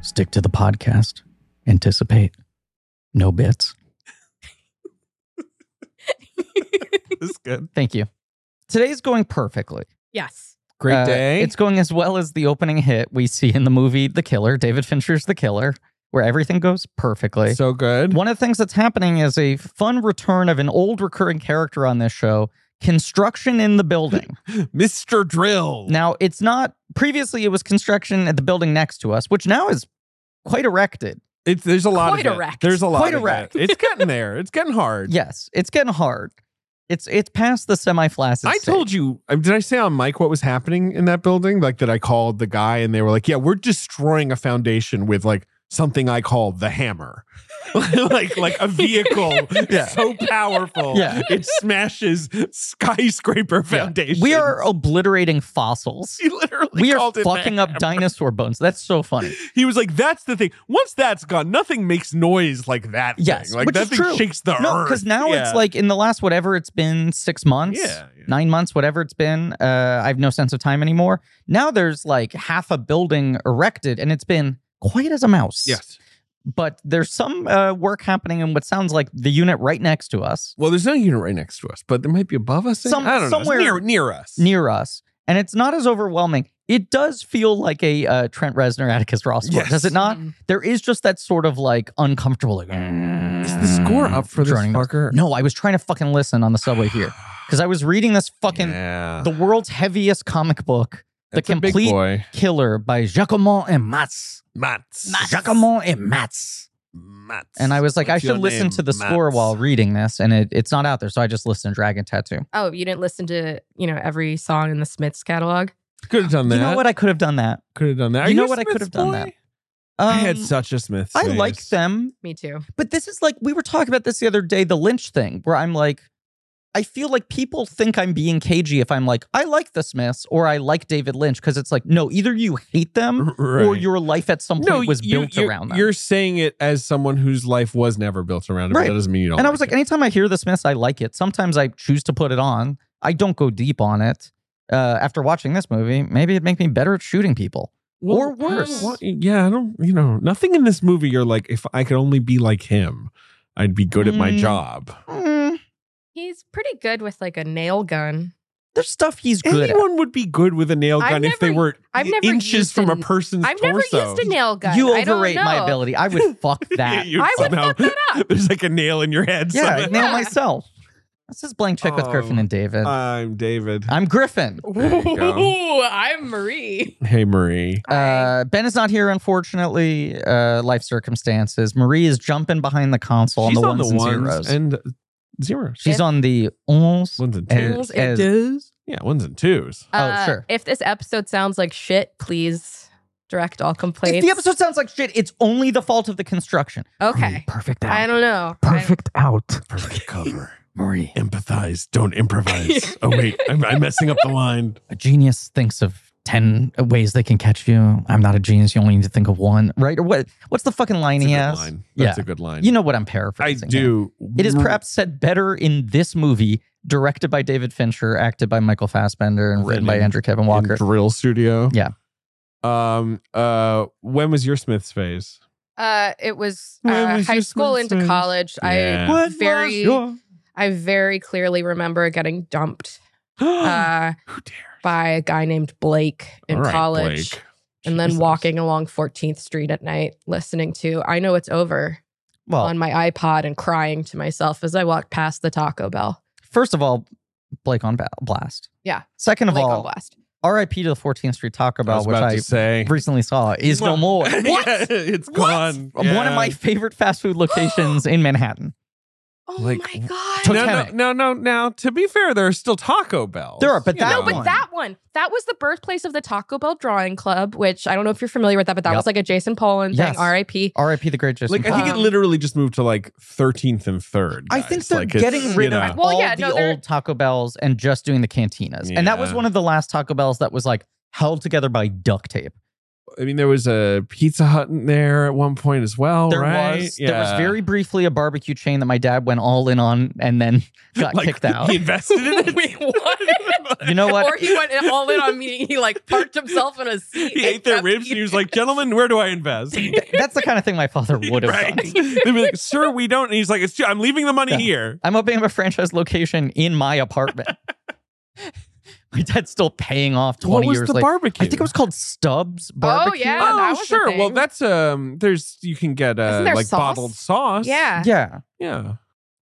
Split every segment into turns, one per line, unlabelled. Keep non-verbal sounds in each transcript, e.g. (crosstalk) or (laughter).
Stick to the podcast. Anticipate. No bits.
This is good.
Thank you. Today's going perfectly.
yes.
Great
Uh,
day.
It's going as well as the opening hit we see in the movie The Killer, David Fincher's The Killer, where everything goes perfectly.
so good.
One of the things that's happening is a fun return of an old recurring character on this show, construction in the
(laughs)
building.
Mr. Drill.
now, it's not previously it was construction at the building next to us, which now is quite erected.
It's there's a lot
Quite
of it.
erect.
There's a lot
Quite
of
erect.
It. It's getting there. It's getting
(laughs)
hard.
Yes, it's getting hard. It's it's past the semi-flaccid.
I told you. uh, Did I say on mic what was happening in that building? Like that I called the guy and they were like, "Yeah, we're destroying a foundation with like something I call the hammer." (laughs) like like a vehicle
(laughs) Yeah.
so powerful
Yeah.
it smashes skyscraper (laughs) foundations.
We are obliterating fossils.
(laughs) He literally
We are
called it the
fucking up
hammer.
dinosaur bones. That's so
(laughs)
funny.
He was like, "That's the thing. Once that's gone, nothing makes noise like that.
Yes,
thing. like
which
that
is
thing
true.
shakes the
No,
earth."
because now
Yeah.
it's like in the last whatever it's been six months,
Yeah, yeah.
nine months, whatever it's been. Uh, I have no sense of time anymore. Now there's like half a building erected, and it's been quiet as a mouse.
yes.
but there's some uh, work happening in what sounds like the unit right next to us,
Well, there's no unit right next to us, but there might be above us. eh?
Some-
I don't
somewhere-
know. It's near near us.
near us, and it's not as overwhelming. It does feel like a uh, Trent Reznor, Atticus Ross, score,
Yes.
does it not?
Mm.
There is just that sort of like uncomfortable. Like,
Is the score up for this
droning noise.
fucker?
Mm. No, I was trying to fucking listen on the subway here because I was reading this fucking
Yeah.
the world's heaviest comic book, The
That's a big
Complete
boy.
Killer by Jacquemont and Matz.
Mats.
Jacquemont and Matz.
Mats.
And I was like, I
What's your
should listen
name?
to the score
Mats.
while reading this, and it, it's not out there, so I just listened to Dragon Tattoo.
Oh, you didn't listen to, you know, every song in the Smiths catalog?
Could have done that.
You know what? I could have done that.
could have done that. Are
you know
a
what? I could
Smiths
have done that.
boy? I had
Um,
such a Smith.
I like
phase.
them,
Me too.
but this is like we were talking about this the other day, the Lynch thing, where I'm like, I feel like people think I'm being cagey if I'm like, I like the Smiths or I like David Lynch, because it's like, no, either you hate them
Right.
or your life at some point was
you-
built
you're-
around them.
You're saying it as someone whose life was never built around it, but
Right.
that doesn't mean you don't.
and I was like,
it.
anytime I hear the Smiths, I like it. Sometimes I choose to put it on. I don't go deep on it. Uh, after watching this movie, maybe it'd make me better at shooting people. or
I don't
worse.
want- yeah, I don't. You know, nothing in this movie. You're like, if I could only be like him, I'd be good at my
Mm.
job.
Mm,
He's pretty good with like a nail gun.
there's stuff he's good at.
Anyone would be good with a nail
I've
gun if they
never-
were
I've never
inches
used
from a
an-
person's
I've never
torso.
used
(laughs)
a nail gun.
You
I don't
overrate my
know.
ability. I would
(laughs)
fuck that.
You
I would fuck
(laughs)
that
(laughs)
up.
There's like a nail in your head.
yeah,
somehow.
I'd nail myself. This is blank check with Griffin
Um,
and David.
I'm David.
I'm Griffin.
There you go.
Ooh, I'm Marie.
Hey, Marie.
Uh, ben is not here, unfortunately. Uh, life circumstances. Marie is jumping behind the console
She's
on the ones and
ones
zeros.
and zeros.
She's on the ons.
ones and
and-
twos.
and-
Yeah, ones and twos.
Oh, sure.
Uh, If this episode sounds like shit, please direct all complaints.
If the episode sounds like shit, it's only the fault of the construction.
Okay.
Perfect
I don't know.
out.
Perfect cover.
Marie.
Empathize, don't improvise. oh wait, I'm, I'm messing up the line.
A genius thinks of 10 ways they can catch you. I'm not a genius. You only need to think of one, right? Or what? What's the fucking line
That's a
he
good
has?
line.
Yeah.
That's a good line.
You know what I'm
I
paraphrasing. here.
do.
It is perhaps said better in this movie, directed by David Fincher, acted by Michael Fassbender, and written
Than
by
in-
Andrew Kevin
in
Walker.
Drill Studio.
Yeah.
Um. Uh. When was your Smith's phase? (gasps)
Uh, it was
When
uh,
was
high
your
school
Smiths
into
phase?
college.
Yeah.
I
What
very, I very clearly remember getting
(gasps)
dumped uh,
Who dares?
by a guy named Blake in
All right,
college,
Blake.
and then
Jesus.
walking along 14th Street at night, listening to "I Know It's
Oh.
Over"
Well,
on my iPod and crying to myself as I walked past the Taco Bell.
first of all, Blake on ba- blast.
Yeah.
Second of
Blake on
all,
blast.
RIP to the 14th Street Taco
I
Bell,
was
which
about
I
to say.
recently saw, is no more.
(laughs) Yeah, (laughs) it's gone.
One of
Yeah.
my favorite fast food locations in Manhattan.
Oh
Like,
my god!
Took-
No, no,
Titanic.
no, no. Now, to be fair, there are still Taco Bells.
There are, but
you
that
no,
know.
but
one.
that one, that was the birthplace of the Taco Bell Drawing Club, which I don't know if you're familiar with that, but that
Yep.
was like a Jason Poland
Yes.
thing, (laughs) RIP.
RIP the Great Jason.
like I think it
Um,
literally just moved to like 13th and 3rd.
I think
guys.
they're
Like, it's,
getting rid
you
of
know,
Well,
all
yeah,
the
no, they're-
old Taco Bells and just doing the cantinas. And that was
Yeah.
one of the last Taco Bells that was like held together by duct tape.
I mean, there was a Pizza Hut in there at one point as well,
there
Oh, right?
was there was very briefly a barbecue chain that my dad went all in on and
(laughs)
then got
Like,
kicked out.
He invested in
(laughs)
it. (laughs)
Wait, what?
You know what?
(laughs) Or he went in- all in on meeting. He like parked himself in a seat.
(laughs) he ate their
kept
ribs and he was
eating.
like, "Gentlemen, where do I
(laughs)
invest?"
Th- That's the kind of thing my father would have
right?
done.
(laughs) They'd be like, "Sir, we don't." And he's like, it's, "I'm leaving the money
Yeah.
here."
I'm opening up a franchise location in my
(laughs)
apartment. my dad's still paying off 20
What was
years
the
later.
barbecue?
I think it was called Stubbs Barbecue.
yeah.
Oh,
that was a
sure. Well,
thing.
that's um. There's you can get uh
Isn't there
like
sauce?
bottled sauce.
yeah.
Yeah.
yeah.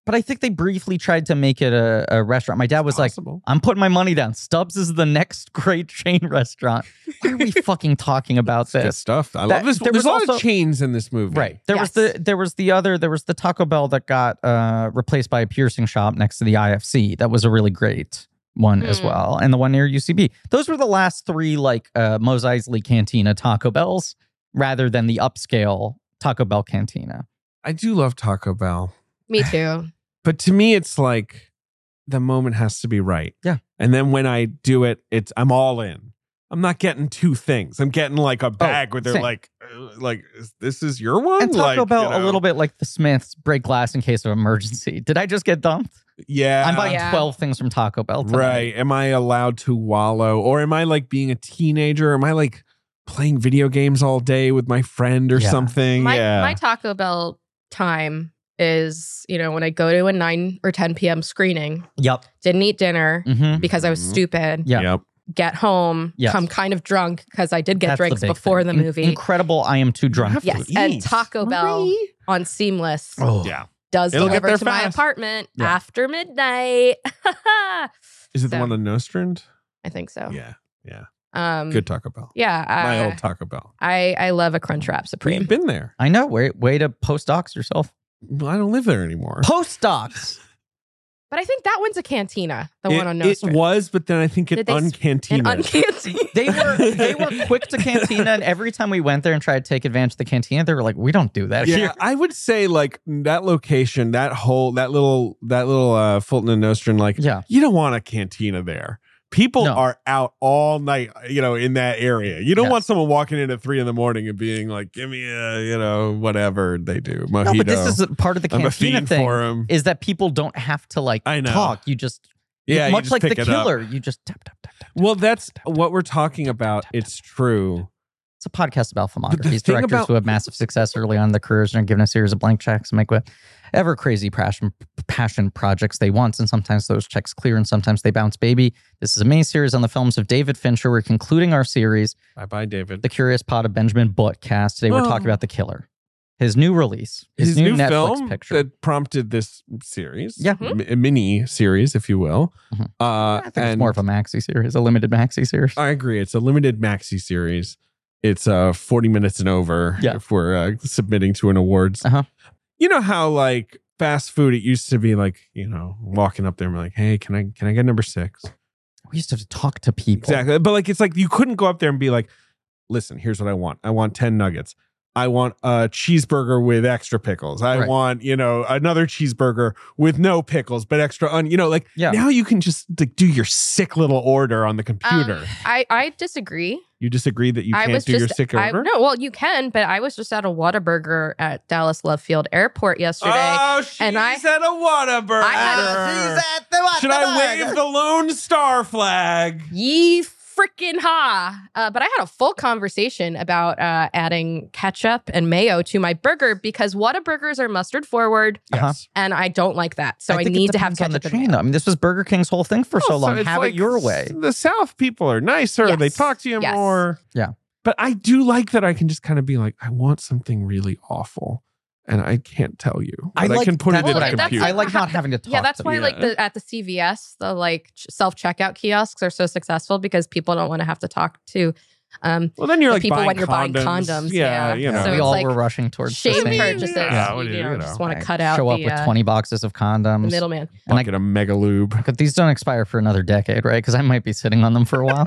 But I think they briefly tried to make it a, a restaurant. My dad was like,
Possible.
I'm putting my money down. Stubbs is the next great chain restaurant. Why are
(laughs)
we fucking talking about
It's good
this?
stuff. I
That-
love this.
there
There's
was
a lot of
also-
chains in this movie,
Right. There was
Yes.
the there was the other there was the Taco Bell that got uh replaced by a piercing shop next to the IFC. That was a really great one as
Hmm.
Mm.
well. And the one near UCB. Those were the last three like uh Mos Eisley Cantina Taco Bells rather than the upscale Taco Bell Cantina.
I do love Taco Bell,
Me too.
but to me, it's like the moment has to be right.
Yeah.
And then when I do it, it's I'm all in. I'm not getting two things. I'm getting like a bag where they're
Oh, same.
like, uh, like is- this is your one.
And Taco
Like,
Bell
you
a
know.
little bit like the Smiths break glass in case of emergency. Did I just get dumped?
Yeah.
I'm buying
Yeah.
12 things from Taco Bell tonight.
Right. Am I allowed to wallow? Or am I like being a teenager? Am I like playing video games all day with my friend or
Yeah.
something?
My
yeah.
my Taco Bell time is you know when I go to a nine or ten p.m. screening,
Yep.
didn't eat dinner
Mm-hmm.
because I was
Mhm.
stupid.
Yeah.
Yep.
Get home,
Yes.
come kind of drunk because I did get
That's the
drinks
big
before
thing.
the
In-
movie.
incredible. I am too drunk.
Yes,
to
and
eat.
Taco Bell
Marie.
on Seamless
Oh.
Yeah.
does
It'll get
deliver
there
to my
fast.
apartment
Yeah.
after midnight. (laughs)
Is it
So-
the one on Nostrand?
I think so.
Yeah.
Um,
Good Taco Bell.
Yeah,
my
I,
old Taco Bell.
I I love a Crunchwrap Supreme.
You've been there.
I know. Way, way to postdocs yourself.
Well, I don't live there anymore.
Postdocs.
But I think that one's a cantina, the
Mm-hmm. it,
one on
it
Nostrand.
was, but then I think it
Did they s-
uncantina. (laughs)
An uncantina.
They were they were (laughs) quick to cantina, and every time we went there and tried to take advantage of the cantina, they were like, "We don't do that
yeah,
here."
I would say like that location, that whole, that little, that little uh, Fulton and Nostrand, like
Yeah,
you don't want a cantina there. People
No.
are out all night, you know, in that area. You don't
Yes.
want someone walking in at three in the morning and being like, "Give me a, you know, whatever they do." Mojito.
no, but this is a part of the
I'm a
cantina
fiend for
thing
him.
is that people don't have to like
I know.
talk. You just
Yeah, you
much
just
like the
pick it up.
killer, you just tap tap tap. tap
Well,
tap,
that's
tap, tap,
what we're
tap,
talking
tap,
about.
tap,
It's
tap.
troo
It's a podcast about
the
filmographies,
thing
directors
about-
who have massive success early on in their careers and are given a series of blank checks and make whatever crazy passion passion projects they want. And sometimes those checks clear and sometimes they bounce baby. This is a mini series on the films of David Fincher. We're concluding our series,
Bye, bye, David.
The Curious Pod of Benjamin Buttcast. Today we're
Oh.
talking about The Killer, his new release, his,
His
new, Netflix
film
picture.
that prompted this series,
Yeah.
Mhm.
m- mini series, if you will.
Mhm.
Uh,
I think
and
it's more of a maxi series, a limited maxi series.
I agree. It's a limited maxi series. It's uh 40 minutes and over
Yeah.
if we're uh, submitting to an awards.
Uh-huh.
You know how like fast food it used to be like, you know, walking up there and be like, "Hey, can I can I get number 6?"
We used to have to talk to people.
Exactly. But like it's like you couldn't go up there and be like, "Listen, here's what I want. I want 10 nuggets. I want a cheeseburger with extra pickles. I
Right.
want, you know, another cheeseburger with no pickles but extra on, you know, like
Yeah.
now you can just like do your sick little order on the
Um,
computer.
I, I disagree.
you disagree that you
I
can't
was
do your
just
sick
I,
order?
no, well you can, but I was just at a Whataburger at Dallas Love Field Airport yesterday.
Ah!
Oh, she's
and I-
at a Whataburger.
I had
Uh,
Should I wave the Lone Star flag?
Ye freaking ha! Uh, but I had a full conversation about uh, adding ketchup and mayo to my burger because Whataburgers are mustard forward,
Uh-huh.
and I don't like that. So I,
think it
need to have
depends
ketchup
on the
and
chain.
mayo.
though. I mean, this was Burger King's whole thing for so
Also,
long.
Oh, it's
Have
like
it your
s-
way.
The South people are nicer.
Yes.
They talk to you
Yes.
more.
Yeah.
But I do like that I can just kind of be like, I want something really awful. And I can't tell you.
I
But
like-
can put it
that's
in
what
a
I- that's
computer.
I like not having to talk.
Yeah, that's
to
why
people.
like the, at the CVS, the like self checkout kiosks are so successful because people don't want to have to talk to um,
well, then you're
the
like
people
buying
when you're buying condoms, yeah.
you know.
So
we
it's
all
like
were rushing towards the
shame
same.
purchases.
Yeah,
you,
what do you
know,
know?
just want
Right.
to cut out
Show
the,
up with
uh,
twenty boxes of
the
condoms.
middleman.
and I-
Bucket of mega lube.
But these don't expire for another decade, right? Because I might be sitting on them for a
(laughs)
while.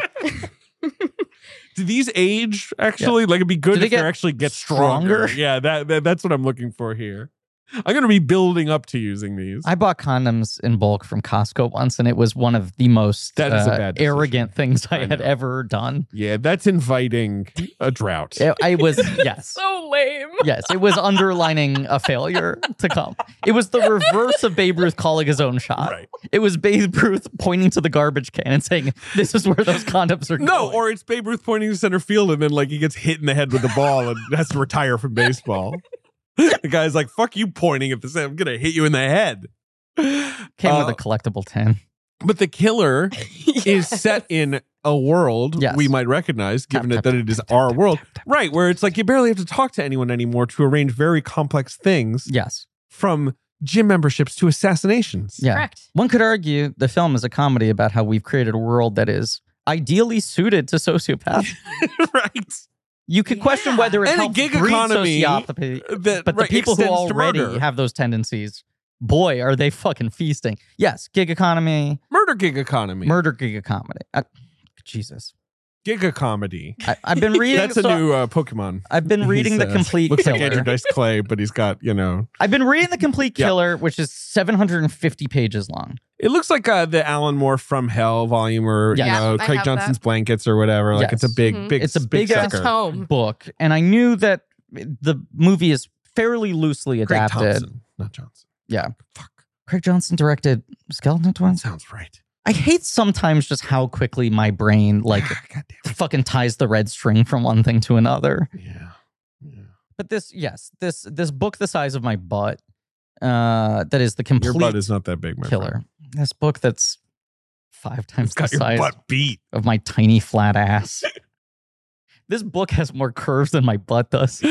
Do these age actually? Like it'd be good
Do they
if they
get
actually get stronger.
stronger?
Yeah, that, that that's what I'm looking for here. I'm going to be building up to using these.
I bought condoms in bulk from Costco once, and it was one of the most
That is a
uh,
bad decision.
arrogant things I,
I
had
know.
ever done.
yeah, that's inviting a drought.
It, I
(laughs)
was yes,
So lame.
yes. It was underlining a failure to come. It was the reverse of Babe Ruth calling his own shot.
Right.
It was Babe Ruth pointing to the garbage can and saying, "This is where those condoms are."
No,
going."
or it's Babe Ruth pointing to center field and then like he gets hit in the head with the
(laughs)
ball and has to retire from baseball. the guy's like, fuck you pointing at the center. I'm going to hit you in the head.
came
Uh,
with a collectible tin.
But the killer
(laughs)
is
(laughs)
Yes.
set in a world
Yes.
we might recognize,
Tap,
given
tap,
it that
tap,
it is
tap, tap,
our
tap,
world.
tap, tap,
Right, where it's like you barely have to talk to anyone anymore to arrange very complex things
Yes.
from gym memberships to assassinations.
Yeah.
Correct.
One could argue the film is a comedy about how we've created a world that is ideally suited to sociopaths.
(laughs) right.
You could question
Yeah.
whether it
And a
helps
gig
breed
economy
sociopathy,
That,
but the
right,
people who
extends to
already
murder.
have those tendencies, boy, are they fucking feasting. Yes, gig economy,
murder gig economy,
murder gig economy. I, Jesus,
giga comedy.
I, I've been reading.
(laughs) That's a
so-
new uh, Pokemon.
I've been reading
He's,
the
uh,
complete (laughs)
Looks
killer.
like Andrew Dice Clay, but he's got you know.
I've been reading the complete
Yeah.
killer, which is 750 pages long.
It looks like uh, the Alan Moore From Hell volume, or
Yes.
you know,
Yeah, I
Craig
have
Johnson's blankets or whatever. Like it's a
Yes.
big,
Mhm.
big,
It's a big ass
sucker.
Home.
book, and I knew that the movie is fairly loosely
Craig
adapted.
Thompson, not Johnson.
Yeah.
fuck,
Craig Johnson directed Skeleton
that
Twins.
sounds right.
I hate sometimes just how quickly my brain like
God damn
fucking ties the red string from one thing to another.
it. Yeah. yeah.
But this, yes, this this book the size of my butt, uh, that is the complete
Your butt is not that big, my friend.
killer. This book that's five times
It's got
the
your
size (laughs)
butt beat.
of my tiny flat ass. this book has more curves than my butt does.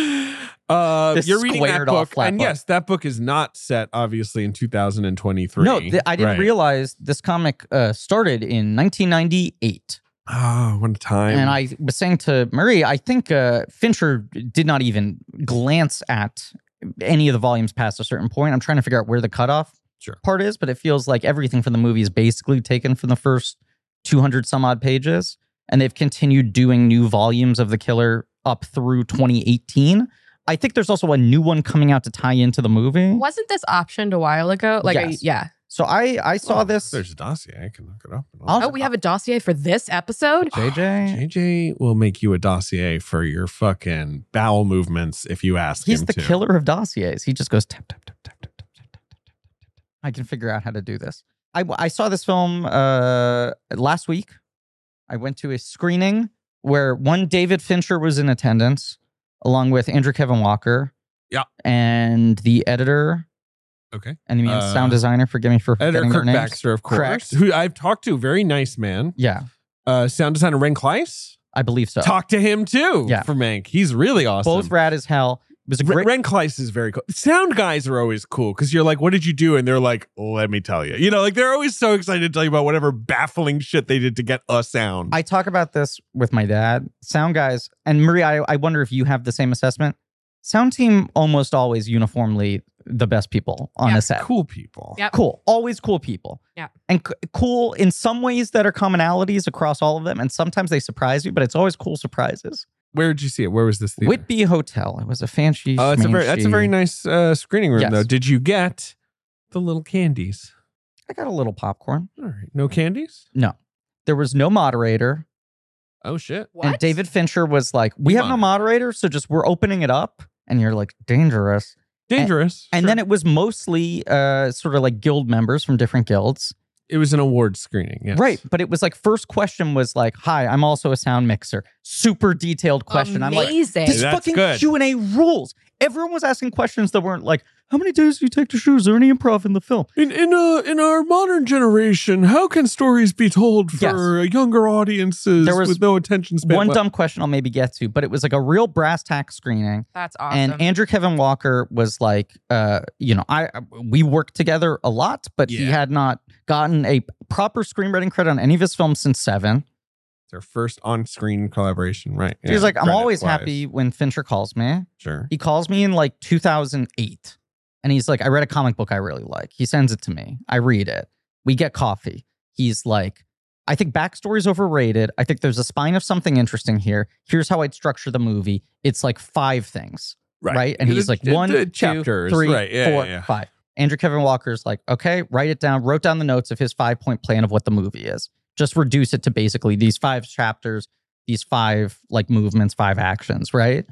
Uh,
This
you're reading that
squared off
book,
flat
and
butt.
yes, that book is not set obviously in 2023.
No, th- I didn't
Right.
realize this comic uh, started in 1998.
Oh, what a time!
and I was saying to Marie, I think uh, Fincher did not even glance at any of the volumes past a certain point. I'm trying to figure out where the cutoff
Sure.
part is, but it feels like everything from the movie is basically taken from the first 200 some odd pages, and they've continued doing new volumes of The Killer up through 2018. I think there's also a new one coming out to tie into the movie.
Wasn't this optioned a while ago? Like, I-
Mm-hmm. Yes.
yeah.
So I I saw
Oh,
this.
There's a dossier. I can look it up. and all
I'll-
Oh, we have a dossier for this episode.
JJ.
JJ will make you a dossier for your fucking bowel movements if you ask
He's
him
the
to.
killer of dossiers. He just goes tap tap tap tap tap tap tap tap tap tap. tap, tap. I can figure out how to do this. I, I saw this film uh, last week. I went to a screening where one David Fincher was in attendance, along with Andrew Kevin Walker.
Yeah.
and the editor
Okay.
and the
Uh,
sound designer. Forgive me for
Editor
forgetting their
Kirk
names.
Baxter, of course,
Correct.
who I've talked to, very nice man.
Yeah,
Uh, sound designer Ren Kleiss.
I believe so.
Talk to him too
Uh, Yeah.
for Mank. He's really awesome.
Both rad as hell. It was a
Re-
great.
Ren Kleiss is very cool. Sound guys are always cool because you're like, what did you do? And they're like, let me tell you. You know, like they're always so excited to tell you about whatever baffling shit they did to get a sound.
I talk about this with my dad. Sound guys, and Marie, I, I wonder if you have the same assessment. Sound team almost always uniformly the best people on
Yeah.
a set.
cool people.
Yep.
Cool. Always cool people.
Yeah.
And c- cool in some ways that are commonalities across all of them. And sometimes they surprise you, but it's always cool surprises.
Where did you see it? Where was this theater?
Whitby Hotel. It was a fancy.
Oh, that's a very that's a
schmancy-
very nice uh, screening room
Yes.
though. Did you get the little candies?
I got a little popcorn.
All right, no candies.
There was no moderator.
Oh shit!
What?
And David Fincher was like, we have no
Fun.
moderator. So just we're opening it up. And you're like, dangerous.
Dangerous.
And then it was mostly uh, sort of like guild members from different guilds.
it was an award screening. Yes.
Right. But it was like, first question was like, hi, I'm also a sound mixer. Super detailed question. I'm like,
Amazing.
this
That's
fucking
good.
Q&A rules. Everyone was asking questions that weren't like, how many days do you take to shoot? Is there any improv in the film?
In in uh, in our modern generation, how can stories be told for uh, younger audiences
There was
with no attention span?
One
Well,
dumb question I'll maybe get to, but it was like a real brass tack screening.
That's awesome.
And Andrew Kevin Walker was like, uh, you know, I we worked together a lot, but he
Yeah.
had not gotten a proper screenwriting credit on any of his films since Seven.
Their first on-screen collaboration, right?
He's
yeah,
like, I'm always
credit-wise.
happy when Fincher calls me.
Sure.
He calls me in like 2008. And he's like, I read a comic book I really like. He sends it to me. I read it. We get coffee. He's like, I think backstory's overrated. I think there's a spine of something interesting here. Here's how I'd structure the movie. It's like five things. right? And he's like
The-
one,
the
two,
chapters,
three,
right, yeah,
four,
yeah, yeah.
five. Andrew Kevin Walker's like, okay, write it down. Wrote down the notes of his five point plan of what the movie is. Just reduce it to basically these five chapters, these five like movements, five actions, right?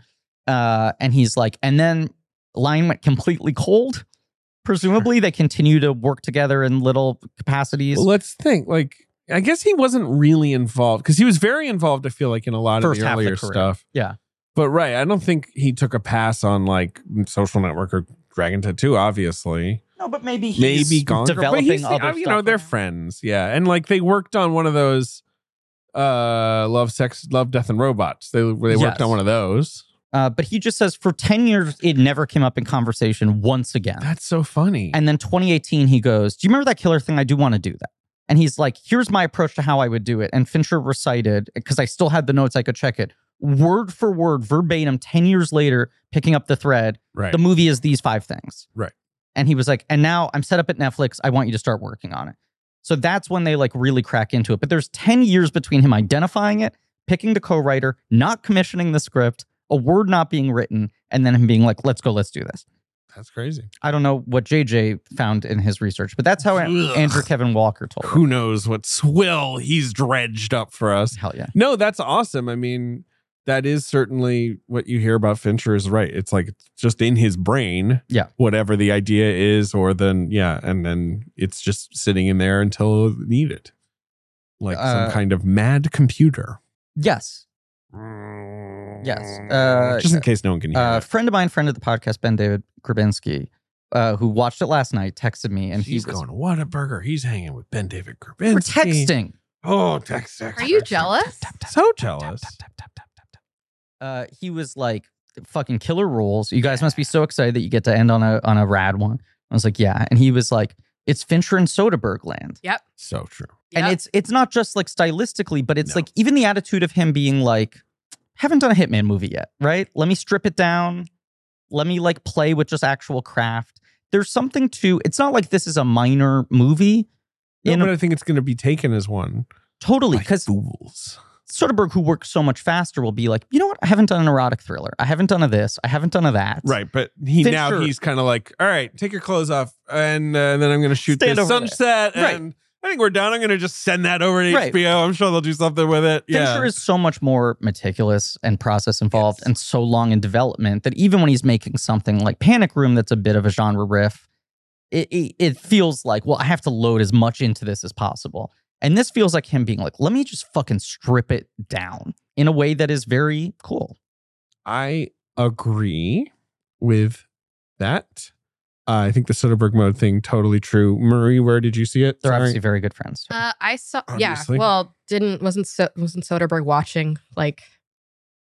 Uh, and he's like, and then line went completely cold. Presumably, they continue to work together in little capacities.
Well, let's think. Like, I guess he wasn't really involved because he was very involved. I feel like in a lot
First
of the
half of the
earlier
career.
stuff.
Yeah.
but right, I don't think he took a pass on like mm, Social Network or Dragon Tattoo. Obviously,
no, but maybe
maybe gone.
developing
but he's the-
other
I mean, you know,
stuff.
they're friends. Yeah, and like they worked on one of those, uh, love, sex, love, death, and robots. They they worked
Yes.
on one of those.
Uh, but he just says for 10 years, it never came up in conversation once again.
That's so funny.
And then 2018, he goes, Do you remember that killer thing? I do want to do that. And he's like, Here's my approach to how I would do it. And Fincher recited, because I still had the notes, I could check it word for word, verbatim, 10 years later, picking up the thread.
right.
The movie is these five things.
Right.
And he was like, And now I'm set up at Netflix. I want you to start working on it. So that's when they like really crack into it. But there's 10 years between him identifying it, picking the co writer, not commissioning the script, a word not being written, and then him being like, Let's go, let's do this.
That's crazy.
I don't know what JJ found in his research, but that's how
Ugh.
Andrew Kevin Walker told
Who knows what swill he's dredged up for us.
us. Hell yeah.
No, that's awesome. I mean, that is certainly what you hear about Fincher is right. It's like it's just in his brain.
Yeah.
Whatever the idea is, or then yeah, and then it's just sitting in there until needed. Like
Uh,
some kind of mad computer.
Yes. Yes. Uh,
just in case no one can
A
hear. it.
friend of mine, friend of the podcast, Ben David Grabinski, uh, who watched it last night, texted me and
he's
he was
going, what a burger. He's hanging with Ben David Krasinski.
for texting.
Oh, text, text.
Are you
text,
jealous?
So jealous.
Uh, he was like, fucking killer rules. You guys must be so excited that you get to end on a on a rad one. I was like, yeah. And he was like, it's Fincher and Soderbergh land.
So true.
Yep.
And it's it's not just like stylistically, but it's
No.
like even the attitude of him being like, haven't done a Hitman movie yet, right? Let me strip it down. Let me like play with just actual craft. There's something to it's not like this is a minor movie.
No,
You know,
but I think it's going to be taken as one.
totally.
Like
Because
fools.
Soderbergh, who works so much faster, will be like, you know what? I haven't done an erotic thriller. I haven't done a this. I haven't done a that.
Right, but he now
Fincher-
he's kind of like, all right, take your clothes off, and, uh, and then I'm going to shoot
Stand
this
over there."
sunset.
Right.
And I think we're done. I'm going to just send that over to
Right.
HBO. I'm sure they'll do something with it. yeah,
Fincher is so much more meticulous and process involved and so long in development that even when he's making something like Panic Room that's a bit of a genre riff, it, it, it feels like, well, I have to load as much into this as possible. And this feels like him being like, let me just fucking strip it down in a way that is very cool.
I agree with that. Uh, I think the Soderbergh mode thing totally true. Marie, where did you see it?
They're
Sorry.
obviously very good friends. too.
Uh, I saw.
Obviously.
Yeah. Well, didn't wasn't so, wasn't Soderbergh watching like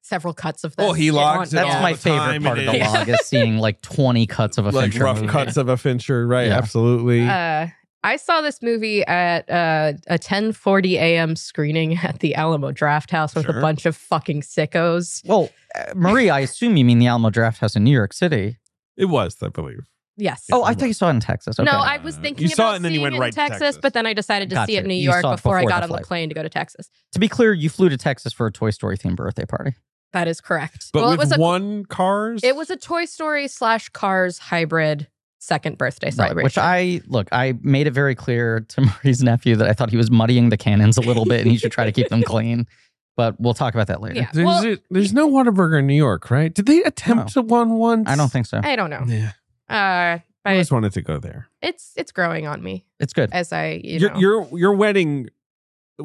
several cuts of this?
Oh, he
in
logs
one-
it
that's
all
my
the
favorite
time
part of
it
the
is.
log is seeing like 20 cuts of a
like
Fincher
rough
movie.
cuts of a Fincher, right?
Yeah.
Absolutely.
Uh, I saw this movie at uh, a 10:40 a.m. screening (laughs) at the Alamo Draft House with
Sure.
a bunch of fucking sickos.
Well, uh, Marie, I assume you mean the Alamo Draft House in New York City.
it was, I believe.
Yes.
Oh, I thought you saw it in Texas. Okay.
No, I was
Uh,
thinking
you
about
saw it and then you
seeing
went
it
right
in
to
Texas,
Texas.
but then I decided to see
Gotcha.
it in New
You
York
saw it
before, I
before
got
the
on the
flight.
plane to go to Texas.
To be clear, you flew to Texas for a Toy Story themed birthday party.
That is correct.
But
well, it
with
was a
one cars,
it was a Toy Story slash Cars hybrid second birthday celebration.
Which I look, I made it very clear to (laughs) Marie's nephew that I thought he was muddying the cannons a little bit and he should try to keep them clean. But we'll talk about that later.
Yeah.
There's,
Well-
a- there's no Whataburger in New York, right? Did they attempt to one once?
I don't think so.
I don't know.
Yeah,
Uh,
I
but
always wanted to go there.
it's it's growing on me
It's good.
as I you
your,
know.
your your wedding,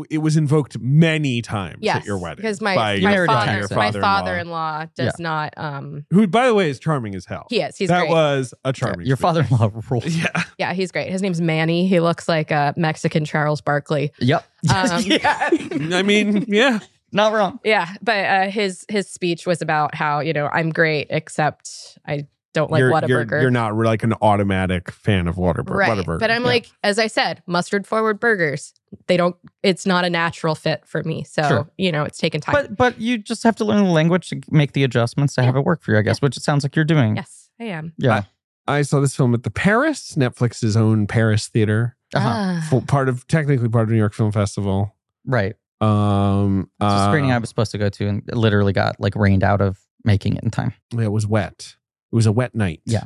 it was invoked many times
Yes,
at your wedding
because my
by
my
your
father,
father-in-law.
my
father-in-law,
father-in-law does
Yeah.
not. Um,
who by the way is charming as hell.
he is. He's
that
great.
was a charming.
Your
speech.
father in law (laughs) rules.
(laughs) Yeah,
yeah, he's great. His name's Manny. He looks like a Mexican Charles Barkley.
(laughs) Yep.
Um,
yeah.
I mean, yeah,
Not wrong.
Yeah, but uh, his his speech was about how you know I'm great, except I don't (laughs) like
you're,
Whataburger.
You're, you're not really like an automatic fan of Whataburger.
right,
Whataburger.
but I'm
Yeah.
like, as I said, mustard forward burgers. They don't. It's not a natural fit for me. So
Sure.
you know, it's taken time.
But but you just have to learn the language to make the adjustments to have it work for you, I guess, which it sounds like you're doing.
yes, I am.
Uh,
Yeah.
I saw this film at the Paris Netflix's own Paris theater,
Uh,
Uh-huh.
Ah.
full, part of technically part of New York Film Festival.
Right.
Um,
It's a screening
uh,
I was supposed to go to and literally got like rained out of making it in time.
it was wet. It was a wet night.
Yeah.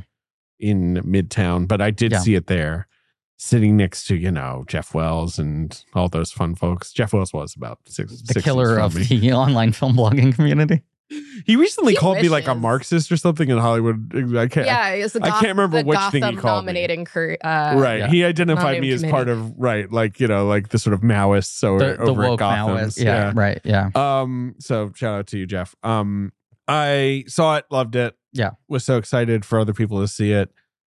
In Midtown, but I did
Yeah.
see it there, sitting next to you know Jeff Wells and all those fun folks. Jeff Wells was about six.
The
six
killer
years
of
from me.
the (laughs) online film blogging community.
He recently
He
called me like a
wishes.
Marxist or something in Hollywood. I can't.
yeah, it's the
I
Goth-
can't remember
the
which
Gotham
thing he called me.
nominating cur- uh,
Right.
yeah.
He identified
Not
me
even
as part of right, like you know, like the sort of Maoists or
The, the
over at
woke
Gotham.
Maoists. Yeah, right. Yeah.
Um, so shout out to you, Jeff. Um, I saw it, loved it.
Yeah.
Was so excited for other people to see it.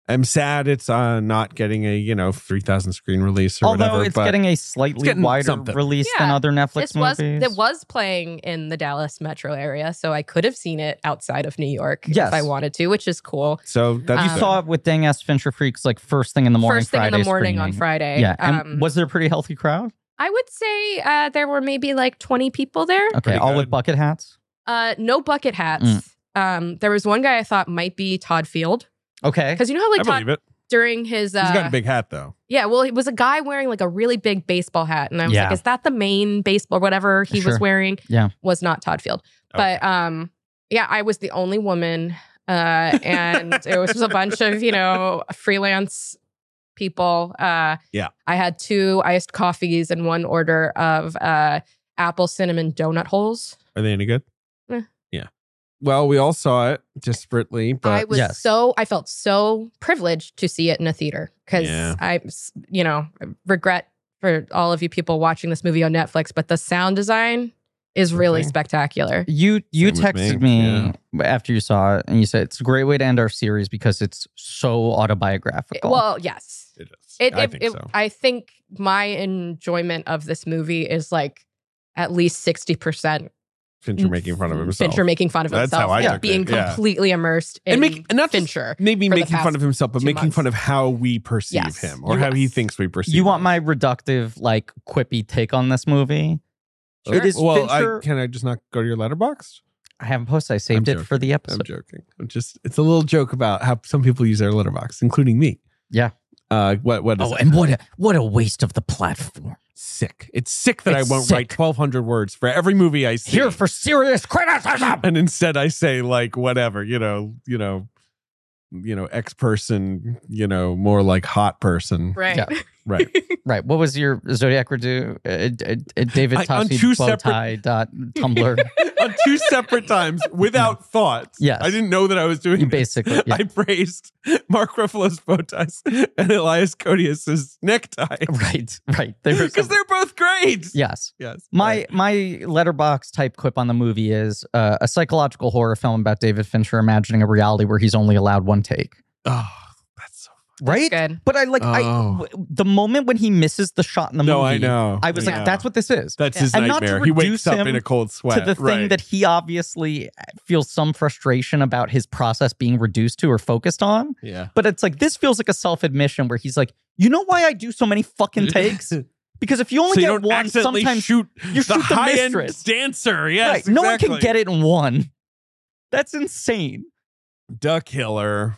I'm sad it's uh, not getting a, you know, 3,000 screen release or
Although
whatever.
it's
but
getting a slightly
getting
wider
something.
release than
Yeah.
other Netflix
This was
movies.
it was playing in the Dallas metro area, so I could have seen it outside of New York
Yes.
if I wanted to, which is cool.
so that's
you
Um,
good.
saw it with Dang Ass Fincher Freaks like first thing in the morning.
First thing in
Friday
the morning on
screening.
Friday.
Yeah. And
Um,
was there a pretty healthy crowd?
I would say uh, there were maybe like 20 people there.
Okay.
Pretty
All
good.
with bucket hats.
Uh, no bucket hats.
Mm.
Um, there was one guy I thought might be Todd Field
Okay.
because you know how
I
like Todd
believe it.
during his uh,
He's got a big hat though.
yeah, well, it was a guy wearing like a really big baseball hat, and I was
Yeah.
like, is that the main baseball or whatever he
Sure.
was wearing?
Yeah.
was not Todd Field, but um, yeah, I was the only woman,
(laughs)
uh, and it was just a bunch of you know freelance people. Uh,
Yeah.
I had two iced coffees and one order of uh apple cinnamon donut holes.
Are they any good?
Eh.
Yeah. Well, we all saw it disparately,
I
but
was
Yes.
so I felt so privileged to see it in a theater because
Yeah.
I, s- you know, regret for all of you people watching this movie on Netflix, but the sound design is really
Okay.
spectacular.
You you
Same with
texted
me,
me after you saw it, and you said it's a great way to end our series because it's so autobiographical.
Well, yes,
it is.
it,
I
it-
think
it-
so.
I think my enjoyment of this movie is like at least sixty percent
Fincher making fun of himself.
Mm, Fincher making fun of
That's how
himself,
I
and
took it,
being
yeah.
completely immersed in
And make- and not just-
Fincher.
Maybe
for the
making fun
past
of himself, but
two
making
months.
fun of how we perceive
Yes.
him or
You-
how he thinks we perceive
you want
him.
my reductive, like quippy take on this movie? It is
well,
Fincher-
I, can I just not go to your letterbox?
I have a post. I saved
I'm
it for the
I'm
episode.
joking. I'm just it's a little joke about how some people use their letterbox, including me.
Yeah.
Uh what what is
Oh,
it?
and what a what a waste of the platform.
sick. It's sick that
It's
I won't
sick.
write twelve hundred words for every movie I see.
Here for serious criticism.
and instead I say like whatever, you know, you know, you know, X person, you know, more like hot person.
Right.
Yeah.
Right.
Right. What was your Zodiac Redo? Uh, uh, uh, David
I- on
Tossi
two
Bowtie dot Tumblr. (laughs)
On two separate times without thoughts.
Yes.
I didn't know that I was doing
You
this.
basically- yeah.
I praised Mark Ruffalo's bow ties and Elias Codius's necktie.
(laughs) right. Right. They were
Because
some-
they're both great.
yes.
Yes.
My my letterbox type quip on the movie is uh, a psychological horror film about David Fincher imagining a reality where he's only allowed one take.
Oh, that's so.
Right?
Good.
But I like I
Oh.
w- the moment when he misses the shot in the
no,
movie.
I know.
I was
I
like,
know.
that's what this is.
That's his
And not to
nightmare. He wakes
reduce
up
him
in a cold sweat.
to the thing
right.
that he obviously uh, feels some frustration about his process being reduced to or focused on.
yeah.
But it's like this feels like a self admission where he's like, you know why I do so many
(laughs)
fucking takes? Because if you only
so you
get
don't
one,
accidentally
sometimes
shoot
you
the
shoot the
high
mistress.
end dancer.
right,
Yes,
no one can get it in one. That's insane.
Duck Hiller.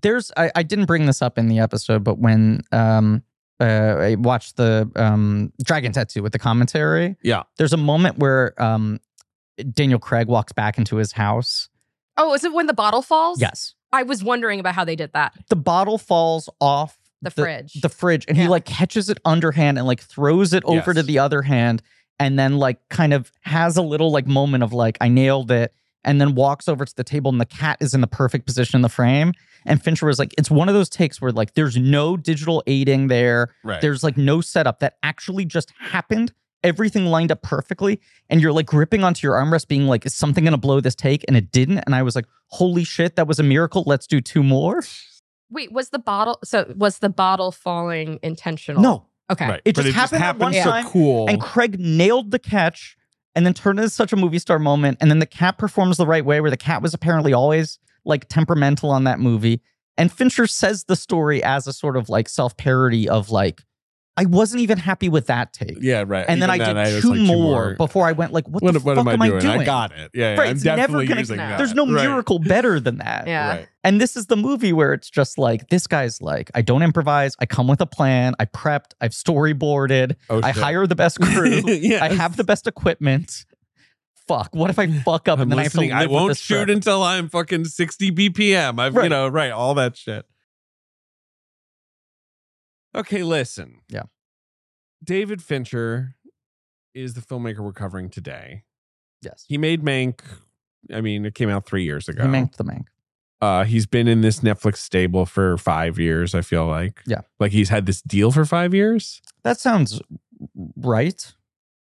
there's I, I didn't bring this up in the episode, but when um uh I watched the um Dragon Tattoo with the commentary,
Yeah.
there's a moment where um Daniel Craig walks back into his house.
Oh, is it when the bottle falls?
Yes,
I was wondering about how they did that.
the bottle falls off
The, fridge.
the fridge, and he
Yeah.
like catches it underhand and like throws it over to
Yes.
the other hand, and then like kind of has a little like moment of like I nailed it. And then walks over to the table, and the cat is in the perfect position in the frame. And Fincher was like, "It's one of those takes where like there's no digital aiding there.
Right.
There's like no setup that actually just happened. Everything lined up perfectly. And you're like gripping onto your armrest, being like, is something going to blow this take? And it didn't. And I was like, holy shit, that was a miracle. Let's do two more.
Wait, was the bottle so was the bottle falling intentional?
No.
Okay.
Right.
It
but
just
it just
happened at
happened
one
so
time,
cool.
And Craig nailed the catch and then turned it into such a movie star moment. And then the cat performs the right way, where the cat was apparently always like temperamental on that movie. And Fincher says the story as a sort of like self parody of like, I wasn't even happy with that take.
yeah, right.
and then I
Even
did
that, was
two,
like,
more before I went like, what,
What,
the
what
fuck
am I doing?
doing?
I got it. Yeah, yeah,
Right,
I'm
it's never
definitely
gonna-
using that.
There's no
Right,
miracle better than that.
Yeah.
Right.
And this is the movie where it's just like this guy's like, I don't improvise. I come with a plan. I prepped. I've storyboarded.
Oh,
I
(laughs) shit.
hire the best crew.
yeah.
I have the best equipment. fuck? What if I fuck up and then I have to live
I
with
won't
this
shoot
forever?
until I'm fucking 60 BPM. I've, you
Right.
know, right, all that shit. Okay, listen.
Yeah.
David Fincher is the filmmaker we're covering today.
Yes.
He made Mank. I mean, it came out three years
He
ago.
manked the mank.
Uh, he's been in this Netflix stable for five years, I feel like.
Yeah.
Like he's had this deal for five years.
That sounds right.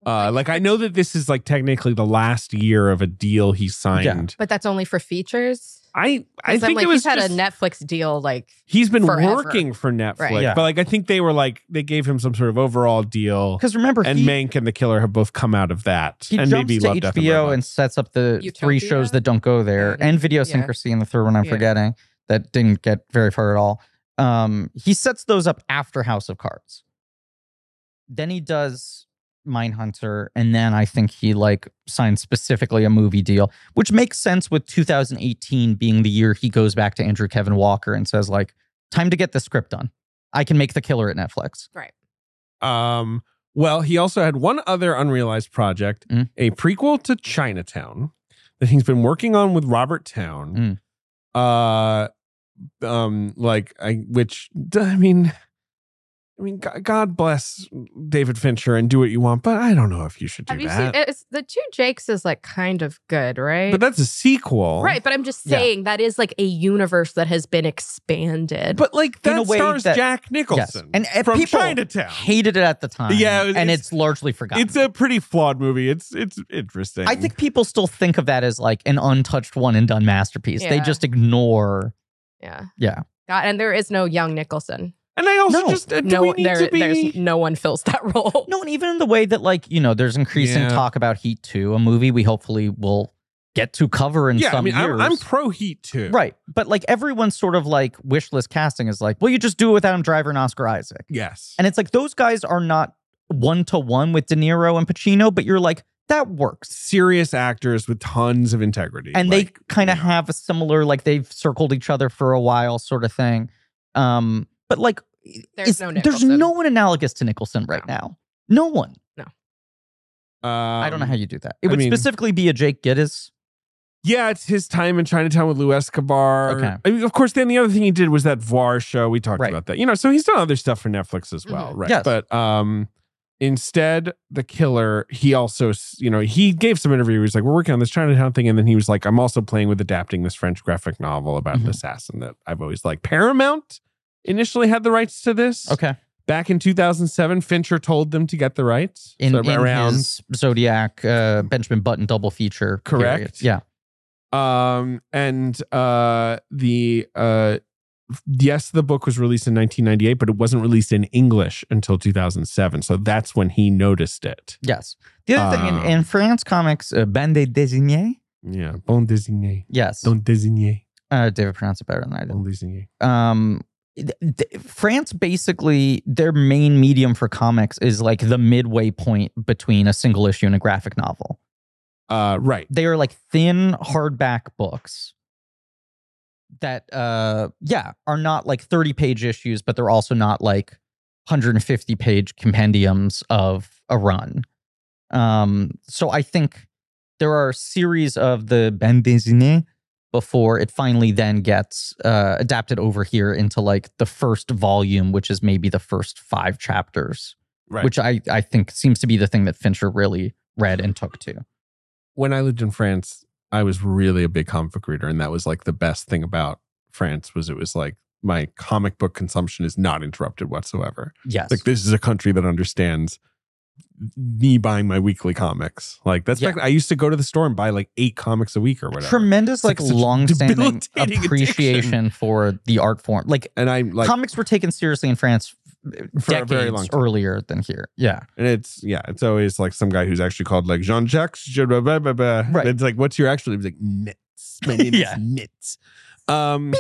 Uh, like I know that this is like technically the last year of a deal he signed.
But that's only for features.
I I
'Cause I'm
think
like,
it was
he's had
just-
a Netflix deal. Like,
He's been
forever.
working for Netflix,
Right.
Yeah.
but like I think they were like they gave him some sort of overall deal.
Because remember,
And
he,
Mank and The Killer have both come out of that,
he
and
jumps
maybe
to
Love Death and
HBO and,
Robots.
sets up the three
Utopia? Mm-hmm.
shows that don't go there,
Yeah.
and Videosyncrasy and the third one I'm
Yeah.
forgetting that didn't get very far at all. Um, he sets those up after House of Cards. Then he does Mindhunter, and then I think he like signed specifically a movie deal, which makes sense with 2018 being the year he goes back to Andrew Kevin Walker and says like, "Time to get the script done. I can make the killer at Netflix."
Um, well, he also had one other unrealized project,
Mm.
a prequel to Chinatown that he's been working on with Robert Town.
Mm.
Uh, um, like I, which (laughs) I mean, I mean, Go- God bless David Fincher and do what you want, but I don't know if you should do
have you
that.
seen it's the two Jakes is like kind of good, right?
But that's a sequel,
right. But I'm just
Yeah.
saying that is like a universe that has been expanded.
But like
In a
that
way
stars
that-
Jack
Yes,
Nicholson
and, and
from
people
Chinatown.
hated it at the time.
Yeah, it-
and
it's-
it's, largely forgotten.
It's a pretty flawed movie. It's it's interesting.
I think people still think of that as like an untouched one and done masterpiece. They
Yeah.
just ignore.
yeah.
Yeah.
God, and there is no young Nicholson.
and I also
No.
just uh, do we
No,
need
there,
to be
there's no one fills that role.
No, and even in the way that like you know, there's increasing
Yeah.
talk about Heat Two, a movie we hopefully will get to cover in
yeah.
some
I mean,
years.
I'm, I'm pro Heat too.
right, but like everyone's sort of like wish list casting is like, well, you just do it with Adam Driver and Oscar Isaac,
Yes.
and it's like those guys are not one to one with De Niro and Pacino, but you're like that works.
serious actors with tons of integrity,
and
like,
they kind of
you know.
have a similar like they've circled each other for a while sort of thing um but like
There's
it's-
no
there's
Nicholson.
no one analogous to nicholson right now no one i don't know
Um,
how you do that it
I
would
mean-
specifically be a jake gittes
Yeah, it's his time in Chinatown with Lou Escobar.
Okay.
I mean, of course, then the other thing he did was that Voir show. We talked
Right. Mm-hmm.
about that. You know, so he's done other stuff for Netflix as well, right?
Yes.
But um instead, the killer, he also, s- you know, he gave some interview. He was like, We're working on this Chinatown thing. And then he was like, I'm also playing with adapting this French graphic novel about an
Mhm.
assassin that I've always liked. Paramount initially had the rights to this.
okay
Back in 2007, Fincher told them to get the rights.
in,
So
in his zodiac uh benjamin button double feature
Correct.
period. yeah
um and uh the uh yes the book was released in 1998 but it wasn't released in english until 2007 so that's when he noticed it
yes the other thing
Um,
in, in france comics uh, bande désignée
yeah bon désigné
yes
don't désigné
uh david pronounced it better than i did
bon désigné
um th- th- France basically their main medium for comics is like the midway point between a single issue and a graphic novel.
uh right
They are like thin hardback books that uh yeah, are not like 30 page issues but they're also not like 150 page compendiums of a run. Um so I think there are a series of the bande dessinée before it finally then gets uh, adapted over here into like the first volume, which is maybe the first five chapters,
right
which I, I think seems to be the thing that Fincher really read and took to.
when i lived in france i was really a big comic book reader and that was like the best thing about france was it was like my comic book consumption is not interrupted whatsoever
Yes.
Like this is a country that understands me buying my weekly comics. Like that's
Yeah.
back, I used to go to the store and buy like eight comics a week or whatever.
Tremendous, like,
It's like such a
(laughs) long-standing
debilitating
appreciation for the art form. Like,
and I like
comics were taken seriously in France
for a
decades
very long time.
earlier than here. Yeah,
And it's yeah, it's always like some guy who's actually called like Jean Jacques. Blah, blah, blah, blah. And
Right.
It's like what's your actual? He's like
(laughs)
Mitz. My name
Yeah.
is Mitz. Um,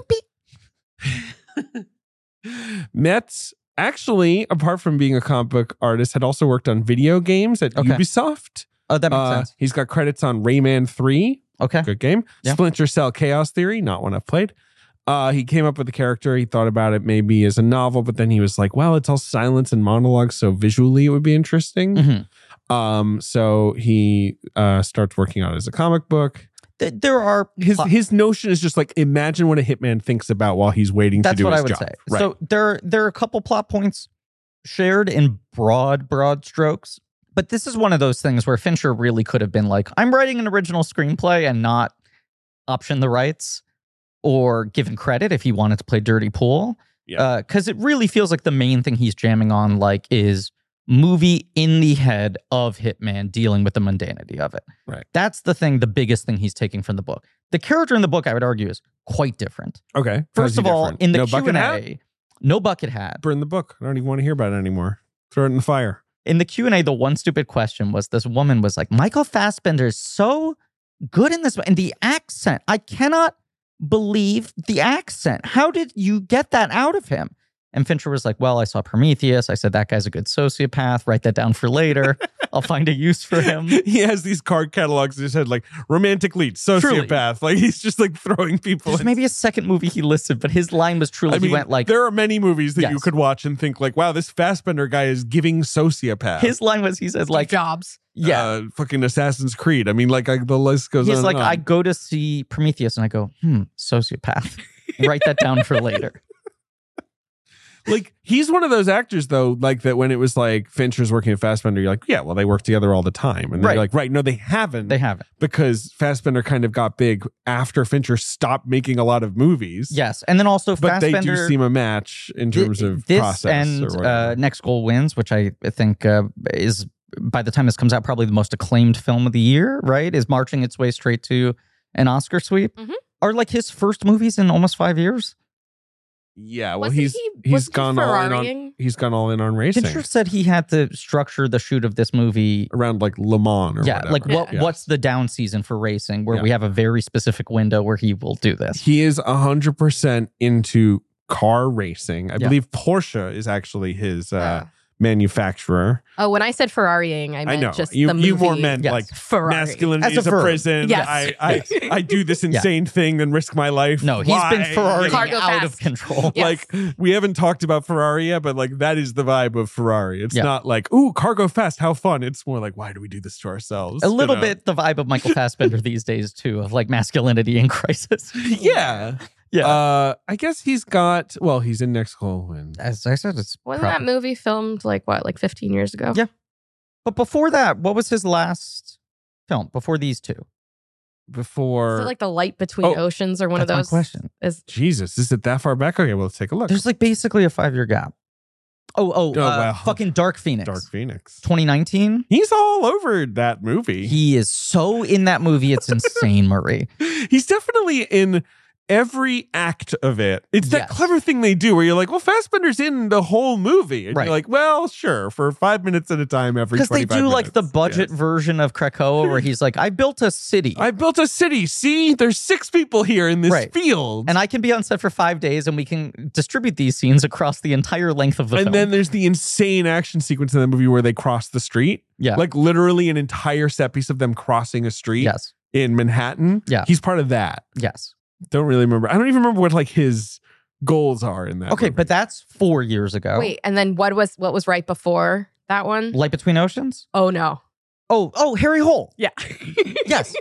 (laughs) Metz actually, apart from being a comic book artist, had also worked on video games at
Okay.
Ubisoft.
oh, that makes
Uh,
sense.
He's got credits on Rayman Three,
Okay,
good game.
Yeah.
Splinter Cell Chaos Theory, not one I've played. Uh, he came up with the character. He thought about it maybe as a novel, but then he was like, well, it's all silence and monologues, so visually it would be interesting.
Mhm.
Um, so he uh, starts working on it as a comic book.
Th- there are
His
plot-
his notion is just like imagine what a hitman thinks about while he's waiting
That's
to do
what
his
I would
job.
say.
Right.
So there, there are a couple plot points shared in broad, broad strokes. But this is one of those things where Fincher really could have been like, I'm writing an original screenplay and not option the rights or given credit if he wanted to play Dirty Pool.
Yeah.
Because it really feels like the main thing he's jamming on like is movie in the head of Hitman dealing with the mundanity of it.
Right.
That's the thing, the biggest thing he's taking from the book. The character in the book, I would argue, is quite different.
okay.
First
How's he
of all,
different?
in the
no
Q
bucket
and
hat,
A, no bucket hat.
burn the book. I don't even want to hear about it anymore. Throw it in the fire.
In the Q and A, the one stupid question was: This woman was like, "Michael Fassbender is so good in this, and the accent. I cannot believe the accent. How did you get that out of him?" And Fincher was like, "Well, I saw Prometheus. I said that guy's a good sociopath. Write that down for
(laughs)
later. I'll find a use for him."
he has these card catalogs in his head, like romantic lead,
Truly.
sociopath. Like he's just like throwing people.
There's
in.
maybe a second movie he listed, but his line was truly
I mean,
he went like,
there are many movies that you
Yes.
could watch and think like, wow, this Fassbender guy is giving sociopath.
his line was he says
like
like,
jobs.
yeah,
uh, fucking Assassin's Creed. I mean, like I, the list goes on.
He's
and
like,
on.
I go to see Prometheus and I go, hmm, sociopath. (laughs) Write that down for later.
like he's one of those actors though, like that when it was like Fincher's working at Fassbender, you're like, yeah, well, they work together all the time, and they're
Right.
like, right, no, they haven't,
They haven't.
because Fassbender kind of got big after Fincher stopped making a lot of movies.
Yes. And then also
but they do
Fassbender.
seem a match in
thi-
terms of
this
process
and
or
uh,
whatever.
Next Goal Wins, which I think uh, is, by the time this comes out, probably the most acclaimed film of the year, right? Is marching its way straight to an Oscar sweep.
Mhm.
Are like his first movies in almost five years?
yeah, well,
Wasn't
he's
he-
he's
wasn't he
gone all in on
Ferrarying?
he's gone all in on racing
Fincher said he had to structure the shoot of this movie
around like Le Mans or
yeah,
whatever.
like what
Yeah.
what's the down season for racing where
Yeah.
we have a very specific window where he will do this.
He is 100% into car racing. I
Yeah.
believe Porsche is actually his uh,
Ah.
Oh.
manufacturer.
oh, when I said Ferrarying, I meant
I know.
just
You,
the movie.
you more meant
Yes.
like
Ferrari.
masculine
As a
is a,
verb.
prison.
Yes.
I, I, I
(laughs)
do this insane thing then risk my life.
No, he's
Why?
been Ferrari
Cargo
out
fast.
of
(laughs)
control.
Yes.
Like we haven't talked about Ferrari yet, but like that is the vibe of Ferrari. It's
Yeah.
not like, ooh, cargo fast, how fun. It's more like, why do we do this to ourselves?
A
You
little
know?
bit the vibe of Michael
(laughs)
Fassbender these days too, of like masculinity in crisis. (laughs)
(laughs) Yeah.
yeah.
Uh, I guess he's got well, he's in next Colwyn.
As I said, it's
Wasn't
prob-
that movie filmed like what, like 15 years ago?
Yeah. But before that, what was his last film? Before these two,
before
Is it like the light between
Oh,
oceans or one of
That's my
those?
question.
Is
Jesus, is it that far back? Okay, well, let's take a look.
There's like basically a five year gap. Oh, oh,
Oh,
uh,
wow.
fucking Dark Phoenix,
Dark Phoenix.
2019.
He's all over that movie.
He is so in that movie, it's insane, Marie.
(laughs) He's definitely in every act of it. It's that
Yes.
clever thing they do where you're like, well, Fassbender's in the whole movie. And
Right.
you're like, well, sure, for five minutes at a time every
Because they
25
do like the
minutes.
budget
Yes.
version of Krakoa, where he's like, "I built a city."
I built a city. See, there's six people here in this
Right.
field.
and I can be on set for five days, and we can distribute these scenes across the entire length of the
and
film.
then there's the insane action sequence in the movie where they cross the street.
yeah,
Like literally an entire set piece of them crossing a street
yes,
in Manhattan.
Yeah.
He's part of that.
yes.
Don't really remember. I don't even remember what like his goals are in that.
Okay,
movie.
but that's four years ago.
wait, and then what was what was right before that one?
Light Between Oceans.
Oh no.
Oh, oh, Harry Hole. (laughs)
Yeah. (laughs)
Yes.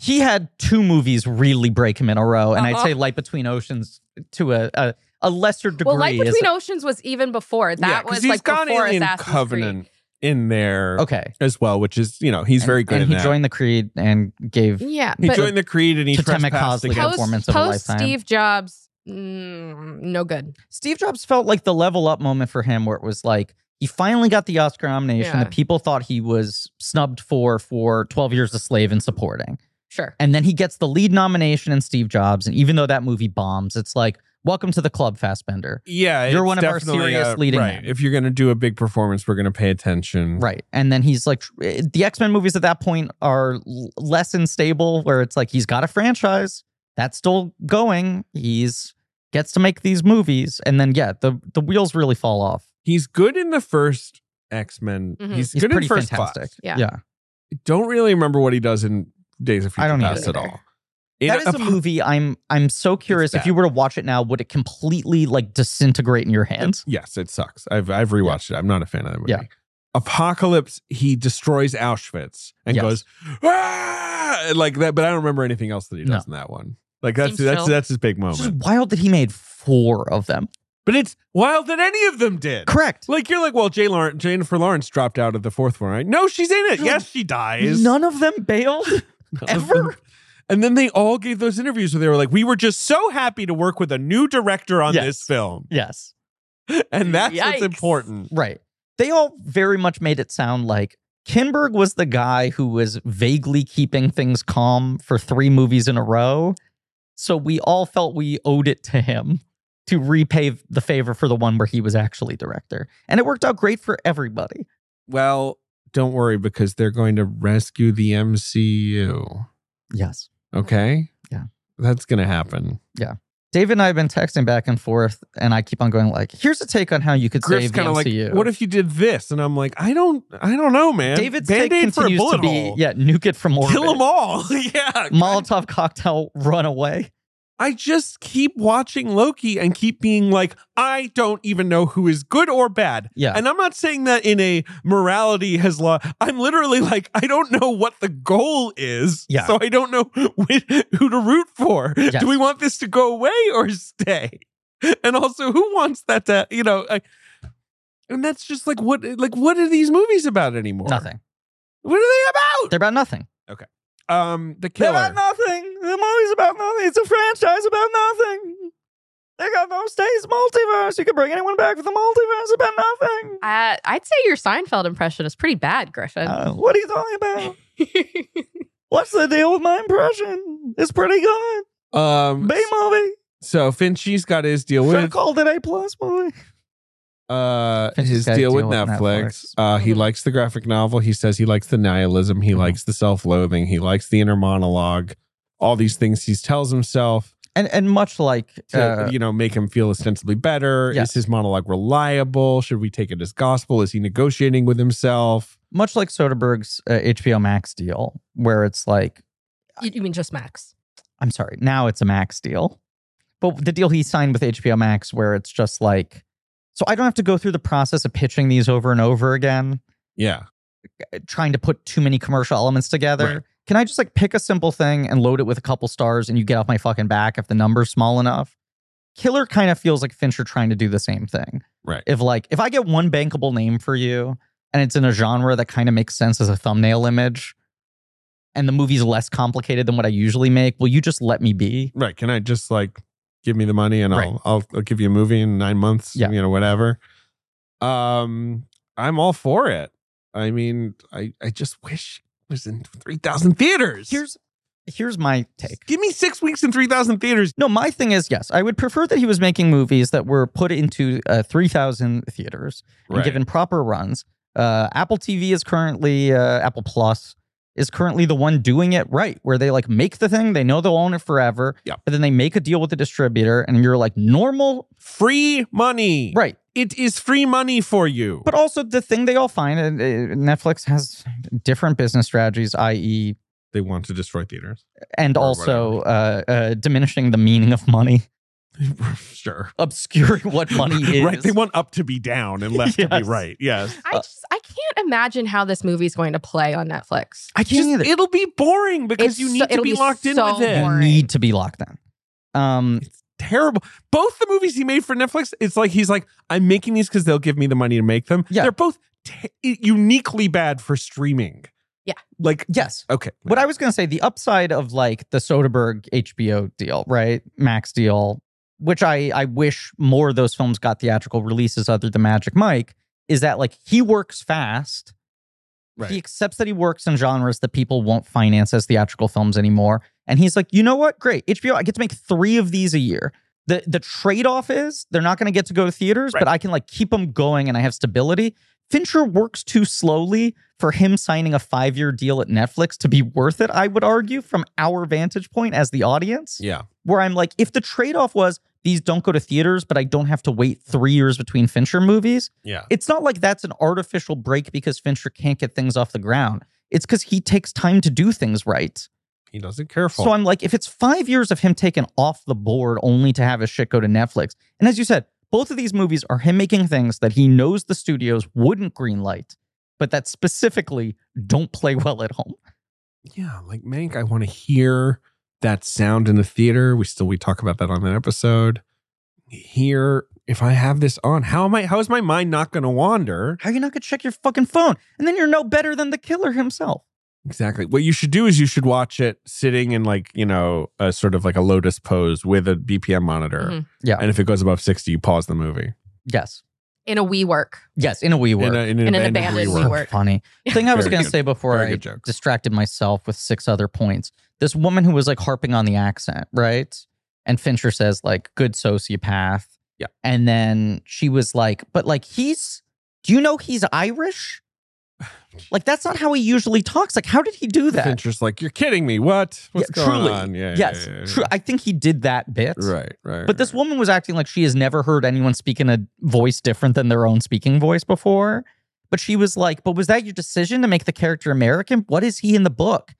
He had two movies really break him in a row, and I'd
Uh-huh.
say Light Between Oceans to a a, a lesser degree.
(laughs) well, Light
is-
Between Oceans was even before. That
Yeah, 'cause
was
he's
like
got
before
Alien
Assassin's
Covenant
Creed.
in there
okay,
as well, which is you know he's
And-
very good.
And
in
he
that.
joined the Creed and gave
Yeah,
He
but
joined the Creed and he
Totemic
trespassed
Hosling.
against.
post,
performance of a
post
lifetime.
Steve Jobs, mm, no good.
Steve Jobs felt like the level up moment for him where it was like he finally got the Oscar nomination
Yeah.
that people thought he was snubbed for for 12 Years a Slave and supporting.
Sure.
And then he gets the lead nomination in Steve Jobs and even though that movie bombs, it's like welcome to the club Fassbender.
Yeah,
You're
it's
one of our
definitely
serious
a-
leading
Right.
men.
If you're gonna do a big performance, we're gonna pay attention.
Right. And then he's like tr- eh, the X-Men movies at that point are l- less unstable where it's like he's got a franchise that's still going. He's gets to make these movies and then yeah, the the wheels really fall off.
He's good in the first X Men.
Mhm.
He's,
He's
good in
pretty
first
fantastic.
Class.
Yeah.
yeah.
Don't really remember what he does in Days of Future
I don't
Past at
either.
all. In
That is a
po-
movie. I'm I'm so curious. If
bad.
you were to watch it now, would it completely like disintegrate in your hands?
Yes, it sucks. I've I've rewatched it. I'm not a fan of that movie.
Yeah.
Apocalypse, he destroys Auschwitz and
Yes.
goes "Ah!" like that. But I don't remember anything else that he does in that one. Like that's
Seems
that's
so.
that's his big
It's just
moment.
wild that he made four of them.
But it's wild that any of them did.
Correct.
Like you're like, well, Jay Lawrence, Jennifer Lawrence dropped out of the fourth one, right? No, she's in it.
Like,
Yes, she dies. (laughs)
None of them (laughs) bailed
None of them
ever.
And then they all gave those interviews where they were like, "We were just so happy to work with a new director on
Yes.
this film,"
yes.
and that's what's
Yikes.
important.
Right. They all very much made it sound like Kinberg was the guy who was vaguely keeping things calm for three movies in a row. So we all felt we owed it to him to repay the favor for the one where he was actually director. And it worked out great for everybody.
Well, don't worry because they're going to rescue the MCU.
Yes.
Okay.
Yeah.
that's gonna happen.
David and I have been texting back and forth, and I keep on going like, here's a take on how you could
Griff's
save the
kind of like,
MCU.
"What if you did this?" And I'm like, "I don't, I don't know, man."
David's take
Band-Aid for a
continues to
bullet
be,
hole.
yeah, nuke it from orbit.
Kill them all. (laughs) yeah.
Molotov cocktail, run away.
I just keep watching Loki and keep being like, I don't even know who is good or bad.
Yeah.
And I'm not saying that in a morality has law. I'm literally like, I don't know what the goal is.
Yeah.
So I don't know wh- who to root for.
Yes.
Do we want this to go away or stay? And also, who wants that to, you know, I, and that's just like what like what are these movies about anymore?
Nothing.
What are they about?
They're about nothing.
um the killer.
They're about nothing. The movie's about nothing. It's a franchise about nothing. They got no states multiverse. You can bring anyone back with a multiverse about nothing.
Uh, I'd say your Seinfeld impression is pretty bad, Griffin.
Uh, what are you talking about? What's the deal with my impression? It's pretty good.
um
B movie.
so Finchie's got his deal
Should
with
have called it A plus movie.
uh
Finch's
his
got a
deal
deal
with
with Netflix.
Netflix. Uh he likes the graphic novel. He says he likes the nihilism. He
Mhm.
likes the self-loathing. He likes the inner monologue. All these things he tells himself
And and much like
to,
uh,
you know, make him feel ostensibly better.
Yes.
Is his monologue reliable? Should we take it as gospel? Is he negotiating with himself?
much like Soderbergh's uh, HBO Max deal, where it's like
(laughs) you, you mean just Max?
I'm sorry, now it's a Max deal. But the deal he signed with HBO Max, where it's just like, so I don't have to go through the process of pitching these over and over again, uh,
Yeah.
trying to put too many commercial elements together.
Right.
Can I just like pick a simple thing and load it with a couple stars and you get off my fucking back if the number's small enough? Killer kind of feels like Fincher trying to do the same thing.
Right.
If like, if I get one bankable name for you and it's in a genre that kind of makes sense as a thumbnail image and the movie's less complicated than what I usually make, will you just let me be?
Right. Can I just like give me the money and
Right.
I'll, I'll I'll give you a movie in nine months,
Yeah.
you know, whatever. Um, I'm all for it. I mean, I I just wish it was in three thousand theaters.
Here's here's my take.
give me six weeks in three thousand theaters.
No, my thing is yes, I would prefer that he was making movies that were put into uh, 3,000 theaters and given proper runs. Uh, Apple TV is currently uh, Apple Plus is currently the one doing it right, where they like make the thing, they know they'll own it forever,
Yeah.
but then they make a deal with the distributor, and you're like normal,
Free money.
right?
It is free money for you.
But also the thing they all find, and uh, Netflix has different business strategies, i.e.,
they want to destroy theaters. (laughs)
and
Or
also uh, uh, diminishing the meaning of money. (laughs)
sure.
obscuring
(laughs)
what money is.
right. They want up to be down and left to be
Yes.
right. Yes.
I
Uh,
just I can't imagine how this movie's going to play on Netflix.
I
can't either.
It'll be boring because
It's
you
so-
need to
it'll
be
be
locked in
so
with it.
boring.
you need to be locked in. Um,
terrible. Both the movies he made for Netflix, it's like he's like, I'm making these because they'll give me the money to make them.
Yeah.
They're both te- uniquely bad for streaming.
Yeah.
Like,
yes.
okay.
What I was going to say, the upside of like the Soderbergh HBO deal, right? Max deal, which I, I wish more of those films got theatrical releases other than Magic Mike, is that like he works fast.
Right.
He accepts that he works in genres that people won't finance as theatrical films anymore. And he's like, you know what? Great. HBO, I get to make three of these a year. The the trade-off is they're not gonna get to go to theaters,
Right.
but I can like keep them going and I have stability. Fincher works too slowly for him signing a five-year deal at Netflix to be worth it, I would argue, from our vantage point as the audience.
Yeah.
Where I'm like, if the trade-off was these don't go to theaters, but I don't have to wait three years between Fincher movies
Yeah.
it's not like that's an artificial break because Fincher can't get things off the ground. It's because he takes time to do things right.
He does it careful.
So I'm like, if it's five years of him taken off the board only to have his shit go to Netflix, and as you said, both of these movies are him making things that he knows the studios wouldn't greenlight, but that specifically don't play well at home.
Yeah, like Mank, I want to hear that sound in the theater. We still we talk about that on that episode. Here, if I have this on, how am I? How is my mind not going to wander?
How are you not gonna check your fucking phone? And then you're no better than the killer himself.
Exactly. What you should do is you should watch it sitting in like you know a sort of like a lotus pose with a BPM monitor.
Mhm.
Yeah.
And if it goes above sixty, you pause the movie.
Yes.
in a wee work.
Yes, in a wee word.
In, a, in, an
In an
abandoned
abandoned
rework.
WeWork.
So funny thing I was
Very
going to
good.
say before
Very
I
good joke.
distracted myself with six other points. This woman who was like harping on the accent, right? And Fincher says like good sociopath.
Yeah.
And then she was like, but like he's do you know he's Irish? Like that's not how he usually talks. Like how did he do that?
Fincher's like, you're kidding me. What? What's
Yeah,
going
truly.
on? Yeah. yeah,
yes.
yeah, yeah.
True. I think he did that bit.
Right. Right.
But this woman was acting like she has never heard anyone speak in a voice different than their own speaking voice before. But she was like, But was that your decision to make the character American? What is he in the book?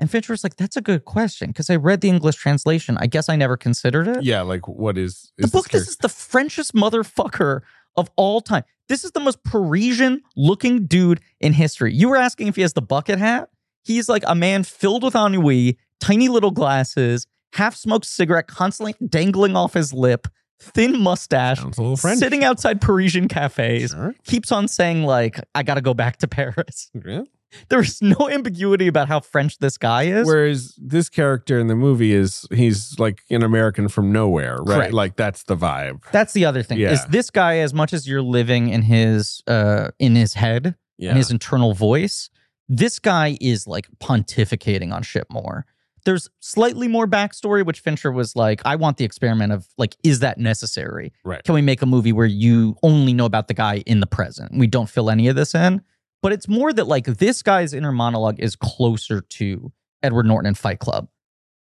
And Fincher was like, That's a good question because I read the English translation. I guess I never considered it.
Yeah. Like, what is,
the
is
book,
character-
this is the Frenchest motherfucker of all time. This is the most Parisian looking dude in history. You were asking if he has the bucket hat. He's like a man filled with ennui, tiny little glasses, half smoked cigarette constantly dangling off his lip, thin mustache,
Sounds a little French.
sitting outside Parisian cafes,
Sure.
keeps on saying, like, I gotta go back to Paris. (laughs)
Yeah.
There's no ambiguity about how French this guy is.
Whereas this character in the movie is he's like an American from nowhere, right?
Correct.
Like that's the vibe.
That's the other thing. Is
Yeah.
this guy, as much as you're living in his uh in his head,
Yeah.
and his internal voice. This guy is like pontificating on shit more. There's slightly more backstory, which Fincher was like, I want the experiment of like, is that necessary?
Right.
Can we make a movie where you only know about the guy in the present? We don't fill any of this in. But it's more that like this guy's inner monologue is closer to Edward Norton in Fight Club,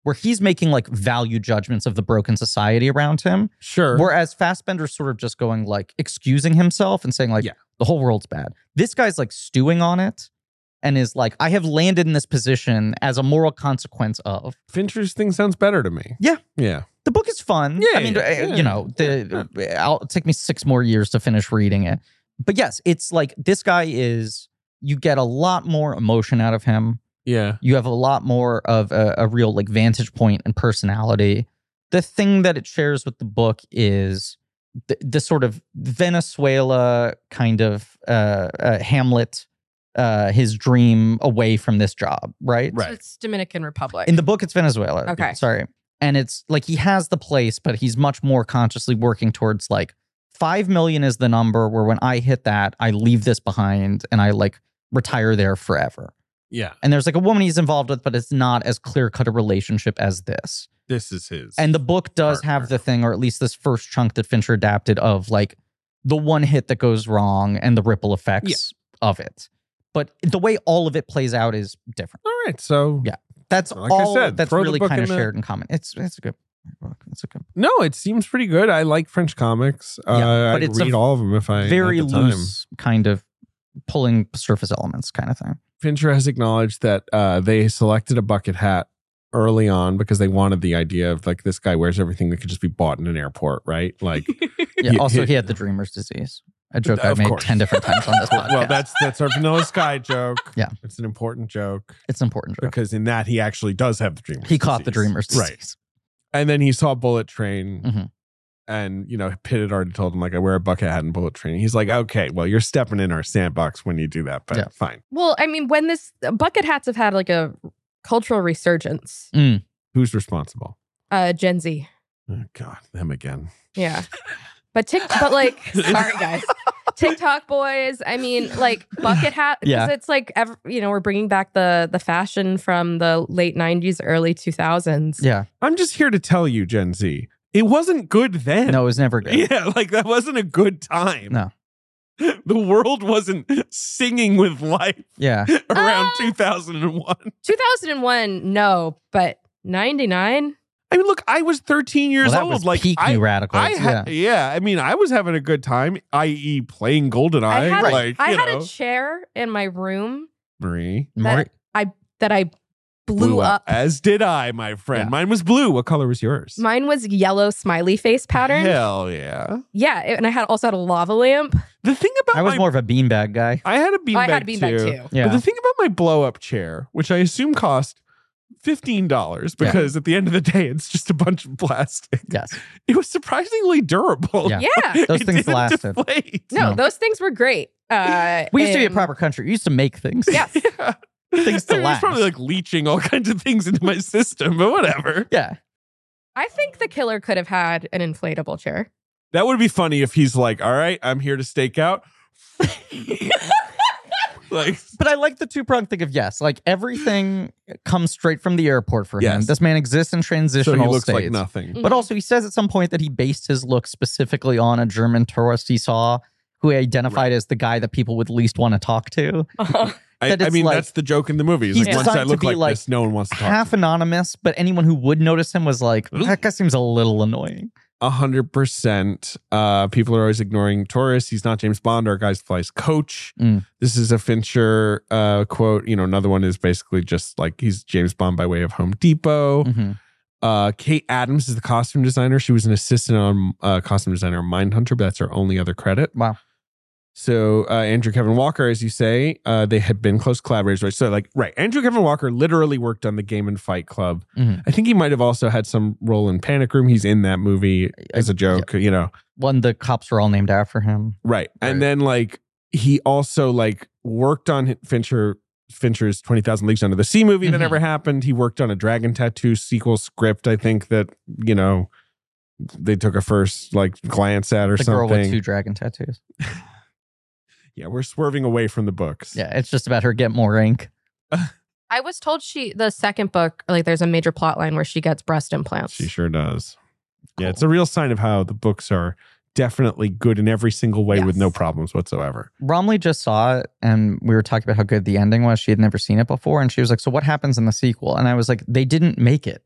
where he's making like value judgments of the broken society around him.
sure.
Whereas Fassbender's sort of just going like excusing himself and saying like
Yeah.
the whole world's bad. This guy's like stewing on it and is like I have landed in this position as a moral consequence of.
Fincher's thing sounds better to me.
Yeah.
Yeah.
The book is fun.
Yeah,
I mean,
yeah,
uh,
yeah,
you know, the uh, I'll it'll take me 6 more years to finish reading it. But yes, it's like this guy is you get a lot more emotion out of him.
Yeah.
You have a lot more of a, a real like vantage point and personality. The thing that it shares with the book is the, the sort of Venezuela kind of uh, uh, Hamlet, uh, his dream away from this job, right?
So it's Dominican Republic.
In the book, it's Venezuela.
Okay.
Sorry. And it's like he has the place, but he's much more consciously working towards like five million is the number where when I hit that, I leave this behind and I like retire there forever.
Yeah.
And there's like a woman he's involved with, but it's not as clear cut a relationship as this.
This is his.
And the book does have the thing, or at least this first chunk that Fincher adapted of like the one hit that goes wrong and the ripple effects of it. But the way all of it plays out is different.
all right. So
Yeah. That's
Like I
all
said,
that's
throw the
really
book
kind of
in the-
shared in common. It's it's a good book. It's a good
no, it seems pretty good. I like French comics. Uh,
Yeah, but
I'd
it's a
read all of them if I
very
at the time.
loose kind of pulling surface elements kind of
(laughs)
thing.
Fincher has acknowledged that uh, they selected a bucket hat early on because they wanted the idea of like this guy wears everything that could just be bought in an airport, right?
(laughs)
Like,
Yeah.
Yeah,
also
yeah.
he had the dreamer's disease. A joke
Of
I've made
course.
ten different times on this podcast.
(laughs) well, that's that's our Vanilla Sky joke.
Yeah.
it's an important joke
it's an important joke.
because in that he actually does have the dreamers.
He caught the
disease.
dreamer's disease.
right? And then he saw Bullet Train,
Mhm.
and you know Pitt had already told him like I wear a bucket hat and Bullet Train. He's like, okay, well you're stepping in our sandbox when you do that, but
Yeah.
fine.
(laughs) well, I mean, when this bucket hats have had like a cultural resurgence,
Who's responsible?
uh, Gen Z.
Oh, God, them again.
Yeah. But tick but like sorry guys. TikTok boys, I mean like bucket hat because
Yeah.
it's like ev- you know we're bringing back the the fashion from the late 90s early
(laughs)
2000s.
Yeah.
I'm just here to tell you, Gen Z, it wasn't good then.
No, it was never good.
(laughs) Yeah, like that wasn't a good time.
No.
(laughs) The world wasn't singing with life (laughs)
Yeah.
around
Ah.
2001.
2001 no, but 99
I mean, look, I was 13 years
Well, that
old.
was
like
peak
I,
new radicals.
I
yeah.
had, yeah. I mean, I was having a good time, i.e., playing GoldenEye.
I had
like,
I
you
had
know,
a chair in my room
Marie.
that I that I blew, up.
As did I, my friend.
Yeah.
Mine was blue. What color was yours?
Mine was yellow smiley face pattern.
Hell yeah.
Yeah, it- and I had also had a lava lamp. Oh,
The thing about
I was
my,
more of a beanbag guy.
I had a beanbag.
I had a beanbag
(laughs)
too.
But
Yeah.
the thing about my blow up chair, which I assume cost fifteen dollars,
Yeah.
because at the end of the day, it's just a bunch of plastic. (laughs)
Yes.
It was surprisingly durable. (laughs)
Yeah.
Yeah.
Those
It
things
didn't
lasted.
deflate.
No,
No.
those things were great.
(laughs)
Uh,
We used to be a
(laughs) and-
proper country. We used to make things.
Yes.
Yeah.
Things to
(laughs) It was
last.
probably like leaching all kinds of things into my (laughs) system, but whatever.
(laughs) Yeah.
I think the killer could have had an inflatable chair.
That would be funny if he's like, "All right, I'm here to
(laughs)
stake out." like,
But I like the two pronged thing of yes. Like everything comes straight from the airport for him.
Yes.
This man exists in
so
transitional
he looks
states.
like nothing.
Mm-hmm.
But also, he says at some point that he based his look specifically on a German tourist he saw, who he identified as the guy that people would least want to talk to.
Mm-hmm.
(laughs) I,
That
I
it's
mean,
like-
that's the joke in the movie. It's
He's
like, once
designed
I
to
look
be
like,
like
this, no one wants to talk.
Half
to me.
anonymous, but anyone who would notice him was like,
Ooh.
that guy seems a little annoying.
A hundred percent. Uh, people are always ignoring Taurus. He's not James Bond. Our guys flies coach.
Mm.
This is a Fincher uh, quote. You know, another one is basically just like he's James Bond by way of Home Depot.
Mhm.
Uh, Kate Adams is the costume designer. She was an assistant on uh, costume designer on Mindhunter, but that's her only other credit.
Wow.
So uh, Andrew Kevin Walker, as you say, uh, they had been close collaborators, right? So like, right, Andrew Kevin Walker literally worked on the game and Fight Club.
Mhm.
I think he might have also had some role in Panic Room. He's in that movie as a joke, you know.
One, the cops were all named after him.
Right.
Right.
And then like he also like worked on Fincher Fincher's 20,000 Leagues Under the Sea movie that
Mhm.
never happened. He worked on a Dragon Tattoo sequel script I think that, you know, they took a first like glance at or
the
something.
girl with two dragon tattoos.
Yeah, we're swerving away from the books.
Yeah, it's just about her get more ink.
(laughs) I was told she the second book like there's a major plot line where she gets breast implants.
She sure does. Yeah, it's a real sign of how the books are definitely good in every single way with
Yes.
no problems whatsoever.
Romley just saw it and we were talking about how good the ending was. She had never seen it before. And she was like, So what happens in the sequel? And I was like, They didn't make it.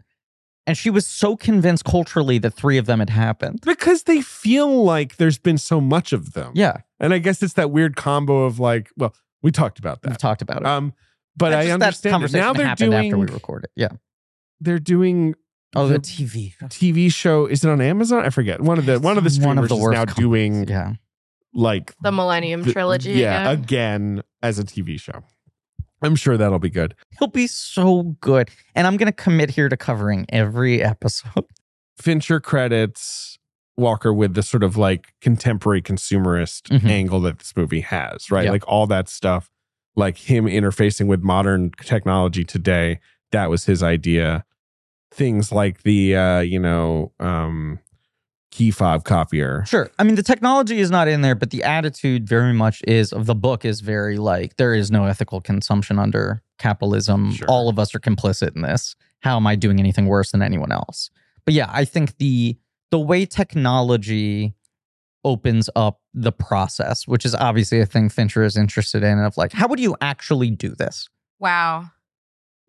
And she was so convinced culturally that three of them had happened.
Because they feel like there's been so much of them.
Yeah,
And I guess it's that weird combo of like, well, we talked about
we've
that.
talked about it.
Um, but
That's
I
just- that
understand it.
conversation
now they're
happened
doing
after we recorded. Yeah.
they're doing
Oh, the
the-
TV.
TV show. Is it on Amazon? I forget. One of the one of the streamers
One of the
is
worst
now
companies.
doing
Yeah.
like
the Millennium
the-
Trilogy.
Yeah,
again.
again as a TV show. I'm sure that'll be good.
He'll be so good. And I'm going to commit here to covering every episode.
Fincher credits Walker with the sort of like contemporary consumerist
Mhm.
angle that this movie has, right?
Yeah.
Like all that stuff, like him interfacing with modern technology today. That was his idea. Things like the uh, you know, um key fob copier.
Sure. I mean, the technology is not in there, but the attitude very much is of the book is very like there is no ethical consumption under capitalism.
Sure.
All of us are complicit in this. How am I doing anything worse than anyone else? But yeah, I think the the way technology opens up the process, which is obviously a thing Fincher is interested in, of like, how would you actually do this?
Wow.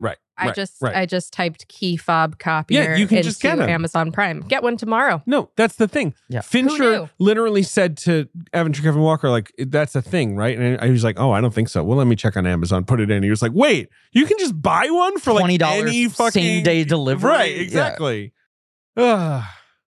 Right.
I
right,
just
right.
I just typed key fob copier
Yeah, you can just
into
get 'em.
Amazon Prime. Get one tomorrow.
No, that's the thing.
Yeah.
Who knew?
Fincher literally said to Avenger Kevin Walker, like, that's a thing, right? And I he was like, oh, I don't think so. Well, let me check on Amazon, put it in. He was like, wait, you can just buy one for like
Twenty
any
dollars
fucking
same day delivery.
Right,
Yeah.
exactly. Ugh.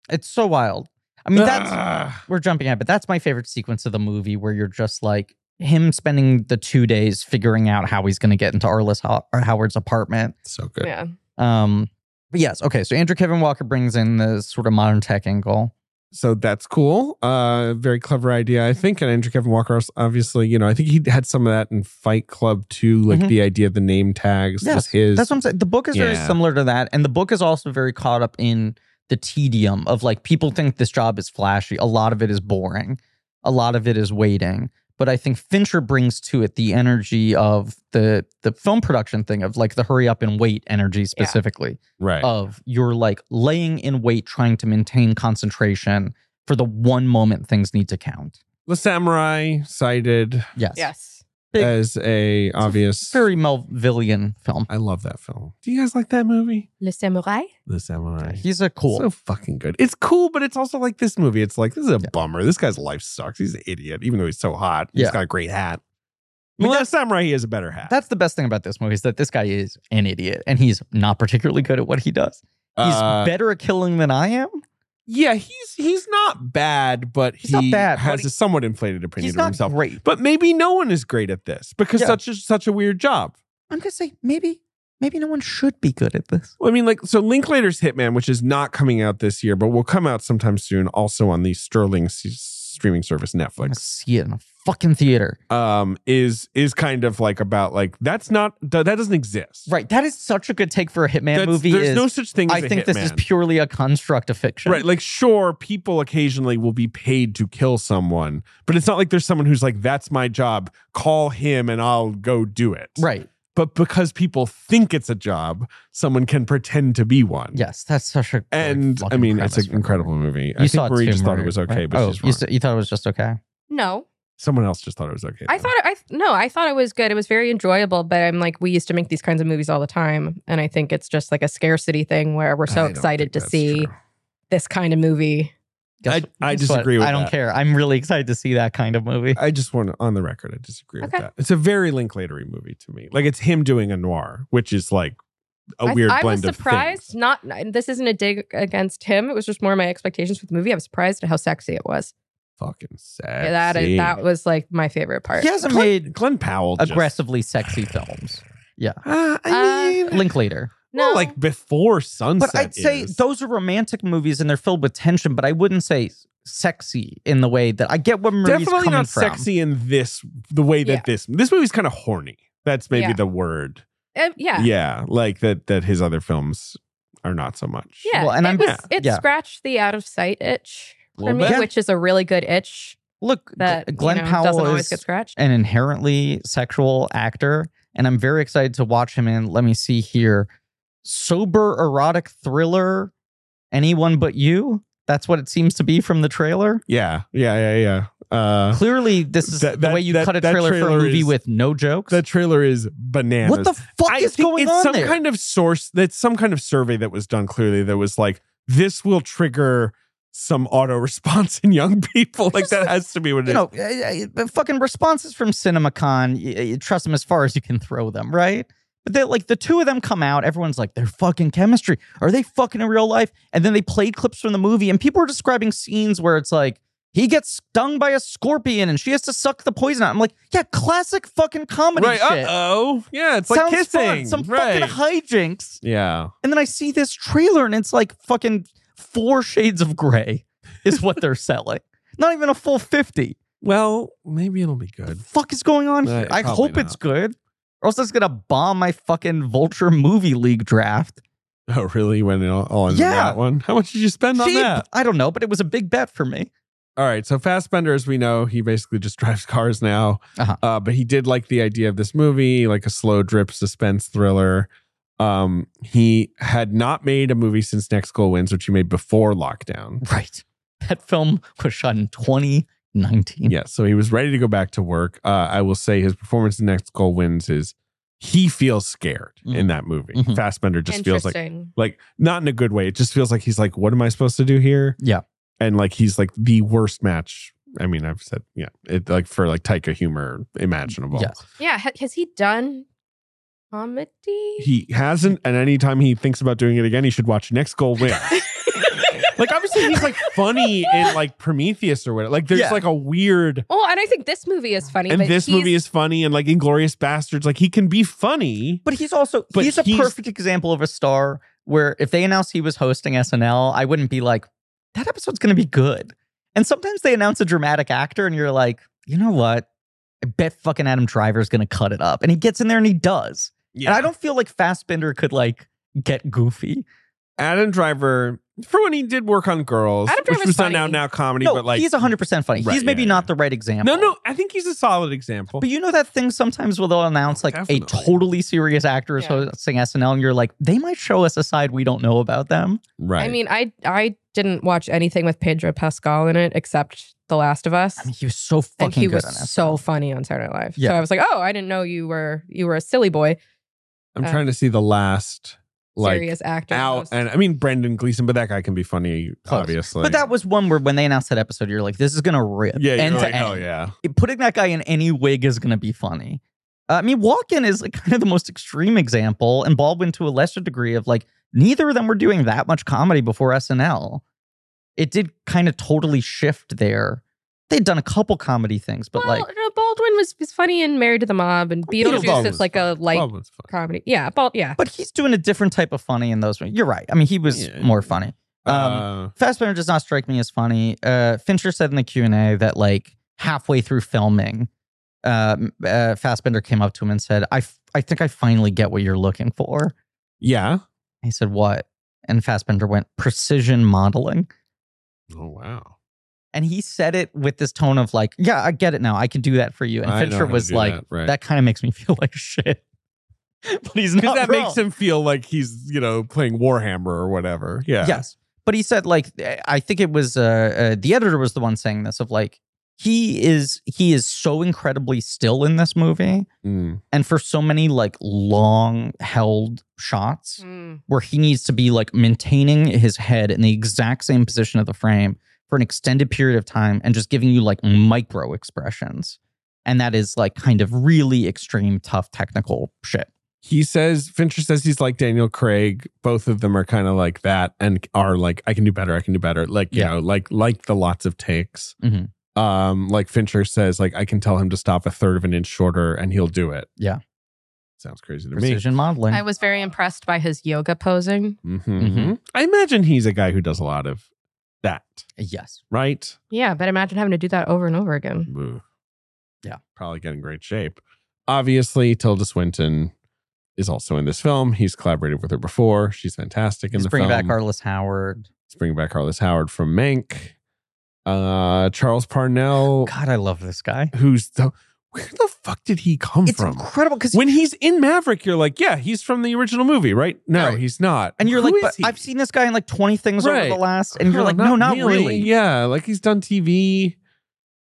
It's so wild. I mean, that's
Ugh.
we're jumping ahead, but that's my favorite sequence of the movie where you're just like him spending the two days figuring out how he's going to get into Arliss Ho- or Howard's apartment.
so good.
Yeah.
Um, but yes, okay. So Andrew Kevin Walker brings in the sort of modern tech angle.
So that's cool. Uh, very clever idea, I think. And Andrew Kevin Walker, also- obviously, you know, I think he had some of that in Fight Club too. Like
Mhm.
the idea of the name tags
Yes,
was his.
That's what I'm saying. The book is very
Yeah.
similar to that, and the book is also very caught up in the tedium of like people think this job is flashy. A lot of it is boring. A lot of it is waiting. But I think Fincher brings to it the energy of the the film production thing of like the hurry up and wait energy specifically.
right.
of you're like laying in wait trying to maintain concentration for the one moment things need to count.
the Samurai cited
Yes.
Yes.
Big-
as a obvious.
Very Melvillian film.
I love that film. Do you guys like that movie?
Le Samurai.
The Samurai.
He's a cool.
So fucking good. It's cool, but it's also like this movie. It's like, this is a
Yeah.
bummer. This guy's life sucks. He's an idiot, even though he's so hot. He's
Yeah.
got a great hat. Well, last samurai, he has a better hat.
That's the best thing about this movie is that this guy is an idiot and he's not particularly good at what he does. He's
Uh,
better at killing than I am.
yeah, he's he's not bad, but
He's
he
not bad, but
has
he-
a somewhat inflated opinion
He's
of
not
himself.
great.
But maybe no one is great at this because
Yeah.
such a, such a weird job.
I'm gonna say maybe maybe no one should be good at this.
Well, I mean, like so Linklater's Hitman, which is not coming out this year, but will come out sometime soon, also on the Sterling s- streaming service
I'm gonna
Netflix.
see it in a fucking theater.
Um, is is kind of like about like that's not that doesn't exist.
Right. That is such a good take for a hitman
That's-
movie.
There's
is,
no such thing. As
I
a
think this is
hitman.
purely a construct of fiction.
Right. Like, sure, people occasionally will be paid to kill someone, but it's not like there's someone who's like, that's my job. Call him and I'll go do it.
Right.
But because people think it's a job, someone can pretend to be one.
Yes. That's such a great
And I
fucking
mean, it's
premise
an
for a
incredible
movie.
movie. I
You
think
saw
Marie
too,
just thought it
Marie,
was okay,
right?
but
oh,
she's
you,
wrong.
s- you thought it was just okay.
No,
someone else just thought it was okay.
I
though.
thought I no, I thought it was good. It was very enjoyable, but I'm like we used to make these kinds of movies all the time, and I think it's just like a scarcity thing where we're
I
so
don't
excited
think
to
that's
see
true.
this kind of movie.
I-
Guess-
I
guess what?
disagree with
I don't
that.
care. I'm really excited to see that kind of
(laughs)
movie.
I just want to, on the record, I disagree with
Okay.
that. It's a very Linklatery movie to me. Like, it's him doing a noir, which is like a
I-
weird
I,
blend
was
of
surprised.
things.
Not this isn't a dig against him. It was just more my expectations for the movie. I was surprised at how sexy it was.
Fucking sad.
Yeah, That is, that was like my favorite part.
He hasn't
Glenn,
made
Glenn Powell just-
aggressively sexy films.
Uh,
Uh,
I mean,
Linklater.
No,
well, like before sunset.
But I'd say
is.
those are romantic movies and they're filled with tension, but I wouldn't say sexy in the way that I get what Marie's
definitely
coming
not
from.
sexy in this the way that
Yeah.
this this movie's kind of horny. That's maybe
Yeah.
the word.
Uh, yeah,
Yeah. like that that his other films are not so much.
Yeah,
Well, and
it
I'm-
was,
yeah.
it
Yeah.
scratched the out of sight itch for
Little
me,
bit.
which is a really good itch
Look, G-
that you
Glenn
know, doesn't
Powell
always
is
get scratched.
an inherently sexual actor, and I'm very excited to watch him in. Let me see here, sober erotic thriller, anyone but you. That's what it seems to be from the trailer.
Yeah. Yeah, yeah, yeah. Uh
Clearly, this is
That-
the
that-
way you
that-
cut a
that
trailer, for a
trailer
movie
is-
with no jokes.
the trailer is bananas.
what the fuck
I
is
think
going
it's
on
some
there?
kind of source that's some kind of survey that was done clearly that was like this will trigger some auto response in young people. Like that has to be what it
you
is.
know, uh, uh, uh, fucking responses from CinemaCon. You, you trust them as far as you can throw them, right? But they like the two of them come out. Everyone's like, they're fucking chemistry. Are they fucking in real life? And then they played clips from the movie, and people were describing scenes where it's like he gets stung by a scorpion and she has to suck the poison out. I'm like, yeah, classic fucking comedy
right.
shit.
Uh oh. Yeah. It's
Sounds
like
fun.
kissing.
Some
right.
fucking hijinks.
yeah.
And then I see this trailer, and it's like fucking four shades of gray is what they're selling. Not even a full fifty.
Well, maybe it'll be good.
fuck is going on
Uh,
here? I
probably
hope it's
not.
good. Or else that's gonna bomb my fucking Vulture movie league draft.
Oh, really? When it all, all ends on
Yeah.
that one? How much did you spend on
Cheap.
that?
I don't know, but it was a big bet for me.
All right. So Fastbender, as we know, he basically just (laughs) drives cars now.
Uh-huh.
Uh, but he did like the idea of this movie, like a slow drip suspense thriller. Um, he had not made a movie since Next Goal Wins, which he made before lockdown.
Right. That film was shot in 2019.
Yeah, so he was ready to go back to work. Uh, I will say his performance in Next Goal Wins is he feels scared in
Mhm.
that movie.
Mhm.
Fastbender just feels like
Interesting.
like not in a good way. It just feels like he's like, what am I supposed to do here?
Yeah.
and like he's like the worst match. I mean, I've said yeah, it like for like Taika humor imaginable.
Yeah.
yeah, ha- has he done comedy?
He hasn't, and anytime he thinks about doing it again, he should watch Next Goal
(laughs)
Win. like obviously he's like funny in like Prometheus or whatever. Like there's
Yeah.
like a weird,
oh, and I think this movie is funny.
and
but
this
he's-
movie is funny, and like Inglorious Bastards, like he can be funny.
But he's also
But
he's a
he's-
perfect example of a star where if they announced he was hosting SNL, I wouldn't be like, that episode's gonna be good. And sometimes they announce a dramatic actor and you're like, you know what? I bet fucking Adam Driver's gonna cut it up. And he gets in there and he does.
Yeah,
And I don't feel like Fassbender could like get goofy.
Adam Driver for when he did work on Girls,
Adam
which
Driver's
was
funny.
not now now comedy,
no,
but like
he's 100% funny.
Right,
he's
yeah,
maybe
yeah.
not the right example.
no, no, I think he's a solid example.
But you know that thing sometimes where they'll announce like a
Oh, Definitely.
totally serious actor is
Yeah.
hosting SNL and you're like, they might show us a side we don't know about them.
right.
I mean, I I didn't watch anything with Pedro Pascal in it except The Last of Us.
I mean, he was so fucking
and he
good
was
on this.
so funny on Saturday Night Live.
Yeah.
So I was like, oh, I didn't know you were you were a silly boy.
I'm
Uh,
trying to see the last like
serious actor.
out.
most.
And I mean Brendan Gleeson, but that guy can be funny,
Close.
obviously.
But that was one where when they announced that episode, you're like, this is gonna rip.
yeah,
end
you're
to
like,
end.
oh yeah,
Putting that guy in any wig is gonna be funny. Uh, I mean, Walken is like (laughs) kind of the most extreme example, and Baldwin to a lesser degree of like neither of them were doing that much comedy before SNL. It did kind of totally shift there. They'd done a couple comedy things, but
well,
like
no, Baldwin was, was funny in Married to the Mob and Beetlejuice
Baldwin's
is like a light
Baldwin's funny.
comedy. Yeah, Bald. Yeah,
But he's doing a different type of funny in those. You're right. I mean, he was
Yeah.
more funny. Um,
Uh,
Fassbender does not strike me as funny. Uh, Fincher said in the Q and A that like halfway through filming, uh, uh, Fassbender came up to him and said, "I f- I think I finally get what you're looking for."
yeah.
He said, "What?" And Fassbender went, "Precision modeling."
Oh wow.
And he said it with this tone of like, "Yeah, I get it now. I can do that for you." And
I know
Fincher
how to
was
do
like,
that, right. (laughs)
"That kind of makes me (laughs) feel like shit." but he's not. (laughs)
Because that
wrong.
makes him feel like he's, you know, playing Warhammer or whatever. Yeah.
Yes. But he said, like, I think it was uh, uh, the editor was the one saying this of like, he is he is so incredibly still in this movie,
Mm.
and for so many like long held shots
Mm.
where he needs to be like maintaining his head in the exact same position of the frame for an extended period of time and just giving you like micro expressions, and that is like kind of really extreme, tough technical shit.
He says, Fincher says he's like Daniel Craig. Both of them are kind of like that and are like, I can do better. I can do better. Like, you
Yeah.
know, like, like the lots of takes.
Mhm.
Um, like Fincher says, like, I can tell him to stop a third of an inch shorter and he'll do it.
Yeah.
Sounds crazy to
Precision modeling.
I was very impressed by his yoga posing.
me. hmm
Mhm.
I imagine he's a guy who does a lot of that,
yes.
right?
Yeah, but imagine having to do that over and over again.
Ooh.
Yeah.
Probably get in great shape. Obviously, Tilda Swinton is also in this film. He's collaborated with her before. She's fantastic in
He's
the
bringing
film.
back Arliss Howard.
He's bringing back Carlos Howard from Mank. Uh, Charles Parnell,
Oh, God, I love this guy.
who's the where the fuck did he come
It's
from?
incredible because
When he's in Maverick, you're like, yeah, he's from the original movie, right? No,
Right.
he's not.
and you're
Who
like,
is
but
he?
I've seen this guy in like 20 things over
Right.
the last, and you're
Huh,
like, no, not really.
Yeah, like he's done TV.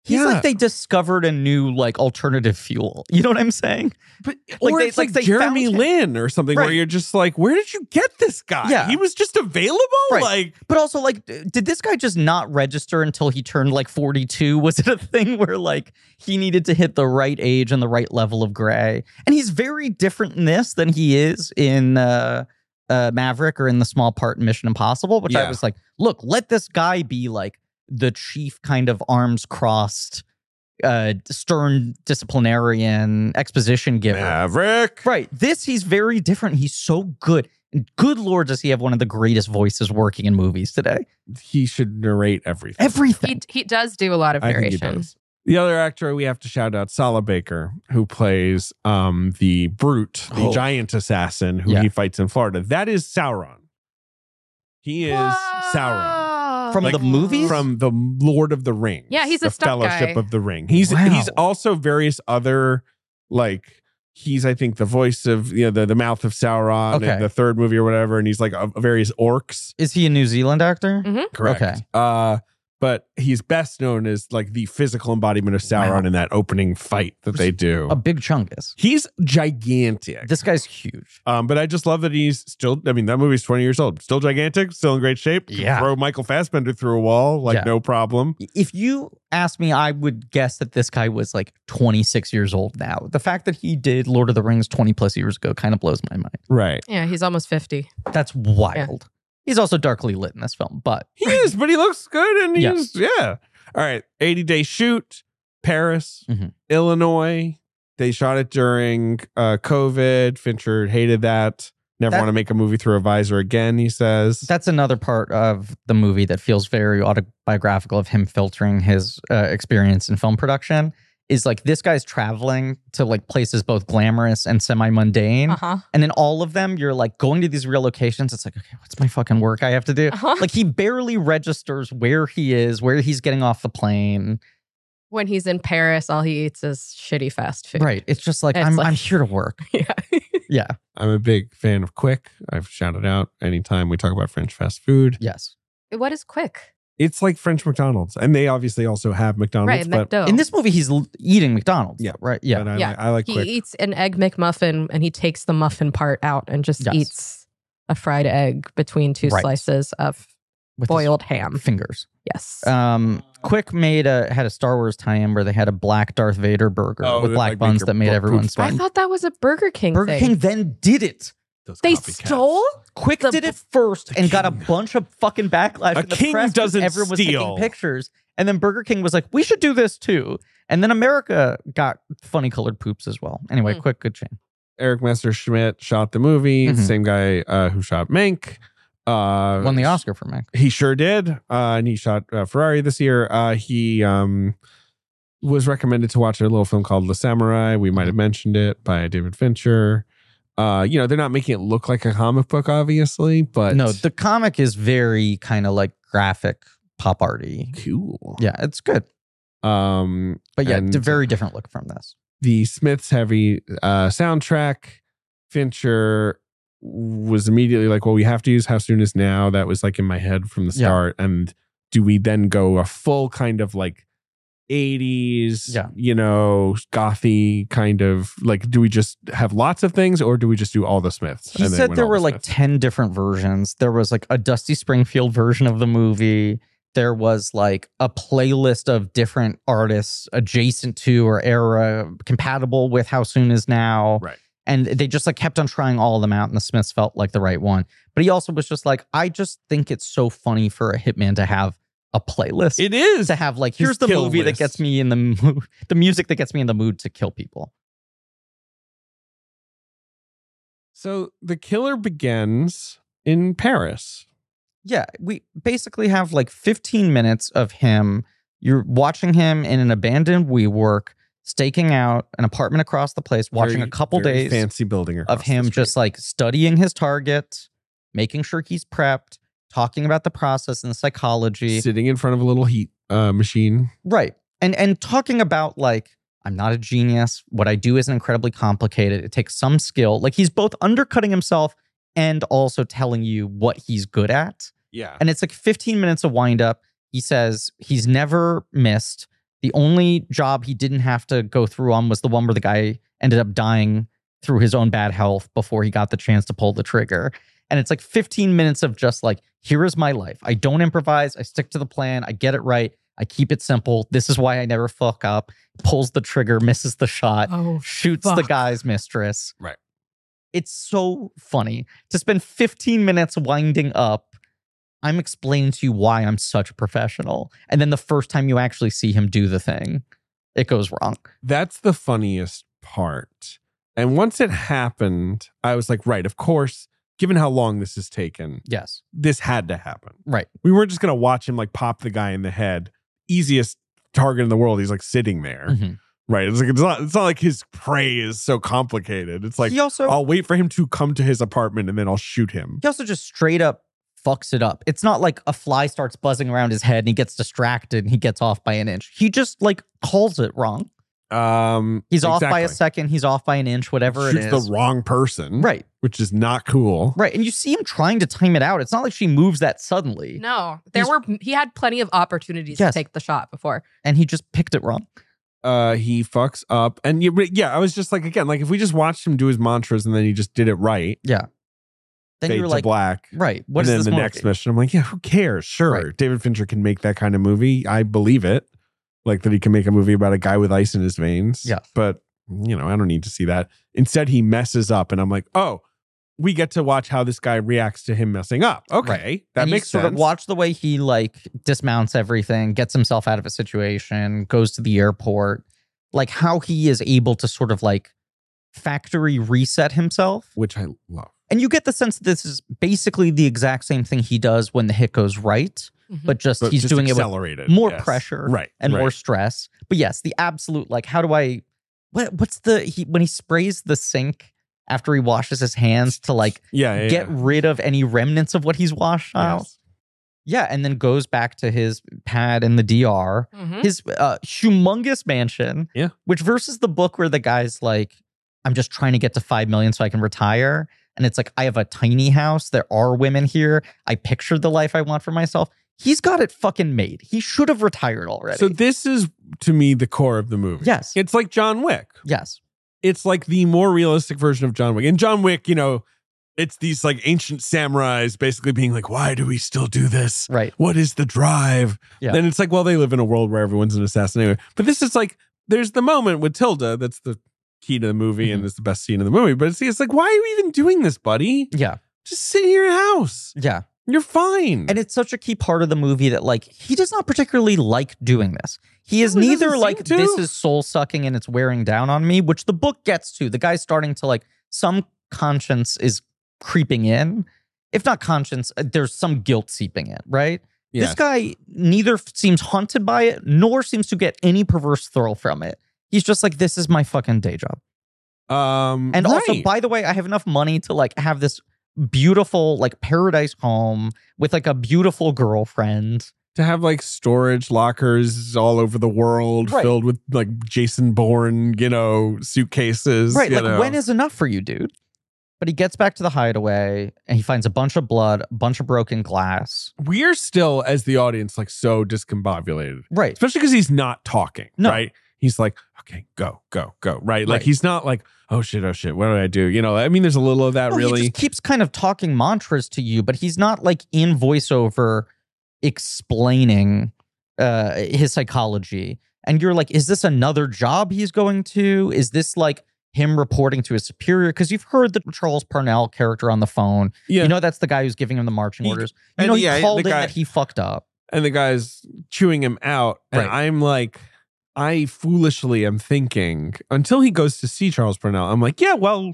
He's
yeah.
like they discovered a new like alternative fuel. You know what I'm saying?
But
Like,
or
they-
it's
like,
like,
they
Jeremy
found him.
Lin or something where
Right.
you're just like, where did you get this guy?
Yeah.
He was just available?
Right.
Like
But also, like, d- did this guy just not register until he turned like 42? (laughs) Was it a thing where like he needed to hit the right age and the right level of gray? And he's very different in this than he is in uh, uh, Maverick or in the small part in Mission Impossible, which I
Yeah.
was like, look, let this guy be like the chief kind of arms crossed, uh, stern disciplinarian exposition giver.
Maverick.
Right. This he's very different. He's so good. And good lord, does he have one of the greatest voices working in movies today?
He should narrate everything.
Everything.
He he does do a lot of
I think he
variation.
does. The other actor we have to shout out, Sala Baker, who plays um the brute, the
Oh.
giant assassin who
Yeah.
he fights in Florida. That is Sauron. He is Sauron.
From
Like,
the movies?
From the Lord of the Rings.
Yeah, he's a
the
stunt
Fellowship
guy.
of the Ring. He's
Wow.
he's also various other like he's I think the voice of you know the, the mouth of Sauron
Okay.
in the third movie or whatever, and he's like a, various orcs.
Is he a New Zealand actor?
Mhm.
Correct.
Okay.
Uh, but he's best known as like the physical embodiment of Sauron
Wow.
in that opening fight that they do.
A big chungus.
he's gigantic.
This guy's huge.
um, but I just love that he's still. I mean, that movie's twenty years old, still gigantic, still in great shape. Can
Yeah.
throw Michael Fassbender through a wall like
Yeah.
no problem.
If you ask me, I would guess that this guy was like 26 years old now. The fact that he did Lord of the Rings 20 plus years ago kind of blows my mind.
Right,
Yeah, he's almost fifty.
That's wild. He's also darkly lit in this film, but
he is, but he looks good, and
Yeah.
he's yeah. All right, eighty day shoot, Paris,
Mhm.
Illinois. They shot it during uh, COVID. Fincher hated that. Never
That-
want to make a movie through a visor again. He says
That's another part of the movie that feels very autobiographical of him filtering his uh, experience in film production. Is like this guy's traveling to like places both glamorous and semi mundane.
Uh
Uh-huh.
huh.
And in all of them, you're like going to these real locations. It's like, okay, what's my fucking work I have to do?
Uh-huh.
Like he barely registers where he is, where he's getting off the plane.
when he's in Paris, all he eats is shitty fast food.
Right. It's just like,
It's
I'm,
like-
I'm here to work.
(laughs) Yeah.
(laughs) Yeah.
I'm a big fan of Quick. I've shouted out anytime we talk about French fast food.
Yes.
What is quick?
It's like French McDonald's, and they obviously also have
Right,
McDonald's, but,
McDo.
In this movie, he's l- eating McDonald's.
Yeah.
Right. Yeah.
but I,
Yeah.
Like, I like
he
Quick.
eats an egg McMuffin and he takes the muffin part out and just
Yes.
eats a fried egg between two
Right.
slices of
with his
boiled ham.
fingers.
Yes.
Um, Quick made a had a Star Wars tie-in where they had a black Darth Vader burger
Oh,
with
that,
black
like, make
buns
your
that made
butt
everyone
poop.
I
spin.
thought that was a Burger King
Burger
thing.
King then did it.
Those
They
copycats.
stole?
Quick
The-
did it first
The
and got a
king.
bunch of fucking backlash.
A
in the
king
press 'cause
doesn't
everyone was taking
steal.
pictures, and then Burger King was like, "We should do this too." And then America got funny colored poops as well. Anyway,
Hmm.
quick, good chain.
Eric Messer Schmidt shot the movie.
Mhm.
Same guy uh, who shot Mank. Uh,
Won the Oscar for Mac.
He sure did. Uh, and he shot uh, Ferrari this year. Uh, he um, was recommended to watch a little film called The Samurai. We
Mm-hmm.
might have mentioned it by David Fincher. Uh, you know, they're not making it look like a comic book, obviously, but
No, the comic is very kind of like graphic pop arty.
cool.
Yeah, it's good,
Um,
but yeah,
And-
d- very different look from this.
the Smiths heavy uh, soundtrack. Fincher was immediately like, "Well, we have to use How Soon Is Now." That was like in my head from the
Yeah.
start. And do we then go a full kind of like '80s,
Yeah.
you know, gothy kind of like? Do we just have lots of things, or do we just do all the Smiths?
He
And they
said
went
there
all
were
the
like
Smiths.
10 different versions. There was like a Dusty Springfield version of the movie. There was like a playlist of different artists adjacent to or era compatible with How Soon Is Now.
Right.
And they just like kept on trying all of them out, and the Smiths felt like the right one. But he also was just like, I just think it's so funny for a hitman to have a playlist.
it is
to have like,
his
here's the
kill
movie
list.
that gets me in the (laughs) mood, the music that gets me in the mood to kill people.
so. The killer begins in Paris.
yeah, we basically have like 15 minutes of him. You're watching him in an abandoned WeWork, staking out an apartment across the place, watching
Very-
a couple
very
days
fancy building across
of
the
him
street.
just like studying his target, making sure he's prepped, talking about the process and the psychology.
sitting in front of a little heat uh, machine.
Right. And and talking about like I'm not a genius. What I do isn't incredibly complicated. It takes some skill. Like he's both undercutting himself and also telling you what he's good at.
Yeah,
And it's like 15 minutes of wind up. He says he's never missed. The only job he didn't have to go through on was the one where the guy ended up dying through his own bad health before he got the chance to pull the trigger. And it's like 15 minutes of just like, here is my life. I don't improvise. I stick to the plan. I get it right. I keep it simple. This is why I never fuck up. Pulls the trigger, misses the shot
Oh,
shoots the
Fuck.
guy's mistress.
Right.
It's so funny to spend 15 minutes winding up. I'm explaining to you why I'm such a professional. And then the first time you actually see him do the thing, it goes wrong.
that's the funniest part. And once it happened, I was like, right, of course, given how long this has taken,
Yes.
this had to happen.
Right.
We weren't just going to watch him like pop the guy in the head. Easiest target in the world. He's like sitting there.
Mhm.
Right. It's like it's not it's not like his prey is so complicated. It's like
he also
I'll wait for him to come to his apartment and then I'll shoot him.
he also just straight up fucks it up. It's not like a fly starts buzzing around his head and he gets distracted and he gets off by an inch. He just like calls it wrong.
Um
He's off by a
exactly.
second, he's off by an inch, whatever
Shoots
it is.
the wrong person,
right.
which is not cool.
Right. And you see him trying to time it out. It's not like she moves that suddenly.
No, there
He's-
were he had plenty of opportunities
Yes.
to take the shot before.
And he just picked it wrong.
uh he fucks up and you, yeah i was just like again like if we just watched him do his mantras and then he just did it right
Then
fade
you were
to
like,
black
right. What
and
is
then
this
the
movie?
next mission i'm like yeah who cares sure
Right.
david fincher can make that kind of movie i believe it like that he can make a movie about a guy with ice in his veins
Yeah.
but you know i don't need to see that instead he messes up and i'm like oh we get to watch how this guy reacts to him messing up okay that
and you
makes
sort
sense
of watch the way he like dismounts everything, gets himself out of a situation, goes to the airport, like how he is able to sort of like factory reset himself.
which i love
And you get the sense that this is basically the exact same thing he does when the hit goes right, but just
But
he's
just
doing it with
accelerated
more
yes.
pressure
right
and
right.
more stress. But yes, the absolute like, how do I? What what's the he when he sprays the sink after he washes his hands to like
yeah, yeah,
get
yeah.
rid of any remnants of what he's washed out?
Yes.
Yeah, and then goes back to his pad in the DR,
Mm-hmm.
Mhm.
his uh, humongous mansion.
Yeah.
which versus the book where the guy's like, I'm just trying to get to five million so I can retire. And it's like, I have a tiny house. There are women here. I pictured the life I want for myself. He's got it fucking made. He should have retired already.
So this is to me the core of the movie.
Yes.
It's like John Wick.
Yes.
It's like the more realistic version of John Wick. And John Wick, you know, it's these like ancient samurais basically being like, why do we still do this?
Right.
What is the drive?
Yeah.
Then it's like, well, they live in a world where everyone's an assassin anyway. But this is like, there's the moment with Tilda that's the key to the movie and it's the best scene in the movie. But it's, it's like, why are you even doing this, buddy?
Yeah.
Just sit in your house.
Yeah.
You're fine.
And it's such a key part of the movie that like he does not particularly like doing this. He is
No, he doesn't
neither
seem
like
to.
this is soul sucking and it's wearing down on me, which the book gets to. The guy's starting to like some conscience is creeping in. If not conscience, uh, there's some guilt seeping in, right? This guy neither f- seems haunted by it nor seems to get any perverse thrill from it. He's just like, this is my fucking day job.
um,
And also,
right.
by the way, I have enough money to like have this beautiful like paradise home with like a beautiful girlfriend.
to have like storage lockers all over the world
Right.
filled with like Jason Bourne, you know, suitcases.
Right.
you
Like
know.
when is enough for you, dude? But he gets back to the hideaway and he finds a bunch of blood, a bunch of broken glass.
we're still as the audience like so discombobulated,
Right.
especially because he's not talking.
No.
Right. He's like, okay, go, go, go. Right. Like
Right.
he's not like, oh shit, oh shit, what did I do? You know, I mean, there's a little of that
Well,
really.
Oh, He just keeps kind of talking mantras to you, but he's not like in voiceover explaining uh, his psychology. And you're like, is this another job he's going to? Is this like him reporting to his superior? Because you've heard the Charles Parnell character on the phone.
yeah.
You know, that's the guy who's giving him the marching
He-
orders. You
and
know, he
yeah, the
called in
guy-
that he fucked up.
and the guy's chewing him out. And
Right.
I'm like, I foolishly am thinking until he goes to see Charles Parnell, I'm like, yeah, well,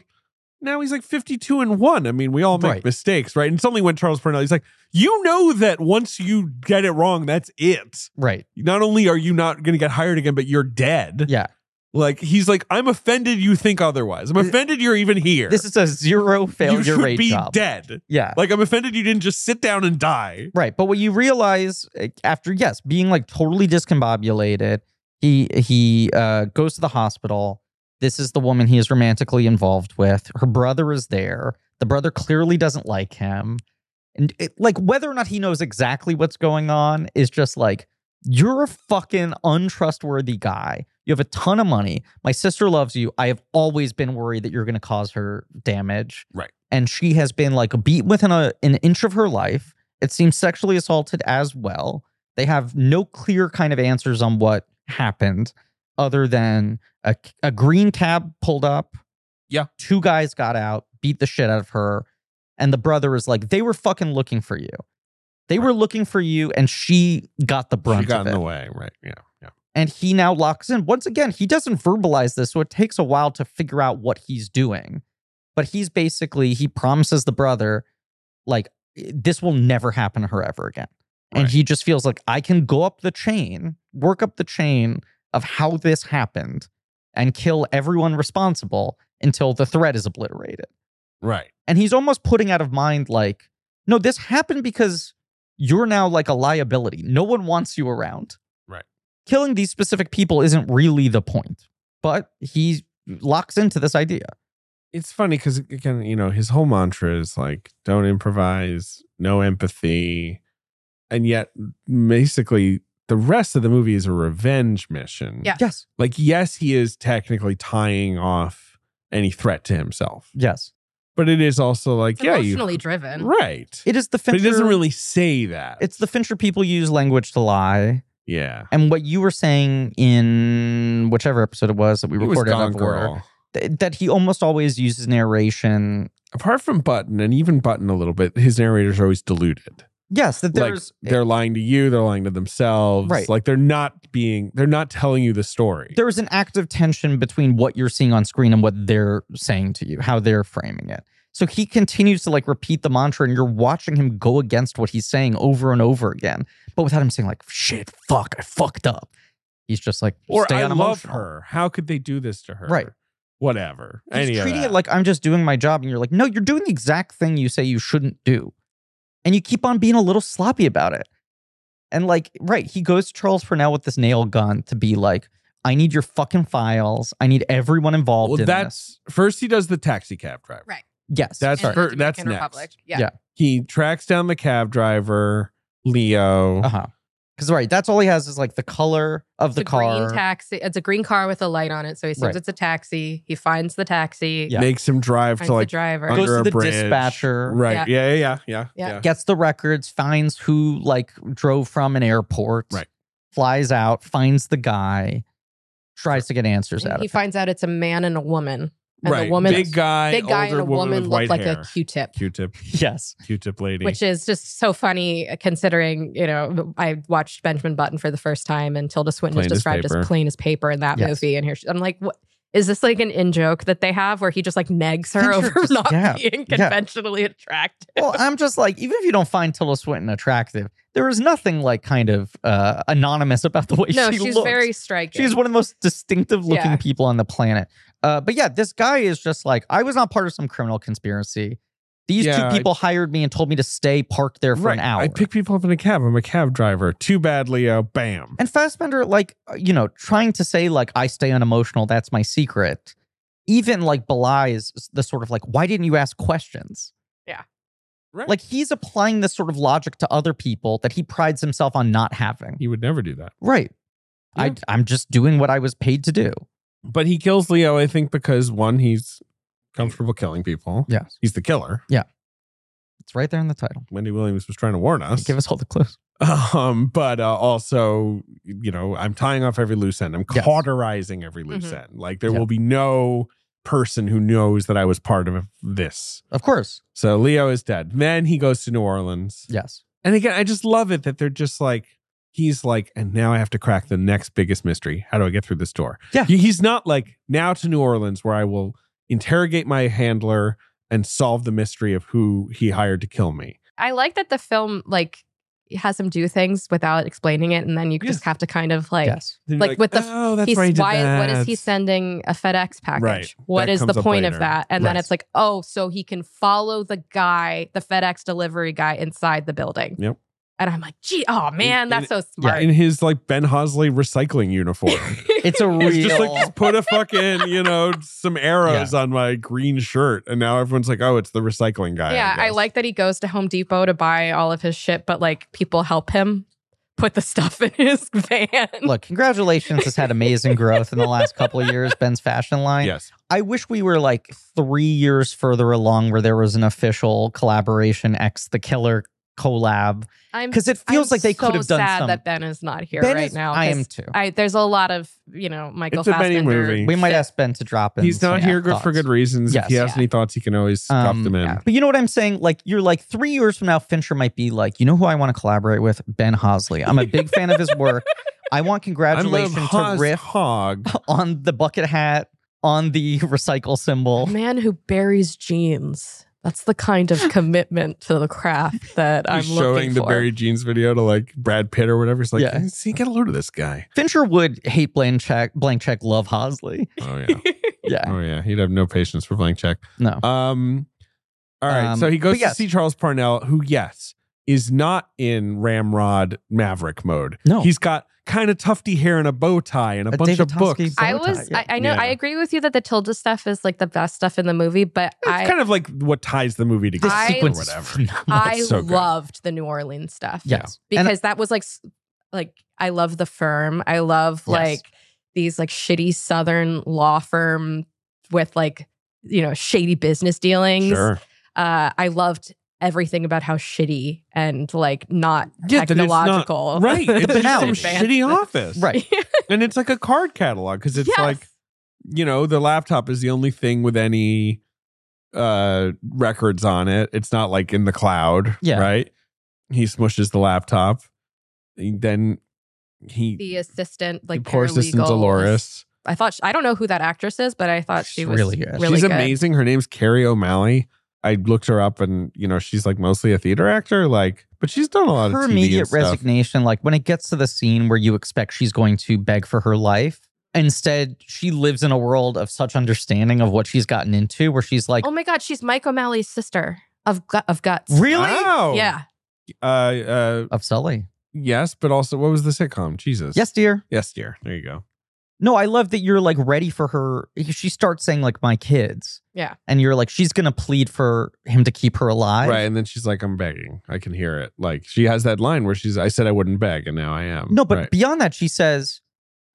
now he's like 52 and one. I mean, we all make
Right.
mistakes, right? And it's only when Charles Parnell, he's like, you know that once you get it wrong, that's it.
Right.
Not only are you not going to get hired again, but you're dead. (laughs)
Yeah.
Like, he's like, I'm offended you think otherwise. I'm
This-
offended you're even here.
This is a zero
you
failure
should
rate
be
job.
dead.
Yeah.
Like, I'm offended you didn't just sit down and die.
Right, but what you realize eh, after yes, being like totally discombobulated, he he uh, goes to the hospital. This is the woman he is romantically involved with. Her brother is there. The brother clearly doesn't like him, and it, like whether or not he knows exactly what's going on is just like you're a fucking untrustworthy guy. You have a ton of money. My sister loves you. I have always been worried that you're going to cause her damage.
Right.
And she has been like beat within a, an inch of her life. It seems sexually assaulted as well. They have no clear kind of answers on what happened other than a, a green cab pulled up.
Yeah.
Two guys got out, beat the shit out of her. And the brother is like, they were fucking looking for you. They were looking for you, and she got the brunt
She got
of
in
it
the way, right? Yeah. Yeah.
and he now locks in. Once again, he doesn't verbalize this, so it takes a while to figure out what he's doing. But he's basically he promises the brother, like this will never happen to her ever again, and
Right.
he just feels like I can go up the chain, work up the chain of how this happened, and kill everyone responsible until the threat is obliterated.
Right.
And he's almost putting out of mind like, no, this happened because you're now like a liability. No one wants you around.
Right.
Killing these specific people isn't really the point. But he locks into this idea.
it's funny because again, you know, his whole mantra is like, "Don't improvise, no empathy," and yet, basically, the rest of the movie is a revenge mission.
Yeah.
Yes.
Like, yes, he is technically tying off any threat to himself,
Yes.
but it is also like,
It's
yeah, you
emotionally driven.
right.
It is the
but
Fincher.
he doesn't really say that.
It's the Fincher people use language to lie.
yeah.
And what you were saying in whichever episode it was that we
It was
recorded out
Gone
of order,
Girl.
th- that he almost always uses narration.
Apart from Button and even Button a little bit, his narrators are always deluded.
Yes, that
like
there's
they're lying to you, they're lying to themselves.
Right.
Like they're not being they're not telling you the story.
there's an active tension between what you're seeing on screen and what they're saying to you, how they're framing it. So he continues to like repeat the mantra, and you're watching him go against what he's saying over and over again, but without him saying like "shit, fuck, I fucked up." He's just like,
or
"Stay
I love
unemotional."
her. How could they do this to her?
Right.
Whatever.
He's
Any of
treating
that.
it like I'm just doing my job, and you're like, "No, you're doing the exact thing you say you shouldn't do," and you keep on being a little sloppy about it. And like, right, he goes to Charles Purnell with this nail gun to be like, "I need your fucking files. I need everyone involved."
well,
in this."
that's first he does the taxi cab driver.
Right.
Yes.
That's
And
fir-
the
that's
Dominican
next.
Republic. Yeah.
Yeah.
He tracks down the cab driver, Leo,
uh huh. Because right, that's all he has is like the color of
It's
the
a
car.
green taxi. It's a green car with a light on it. So he assumes
Right.
it's a taxi. He finds the taxi.
Yeah.
makes him drive
Finds
to
the
like
driver.
under
Goes to
a
the
bridge.
dispatcher.
right. Yeah, yeah, yeah, yeah.
Yeah.
gets the records, finds who like drove from an airport,
Right.
flies out, finds the guy, tries to get answers
And
out
he
of him.
finds out it's a man and a woman. And
right.
the woman,
big guy,
big guy
older
and a
with
woman, look
white
like
hair.
a Q-tip,
Q-tip, (laughs)
Yes.
Q-tip lady.
which is just so funny uh, considering, you know, I watched Benjamin Button for the first time and Tilda Swinton
Plain
is
as
described as,
paper.
plain as paper in that
Yes.
movie. And here she, I'm like, what? Is this like an in joke that they have where he just like negs her
Think you're
over (laughs)
just-
not
yeah,
being
yeah.
conventionally attractive?
Well, I'm just like, even if you don't find Tilda Swinton attractive, there is nothing like kind of uh, anonymous about the way
No,
she
she's
looks.
very striking.
She's one of the most distinctive looking
Yeah.
people on the planet. Uh, but yeah, this guy is just like, I was not part of some criminal conspiracy. These
Yeah, I-
two people hired me and told me to stay parked there for an hour.
I pick people up in a cab. I'm a cab driver. Too bad, Leo. Bam.
And Fassbender, like, uh, you know, trying to say, like, I stay unemotional, that's my secret, even like belies the sort of like, why didn't you ask questions?
Right.
Like, he's applying this sort of logic to other people that he prides himself on not having.
he would never do that.
Right.
Yeah.
I, I'm just doing what I was paid to do.
But he kills Leo, I think, because one, he's comfortable killing people.
Yes.
He's the killer.
It's right there in the title.
Wendy Williams was trying to warn us.
Give us all the clues.
(laughs) Um, but uh, also, you know, I'm tying off every loose end. I'm
Yes.
cauterizing every loose
Mhm.
end. Like there
Yeah.
will be no person who knows that I was part of this.
Of course.
So Leo is dead. Then he goes to New Orleans.
Yes.
And again, I just love it that they're just like, he's like, and now I have to crack the next biggest mystery. How do I get through this door?
Yeah.
He- He's not like, now to New Orleans, where I will interrogate my handler and solve the mystery of who he hired to kill me.
I like that the film like has him do things without explaining it, and then you
Yes.
just have to kind of like.
yes.
Then you're
Like, with the f-
oh, that's
He's,
right.
why? What is he sending a FedEx package?
Right.
What
That
is the
comes up
point of
later.
that? And then
Right.
it's like, oh, so he can follow the guy, the FedEx delivery guy, inside the building.
Yep.
And I'm like, gee, oh man,
In-
that's so
Yeah, (laughs)
smart.
in his like Ben Hosley recycling uniform.
(laughs)
It's a real.
He's just like, (laughs) just put a fucking, you know, some arrows on my green shirt. And now everyone's like, oh, it's the recycling guy.
yeah, I
guess.
like that he goes to Home Depot to buy all of his shit, but like people help him put the stuff (laughs) in his van.
Look, congratulations has had amazing growth in the last couple of years, Ben's fashion line.
Yes.
I wish we were like three years further along where there was an official collaboration X the killer collab
I'm
because it feels
Mm, I'm
like they could
so
have done
sad
something.
that Ben is not here
Ben
right
is-
now.
I
'cause
am too.
I there's a lot of you know Michael
It's a Benny
Fassbender.
movie.
we might ask Ben to drop in.
He's not
some
here good
thoughts.
for good reasons.
Yes.
if he has
Yeah.
any thoughts, he can always stuff
Um,
them in.
yeah.
But you know what I'm saying? Like you're like three years from now, Fincher might be like, you know who I want to collaborate with? Ben Hosley. I'm a big fan of his work. I
(laughs)
want congratulations to riff
Hog.
on the bucket hat, on the (laughs) recycle
A (laughs)
symbol.
man who buries jeans. That's the kind (laughs) of commitment to the craft that I'm
He's showing
looking
the
for.
Barry Jeans video to like Brad Pitt or whatever. He's like,
Yeah.
see, get a load of this (laughs) guy.
Fincher would hate blank check, blank check, love Hosley.
Oh yeah.
Yeah.
oh yeah. He'd have no patience for blank check.
No.
Um all right.
Um,
so he goes
but yes.
to see Charles Parnell, who, yes, is not in Ramrod Maverick mode.
No.
He's got kind of tufty hair and a bow tie and a,
A
bunch
David
of books.
Tosky-
I
Bow tie,
was.
yeah.
I, I know.
Yeah.
I agree with you that the Tilda stuff is like the best stuff in the movie, but
It's
I
kind of like what ties the movie together.
this
I-
sequence
or
is (laughs)
whatever.
phenomenal.
(laughs) I
so good.
loved the New Orleans stuff.
Yes. And-
because that was like s- like I love the firm. I love
Yes.
like these like shitty Southern law firm with like you know shady business dealings.
Sure.
uh, I loved everything about how shitty and like not
Yeah, that it's not-
(laughs)
(laughs)
technological.
Right. It's
the
just some
banal.
advanced-
shitty office.
right.
And it's like a card catalog because it's
Yes.
like, you know, the laptop is the only thing with any uh records on it. It's not like in the cloud.
Yeah.
Right. He smushes the laptop. And then he
(laughs) the assistant, like
the poor assistant
paralegal.
Dolores.
I thought I don't know who that actress is, but I thought she
She's
was
really
really,
good.
she's
good.
amazing. Her name's Carrie O'Malley. I looked her up and you know, she's like mostly a theater actor, like but she's done a lot
her
of TV and
immediate
stuff.
resignation, like when it gets to the scene where you expect she's going to beg for her life, instead she lives in a world of such understanding of what she's gotten into, where she's like,
Oh my god, she's Mike O'Malley's sister of gu- of guts.
really?
Wow.
Yeah,
Uh uh
Of Sully.
yes, but also what was the sitcom? Jesus.
Yes, dear.
Yes, dear. There you go.
No, I love that you're like ready for her. She starts saying like my kids.
Yeah.
And you're like she's going to plead for him to keep her alive.
right. And then she's like, I'm begging. I can hear it. Like she has that line where she's, I said I wouldn't beg and now I am.
No, but
Right.
beyond that she says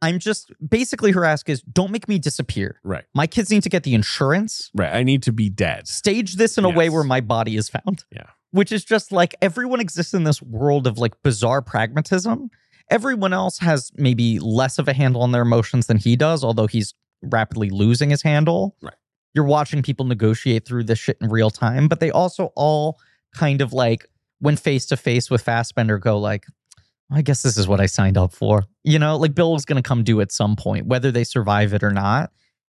I'm just basically her ask is don't make me disappear.
Right.
My kids need to get the insurance.
right. I need to be dead.
Stage this in a way
Yes.
where my body is found.
Yeah.
Which is just like everyone exists in this world of like bizarre pragmatism. Everyone else has maybe less of a handle on their emotions than he does, although he's rapidly losing his handle.
Right.
You're watching people negotiate through this shit in real time, but they also all kind of like when face to face with Fassbender go like, I guess this is what I signed up for. You know, like Bill's going to come due at some point, whether they survive it or not.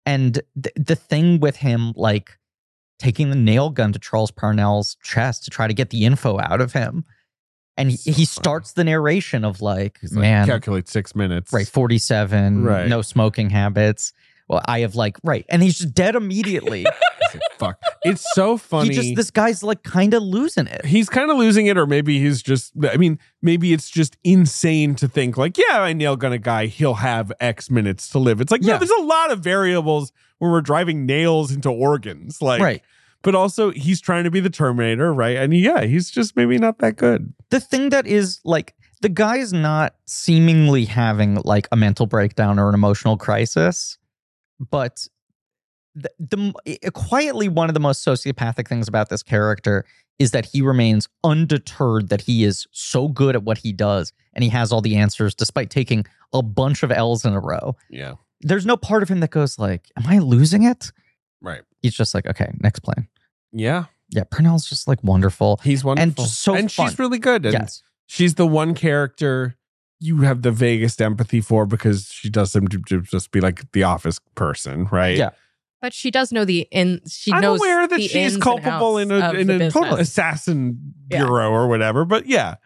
And th- the thing with him, like taking the nail gun to Charles Parnell's chest to try to get the info out of him. And he,
So
he
funny.
starts the narration of like,
He's like,
man,
calculate six minutes.
right, 47,
Right.
no smoking habits. Well, I have like, right. And he's just dead immediately.
(laughs) It's like, Fuck. It's so (laughs)
(laughs)
funny.
he just, this guy's like kind of losing it.
he's kind of losing it, or maybe he's just. I mean, maybe it's just insane to think like, yeah, I nail gun a guy, he'll have X minutes to live. It's like,
Yeah.
no, there's a lot of variables when we're driving nails into organs, like.
right.
But also, he's trying to be the Terminator, right? And yeah, he's just maybe not that good.
the thing that is like the guy is not seemingly having like a mental breakdown or an emotional crisis but the, the eh, quietly one of the most sociopathic things about this character is that he remains undeterred that he is so good at what he does and he has all the answers despite taking a bunch of L's in a row
Yeah.
there's no part of him that goes like am i losing it
Right.
he's just like okay next plan
Yeah.
yeah Purnell's just like wonderful
He's wonderful,
just so
and
fun.
she's really good. And
yes
she's the one character you have the vaguest empathy for because she does seem to- to just be like the office person, right?
Yeah.
But she does know the in. She
I'm
knows
aware that
the
she
ins
is
and
culpable in
outs
a
of
in
the
a
business.
total assassin
Yeah.
bureau or whatever. But yeah,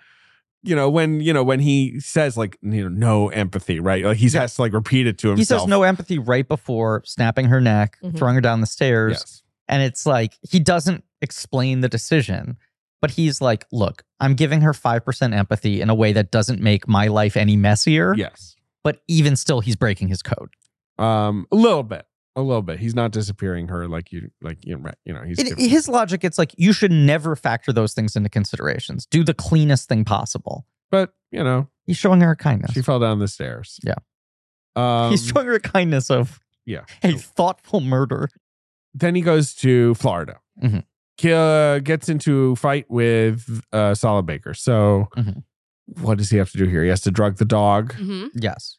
you know when you know when he says like you know no empathy, right? Like he has to like repeat it to
He
himself.
says no empathy right before snapping her neck,
Mhm.
throwing her down the stairs.
Yes.
And it's like he doesn't explain the decision, but he's like, look, I'm giving her 5% empathy in a way that doesn't make my life any messier.
Yes.
But even still, he's breaking his code.
Um, a little bit, a little bit. He's not disappearing her like you like you know, you know he's
It, his logic, it's like you should never factor those things into considerations. Do the cleanest thing possible.
but you know
He's showing her kindness.
she fell down the stairs.
Yeah.
Um,
he's showing her kindness of (laughs)
yeah.
a thoughtful murder.
then he goes to Florida.
Mhm.
Kill gets into a fight with uh, Solid Baker. So,
Mhm.
what does he have to do here? He has to drug the dog,
Mhm.
Yes.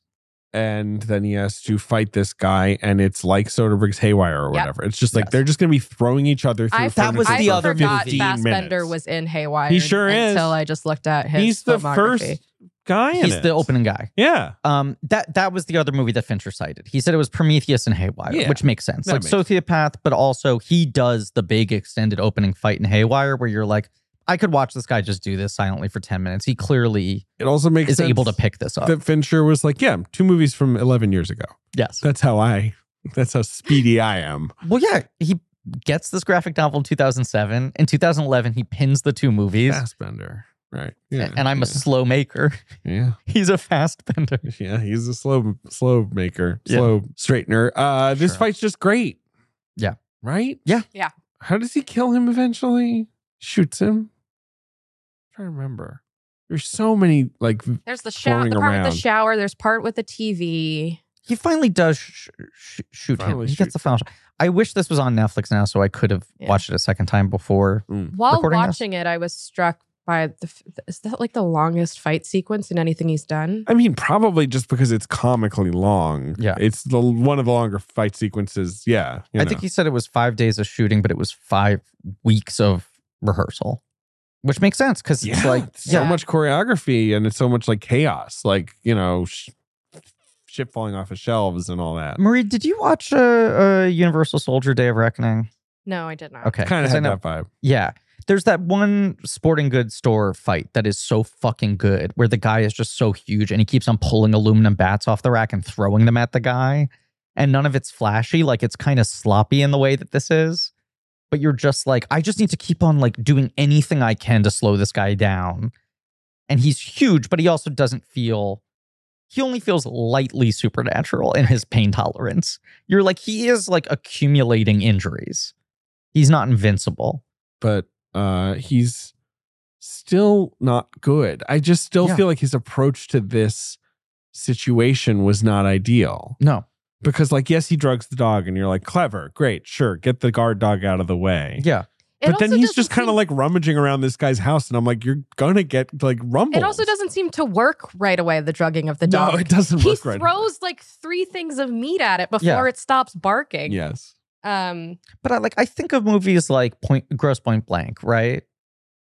and then he has to fight this guy. And it's like Soderbergh's Haywire or
Yep.
whatever. It's just like
Yes.
they're just going to be throwing each other through.
I,
That was
furniture
I
the
for
other
forgot
15
Fassbender
minutes.
was in Haywire.
He sure is.
Until I just looked at his.
He's the
filmography.
first guy. In
He's
it.
the opening guy.
Yeah,
Um, that that was the other movie that Fincher cited. He said it was Prometheus and Haywire,
Yeah.
which makes sense.
That
like
makes
sociopath, but also he does the big extended opening fight in Haywire, where you're like, I could watch this guy just do this silently for ten minutes. He clearly
it also makes
is
sense
able to pick this up.
that Fincher was like, yeah, two movies from eleven years ago.
yes.
That's how I. That's how speedy I am.
Well, yeah, he gets this graphic novel in 2007. In 2011, he pins the two movies,
Fassbender, right?
and I'm a slow maker. (laughs)
yeah.
He's a fast bender.
Yeah, he's a slow slow maker,
Yeah.
slow straightener. Uh this
Sure.
fight's just great.
Yeah.
Right?
Yeah.
Yeah.
How does he kill him eventually? Shoots him. i trying to remember. There's so many like
There's the shower.
Throwing
The part with
around.
the shower. There's part with the TV.
He finally does sh- sh- shoot him.
Finally
He
shoot.
gets the final. shot. I wish this was on Netflix now, so I could have
Yeah.
watched it a second time before
While
Recording this?
watching it, I was struck by the. f- Is that like the longest fight sequence in anything he's done?
I mean, probably just because it's comically long.
Yeah.
It's the one of the longer fight sequences. Yeah. you
I
know.
think he said it was five days of shooting, but it was five weeks of rehearsal, which makes sense because it's
yeah,
like,
so
yeah.
much choreography and it's so much like chaos, like, you know, sh- shit falling off of shelves and all that.
Marie, did you watch uh, uh, Universal Soldier Day of Reckoning?
No, I did not.
Okay,
Kind
'cause
of
I
had
know-
that vibe.
Yeah, there's that one sporting goods store fight that is so fucking good, where the guy is just so huge and he keeps on pulling aluminum bats off the rack and throwing them at the guy, and none of it's flashy. Like it's kind of sloppy in the way that this is, but you're just like, I just need to keep on like doing anything I can to slow this guy down, and he's huge, but he also doesn't feel he only feels lightly supernatural in his pain tolerance. You're like, he is like accumulating injuries. He's not invincible.
but uh he's still not good. I just still
Yeah.
feel like his approach to this situation was not ideal.
No.
Because like yes, he drugs the dog and you're like clever, great, sure, get the guard dog out of the way.
Yeah.
but then he's just kind of like rummaging around this guy's house and I'm like you're going to get like rumbled.
It also doesn't seem to work right away. The drugging of the
No,
dog.
it doesn't
he
work right.
throws like three things of meat at it before
Yeah.
it stops barking.
Yes.
Um,
But I like I think of movies like Point Gross Point Blank, right?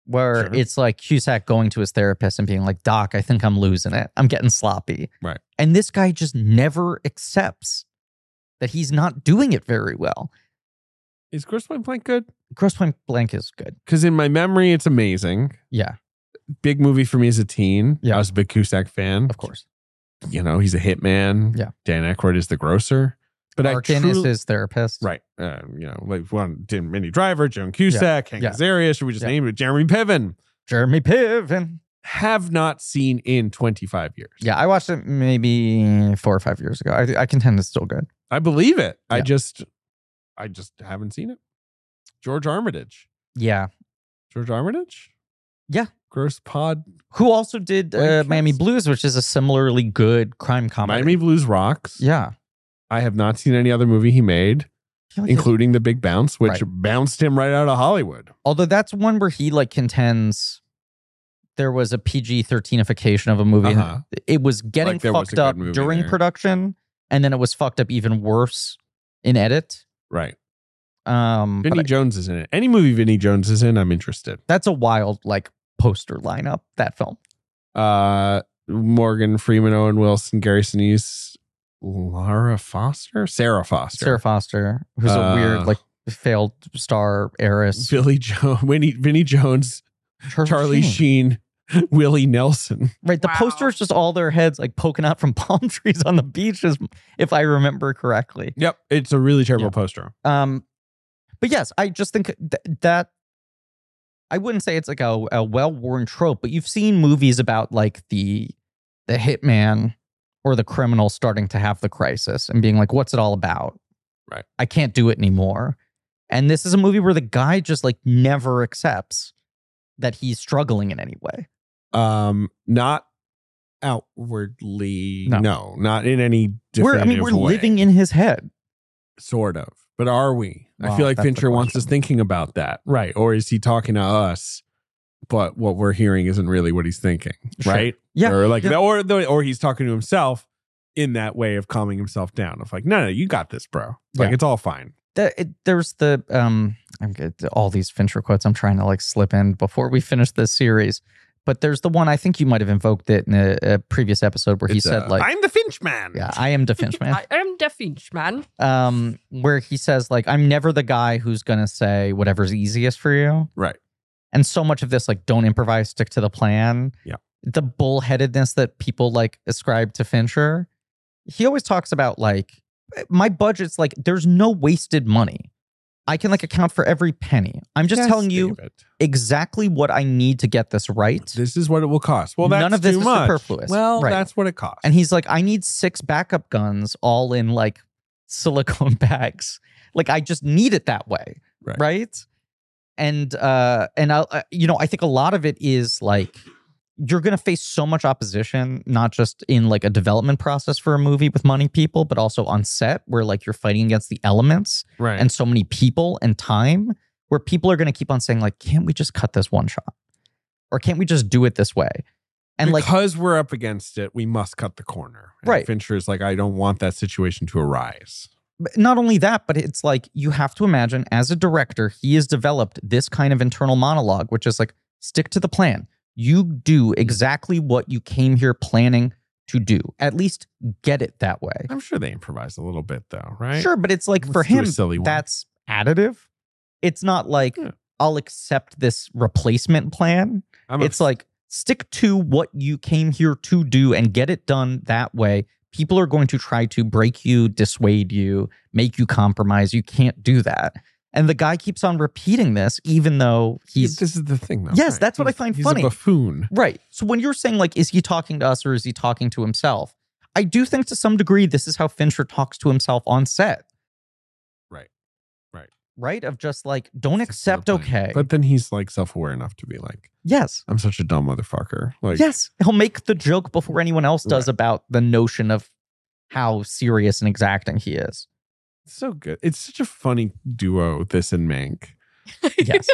Where
Sure.
it's like Cusack going to his therapist and being like, Doc, I think I'm losing it. I'm getting sloppy.
Right.
And this guy just never accepts that he's not doing it very well.
Is Gross Point Blank good?
Gross Point Blank is good.
Because in my memory, it's amazing.
Yeah,
Big movie for me as a teen.
Yeah.
I was a big Cusack fan.
of course.
You know, he's a hitman.
Yeah.
Dan Aykroyd is the grocer. But
Arkin
I truly,
is his therapist.
Right. Uh, you know, like one Tim Minnie Driver, Joan Cusack, Hank
Yeah.
Azaria. Should we just
Yeah.
name it Jeremy Piven?
Jeremy Piven.
Have not seen in 25 years.
Yeah, I watched it maybe four or five years ago. I, I contend it's still good.
I believe it. I
Yeah.
just I just haven't seen it. George Armitage.
Yeah.
George Armitage?
Yeah.
Gross pod.
Who also did uh,
Blank
Miami
Kids.
Blues, which is a similarly good crime comedy.
Miami Blues rocks.
Yeah.
I have not seen any other movie he made.
I feel like his-
including the big bounce, which
Right.
bounced him right out of Hollywood.
Although that's one where he like contends there was a PG 13ification of a movie. and
Uh-huh.
It was getting
Like there was
fucked
a good
up
movie
during
there.
production, and then it was fucked up even worse in edit.
Right.
Um, but
Vinny
I-
Jones is in it. Any movie Vinny Jones is in, I'm interested.
that's a wild like poster lineup, that film.
Uh, Morgan Freeman, Owen Wilson, Gary Sinise, Lara Foster, Sarah Foster,
Sarah Foster, who's a
Uh,
weird, like failed star heiress.
Billy Jones, (laughs) Winnie, Vinny Jones, Charlie Sheen, (laughs) Willie Nelson.
Right. The
Wow.
poster is just all their heads like poking out from (laughs) palm trees on the beach, is, if I remember correctly.
Yep, it's a really terrible
Yeah.
poster.
Um, but yes, I just think th- that I wouldn't say it's like a, a well worn trope, but you've seen movies about like the the hitman or the criminal starting to have the crisis and being like, "What's it all about?"
Right.
I can't do it anymore. And this is a movie where the guy just like never accepts that he's struggling in any way.
Um, not outwardly,
No.
no, not in any.
We're I mean
definitive
we're
way.
living in his head.
sort of but are we
Well,
i feel like
that's the
fincher wants us
question.
thinking about that right or is he talking to us but what we're hearing isn't really what he's thinking
Sure.
right
Yeah.
or like
Yeah.
or the, or he's talking to himself in that way of calming himself down of like no no you got this bro like
Yeah.
it's all fine
That it, there's the um I'm good all these Fincher quotes I'm trying to like slip in before we finish this series. But there's the one I think you might have invoked it in a, a previous episode where he
It's,
said
uh,
like
i'm the finch man
yeah, I am
(laughs)
Definchman.
I am the Finch man.
um where he says like I'm never the guy who's going to say whatever's easiest for you.
Right.
And so much of this like don't improvise, stick to the plan.
Yeah.
The bullheadedness that people like ascribe to Fincher. He always talks about like "Eh, my budget's like there's no wasted money. I can like account for every penny. I'm just
Yes,
telling you
David.
exactly what I need to get this right.
this is what it will cost well that's
None of this
too
is
much.
superfluous.
well
Right.
that's what it costs
And he's like, I need six backup guns all in like silicone (laughs) bags. Like I just need it that way.
Right.
And uh and I uh, you know, I think a lot of it is like you're going to face so much opposition not just in like a development process for a movie with money people, but also on set where like you're fighting against the elements
right
and so many people and time where people are going to keep on saying like can't we just cut this one shot? Or can't we just do it this way? And like
because we're up against it we must cut the corner And
Right.
fincher is like i don't want that situation to arise
But not only that, but it's like you have to imagine as a director, he has developed this kind of internal monologue, which is like, stick to the plan. You do exactly what you came here planning to do. At least get it that way.
i'm sure they improvise a little bit though right
Sure, but it's like
Let's
for
do a
him,
silly one.
that's additive. It's not like
Yeah.
I'll accept this replacement plan.
I'm
it's like stick to what you came here to do and get it done that way. People are going to try to break you, dissuade you, make you compromise. You can't do that. And the guy keeps on repeating this, even though he's
this is the thing though.
Yes, that's what I find
he's
funny.
A buffoon.
right. So when you're saying like, is he talking to us or is he talking to himself? I do think to some degree this is how Fincher talks to himself on set.
Right. Right.
Right? Of just like, don't
It's a fair
accept
point.
okay.
But then he's like self aware enough to be like,
yes.
I'm such a dumb motherfucker. Like,
yes. He'll make the joke before anyone else does about the notion of how serious and exacting he is.
it's so good. It's such a funny duo, this and Mank. (laughs)
Yes.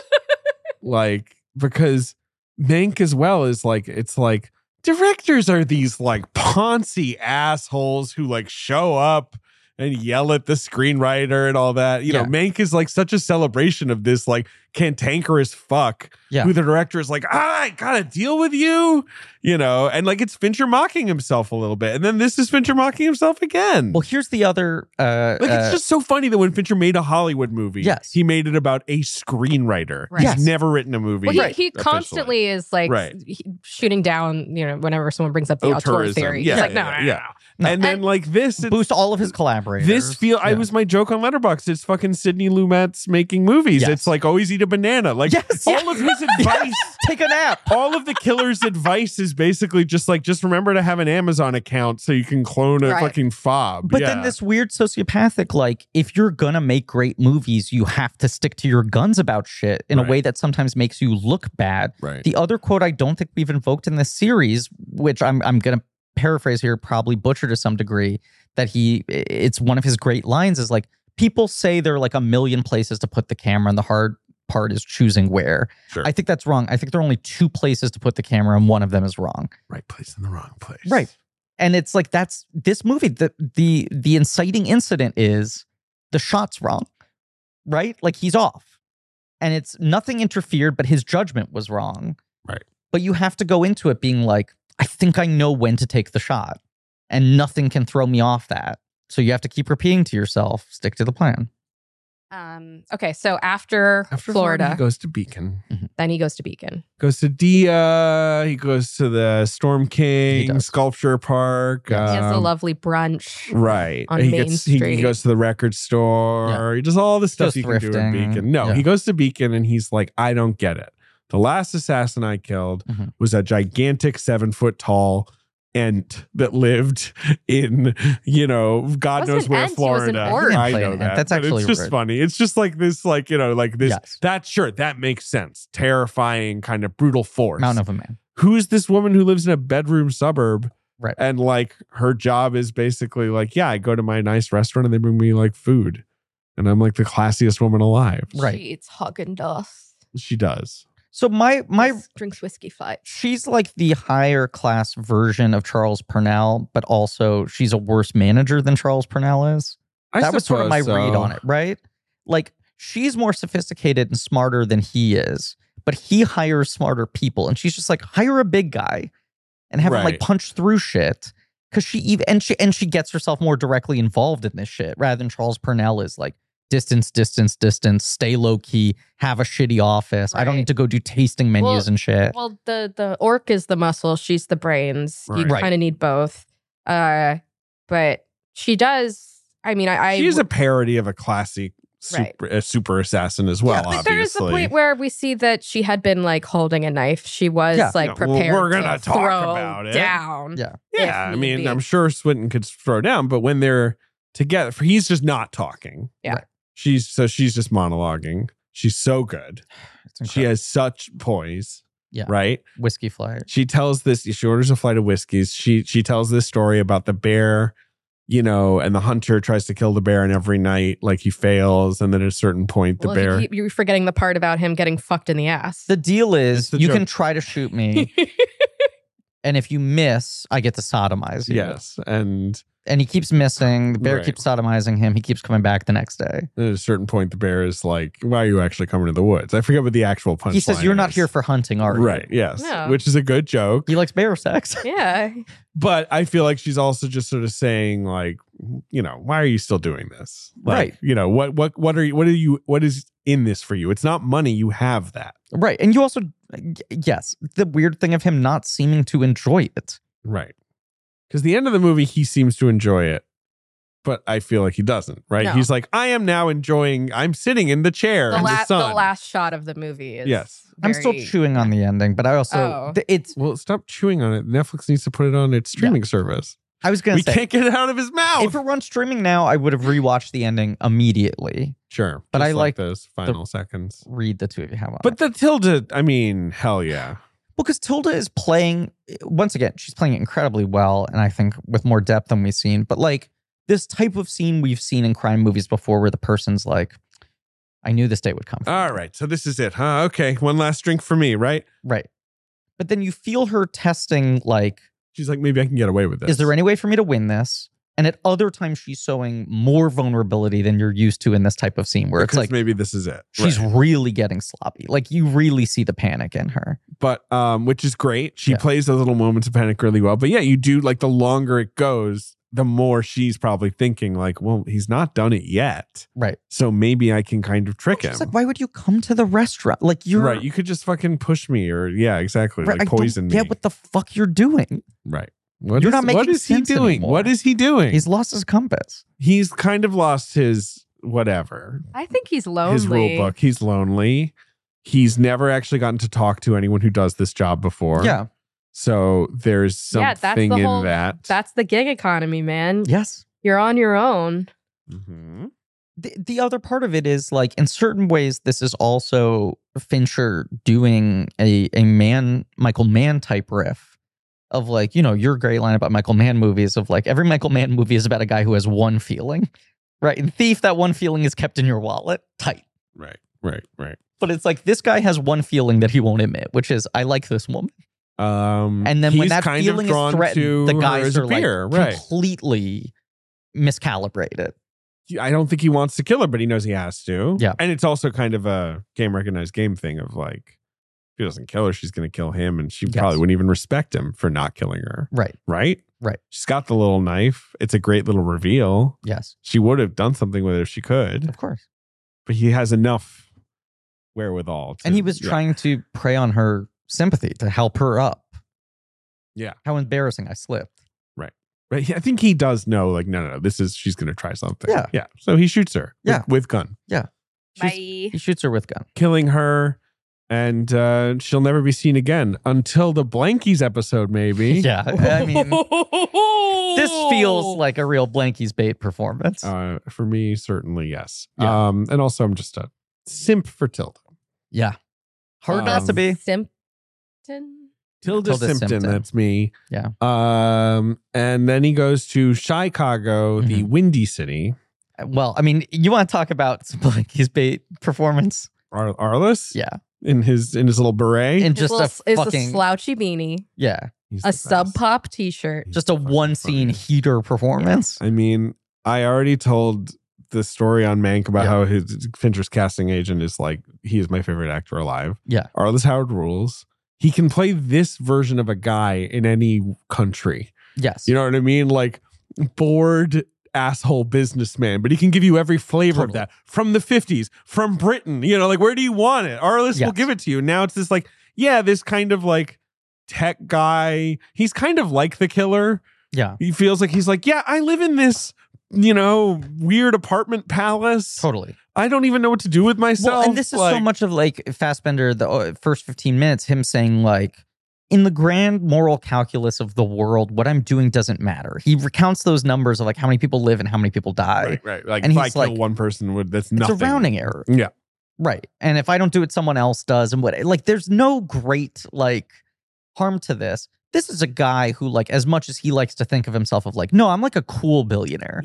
Like, because Mank as well is like, it's like, directors are these like poncy assholes who like show up and yell at the screenwriter and all that. You
Yeah.
know, Mank is like such a celebration of this like cantankerous fuck
Yeah.
who the director is like, ah, I gotta deal with you, you know, and like it's Fincher mocking himself a little bit. And then this is Fincher mocking himself again.
well, here's the other uh,
Like
uh,
it's just so funny that when Fincher made a Hollywood movie,
Yes.
he made it about a screenwriter.
Right.
Yes.
He's never written a movie.
(laughs) Well, he, he
officially.
constantly is like
Right.
he- shooting down, you know, whenever someone brings up the auteur
Auteurism.
theory.
Yeah,
He's like,
yeah,
no,
yeah,
no, no,
yeah.
no.
and then
And-
like this, it's-
boost all of his collaborators.
this feel. I
Yeah.
was my joke on Letterbox. It's fucking Sidney Lumet's making movies.
Yes.
It's like always eat a banana. Like
Yes.
all
(laughs)
of his advice.
Take a nap.
(laughs) All of the killer's advice is basically just like just remember to have an Amazon account so you can clone a
Right.
fucking fob.
But
Yeah.
then this weird sociopathic, like, if you're gonna make great movies, you have to stick to your guns about shit in a
Right.
way that sometimes makes you look bad.
right.
The other quote I don't think we've invoked in this series, which I'm I'm gonna paraphrase here, probably butcher to some degree, that he it's one of his great lines is like, people say there are like a million places to put the camera, and the hard part is choosing where.
Sure.
I think that's wrong. I think there are only two places to put the camera, and one of them is wrong.
right place in the wrong place.
Right. and it's like that's this movie the the the inciting incident is the shot's wrong right like he's off and it's nothing interfered but his judgment was wrong
Right.
but you have to go into it being like i think i know when to take the shot and nothing can throw me off that so you have to keep repeating to yourself stick to the plan
Um, okay, so after,
After Florida,
Florida,
he goes to Beacon.
then he goes to Beacon.
goes to Dia. He goes to the Storm King
does.
Sculpture Park.
he has a
um,
lovely brunch.
Right.
on
he
Main
gets he, he
Street.
goes to the record store. He does all the stuff
Goes
you can do in
thrifting.
Beacon. No,
Yeah.
he goes to Beacon and he's like, I don't get it. The last assassin I killed
Mm-hmm.
Mhm.
was a gigantic seven foot tall ant that lived in, you know, God
Wasn't
knows
an
where
ant, he was an
Florida.
orc.
I
Played an
know
ant.
that.
That's
but
actually
it's just
rude.
funny. It's just like this, like, you know, like this
yes
that sure, that makes sense. Terrifying, kind of brutal force.
mount of a man
Who's this woman who lives in a bedroom suburb?
Right.
And like her job is basically like, yeah, I go to my nice restaurant and they bring me like food. And I'm like the classiest woman alive.
Right.
She eats Hagen Dazs.
She does.
so my my
drinks whiskey fight.
she's like the higher class version of Charles Purnell, but also she's a worse manager than Charles Purnell is.
I
that was sort of my
suppose
read
so.
on it, right? Like she's more sophisticated and smarter than he is, but he hires smarter people, and she's just like hire a big guy and have him like
Right.
punch through shit. Cause she even and she and she gets herself more directly involved in this shit rather than Charles Purnell is like distance, distance, distance, stay low key, have a shitty office. I don't
Right.
need to go do tasting menus
Well-
and shit.
Well, the the orc is the muscle. She's the brains. You
Right.
kind of need both. Uh, but she does. I mean, I, I
She's a parody of a classy super, a super assassin as well,
But
obviously.
there is a point where we see that she had been like holding a knife. She was
Yeah.
like
Yeah, well,
prepared.
we're gonna
to
talk
throw
about it.
down.
Yeah.
if
yeah, I
need
mean,
be.
I'm sure Swinton could throw down, but when they're together, he's just not talking.
Yeah.
Right.
She's so she's just monologuing. She's so good.
It's incredible.
She has such poise.
Yeah.
Right.
whiskey flight.
She tells this. She orders a flight of whiskeys. She she tells this story about the bear, you know, and the hunter tries to kill the bear, and every night, like he fails, and then at a certain point, the
Well,
bear.
You, you're forgetting the part about him getting fucked in the ass.
The deal
It's
is
the
you
joke.
can try to shoot
(laughs)
me, and if you miss, I get to sodomize you.
Yes, and
And he keeps missing. The bear
Right.
keeps sodomizing him. He keeps coming back the next day.
at a certain point, the bear is like, "Why are you actually coming to the woods?" I forget what the actual punchline.
he says, You're not
is."
here for hunting, are you?
right? Yes,
No.
which is a good joke.
He likes bear sex.
(laughs)
(laughs)
yeah.
but I feel like she's also just sort of saying like, you know, why are you still doing this? Like,
Right.
You know what what what are you what are you what is in this for you? It's not money. You have that.
right. And you also, y- yes, the weird thing of him not seeming to enjoy it.
Right. Because the end of the movie, he seems to enjoy it, but I feel like he doesn't. Right.
No.
He's like, I am now enjoying. I'm sitting in the chair
The,
in
la-
the sun.
the last shot of the movie is.
Yes.
I'm still
very-
chewing on the ending, but I also,
Oh.
th- it's,
well, stop chewing on it. Netflix needs to put it on its streaming service.
I was gonna
we
say
can't get it out of his
if
mouth.
it were on streaming now, I would have rewatched the ending immediately.
Sure,
But
just
I like
those final seconds.
Read the two of you have on.
But the tilde, I mean, hell yeah.
Well, because Tilda is playing once again, she's playing it incredibly well, and I think with more depth than we've seen. But like this type of scene we've seen in crime movies before, where the person's like, "I knew this day would come."
All right, so this is it, huh? Okay, one last drink for me, right?
right. But then you feel her testing, like,
She's like, maybe I can get away with this.
"Is there any way for me to win this?" And at other times, she's showing more vulnerability than you're used to in this type of scene, where
Because
it's like
maybe this is it.
she's
Right.
really getting sloppy. Like you really see the panic in her.
but um, which is great. She
Yeah.
plays those little moments of panic really well. But yeah, you do like the longer it goes, the more she's probably thinking like, well, he's not done it yet,
Right.
so maybe I can kind of trick him.
She's like, "Why would you come to the restaurant? Like you're
right, you could just fucking push me, or yeah, exactly,
Right,
like poison me.
Yeah, what the fuck you're doing?
right. What
You're
is-
not
What
making
is he
sense
doing?
anymore.
What is he doing?
He's
He's
lost his compass.
he's kind of lost his whatever
I think he's lonely.
his rule book. He's lonely. He's never actually gotten to talk to anyone who does this job before.
yeah.
So there's something
Yeah, that's the
in
whole-
that.
That's the gig economy, man.
Yes.
You're on your own.
Mhm.
The, the other part of it is like in certain ways this is also Fincher doing a a man Michael Mann type riff of like, you know, your great line about Michael Mann movies of like every Michael Mann movie is about a guy who has one feeling. Right? In Thief that one feeling is kept in your wallet tight.
Right, right, right.
But it's like this guy has one feeling that he won't admit, which is I like this woman.
Um,
And then
he's
when that
kind
feeling
of drawn
is threatened,
to
the
her
guys
as a
are like
peer, right?
completely miscalibrated.
I don't think he wants to kill her, but he knows he has to.
Yeah.
and it's also kind of a game recognized game thing of like, if he doesn't kill her, she's going to kill him, and she
Yes.
probably wouldn't even respect him for not killing her,
Right.
right?
Right.
She's got the little knife. It's a great little reveal.
Yes.
She would have done something with it if she could,
Of course.
but he has enough wherewithal. To,
And he was
yeah.
trying to prey on her sympathy to help her up.
Yeah.
How embarrassing I slipped.
But he, I think he does know, like, no, no, no, this is she's gonna try something.
Yeah.
yeah. So he shoots her. with-
Yeah.
with, gun,
She's- He shoots her with gun.
killing her, and uh, she'll never be seen again until the Blankies
(laughs)
episode, maybe.
Yeah. I
(laughs)
mean, this
Oh.
feels like a real Blanky's bait performance.
Uh, for me, certainly yes.
Yeah.
Um, and also I'm just a simp for Tilda.
yeah. Hard not
um,
to be.
Simpton.
Tilda,
Tilda
Simpton,
Simpton.
that's me.
Yeah.
Um, and then he goes to Chicago, the
Mhm.
Windy City.
Well, I mean, you want to talk about (laughs) some Blanky's bait performance?
Ar- Arliss
Yeah.
in his in his little beret.
And just a
It's a,
fucking
slouchy beanie,
yeah,
He's
a
the
sub
best.
pop t shirt.
He's
just a
fucking
one scene
funniest.
heater performance.
I mean, I already told the story on Mank about
Yeah.
how his Fincher's casting agent is like, he is my favorite actor alive.
Yeah.
Arliss Howard rules. He can play this version of a guy in any country.
Yes.
You know what I mean? Like bored asshole businessman, but he can give you every flavor of
Totally.
that from the 50s, from Britain. You know, like where do you want it? Arliss will
Yes.
give it to you. Now it's this like, yeah, this kind of like tech guy. He's kind of like the killer
yeah.
he feels like he's like, yeah, I live in this, you know, weird apartment palace.
Totally.
I don't even know what to do with myself.
Well, and this is so
Like,
much of like Fassbender, the uh, first 15 minutes, him saying, like, in the grand moral calculus of the world, what I'm doing doesn't matter. He recounts those numbers of like how many people live and how many people die.
Right, right. Like,
And
if
he's
I kill
like-
one person, would
It's
that's nothing.
a
(laughs)
rounding error.
Yeah.
Right. And if I don't do it, someone else does. And what, like, there's no great, like, harm to this. This is a guy who, like, as much as he likes to think of himself of like, no, I'm like a cool billionaire.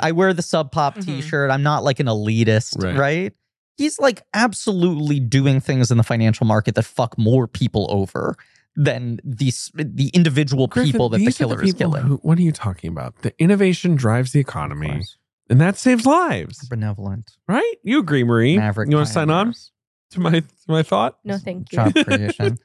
I wear the sub pop
Mhm.
t shirt. I'm not like an elitist,
Right.
right. He's like absolutely doing things in the financial market that fuck more people over than these the individual
Griffin,
people that the
these are
killer is
people
killing.
who- what are you talking about? The innovation drives the
Of
economy,
course.
and that saves lives,
Benevolent,
right? You agree, Marie?
maverick.
you want to sign on
pioneers,
to my to my thought?
No, thank you.
job
(laughs)
creation.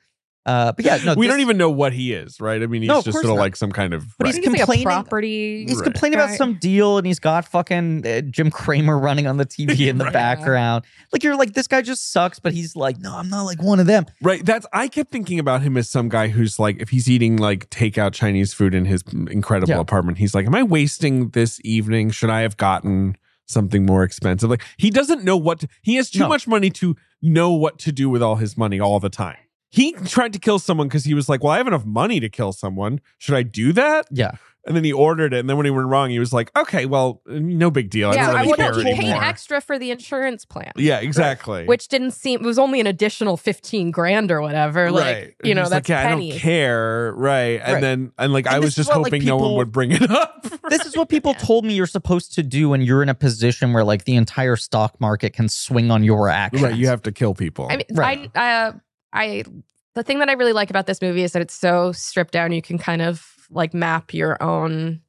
Uh, but yeah, no,
we
this-
don't even know what he is, right? I mean, he's
No, of
just
course
sort of
not.
like some kind of.
But
I
right.
he's
think it's
complaining-
Like a property.
He's
Right.
complaining about
Right.
some deal, and he's got fucking uh, Jim Kramer running on the
(laughs)
TV in the
Right.
background. Like you're like this guy just sucks, but he's like, no, I'm not like one of them.
Right. That's I kept thinking about him as some guy who's like, if he's eating like takeout Chinese food in his incredible
Yeah.
apartment, he's like, Am I wasting this evening? Should I have gotten something more expensive? Like he doesn't know what to, he has too
No.
much money to know what to do with all his money all the time. He tried to kill someone because he was like, Well, I have enough money to kill someone. Should I do that?
Yeah,
And then he ordered it. And then when he went wrong, he was like, okay, well, no big deal. I
yeah,
don't
I
really
would
care
have paid
anymore.
extra for the insurance plan.
yeah, exactly.
Which didn't seem it was only an additional fifteen grand or whatever. Like
right.
you
And
know,
he's like,
that's
yeah, I
pennies.
don't care. Right. And
Right.
then, and like,
And
I
this
was
is
just
what, like,
hoping no one
people-
would bring it up. (laughs)
This is what people told me you're supposed to do when you're in a position where like the entire stock market can swing on your actions.
right. You have to kill people.
I mean,
Right.
I, uh, I, the thing that I really like about this movie is that it's so stripped down. You can kind of like map your own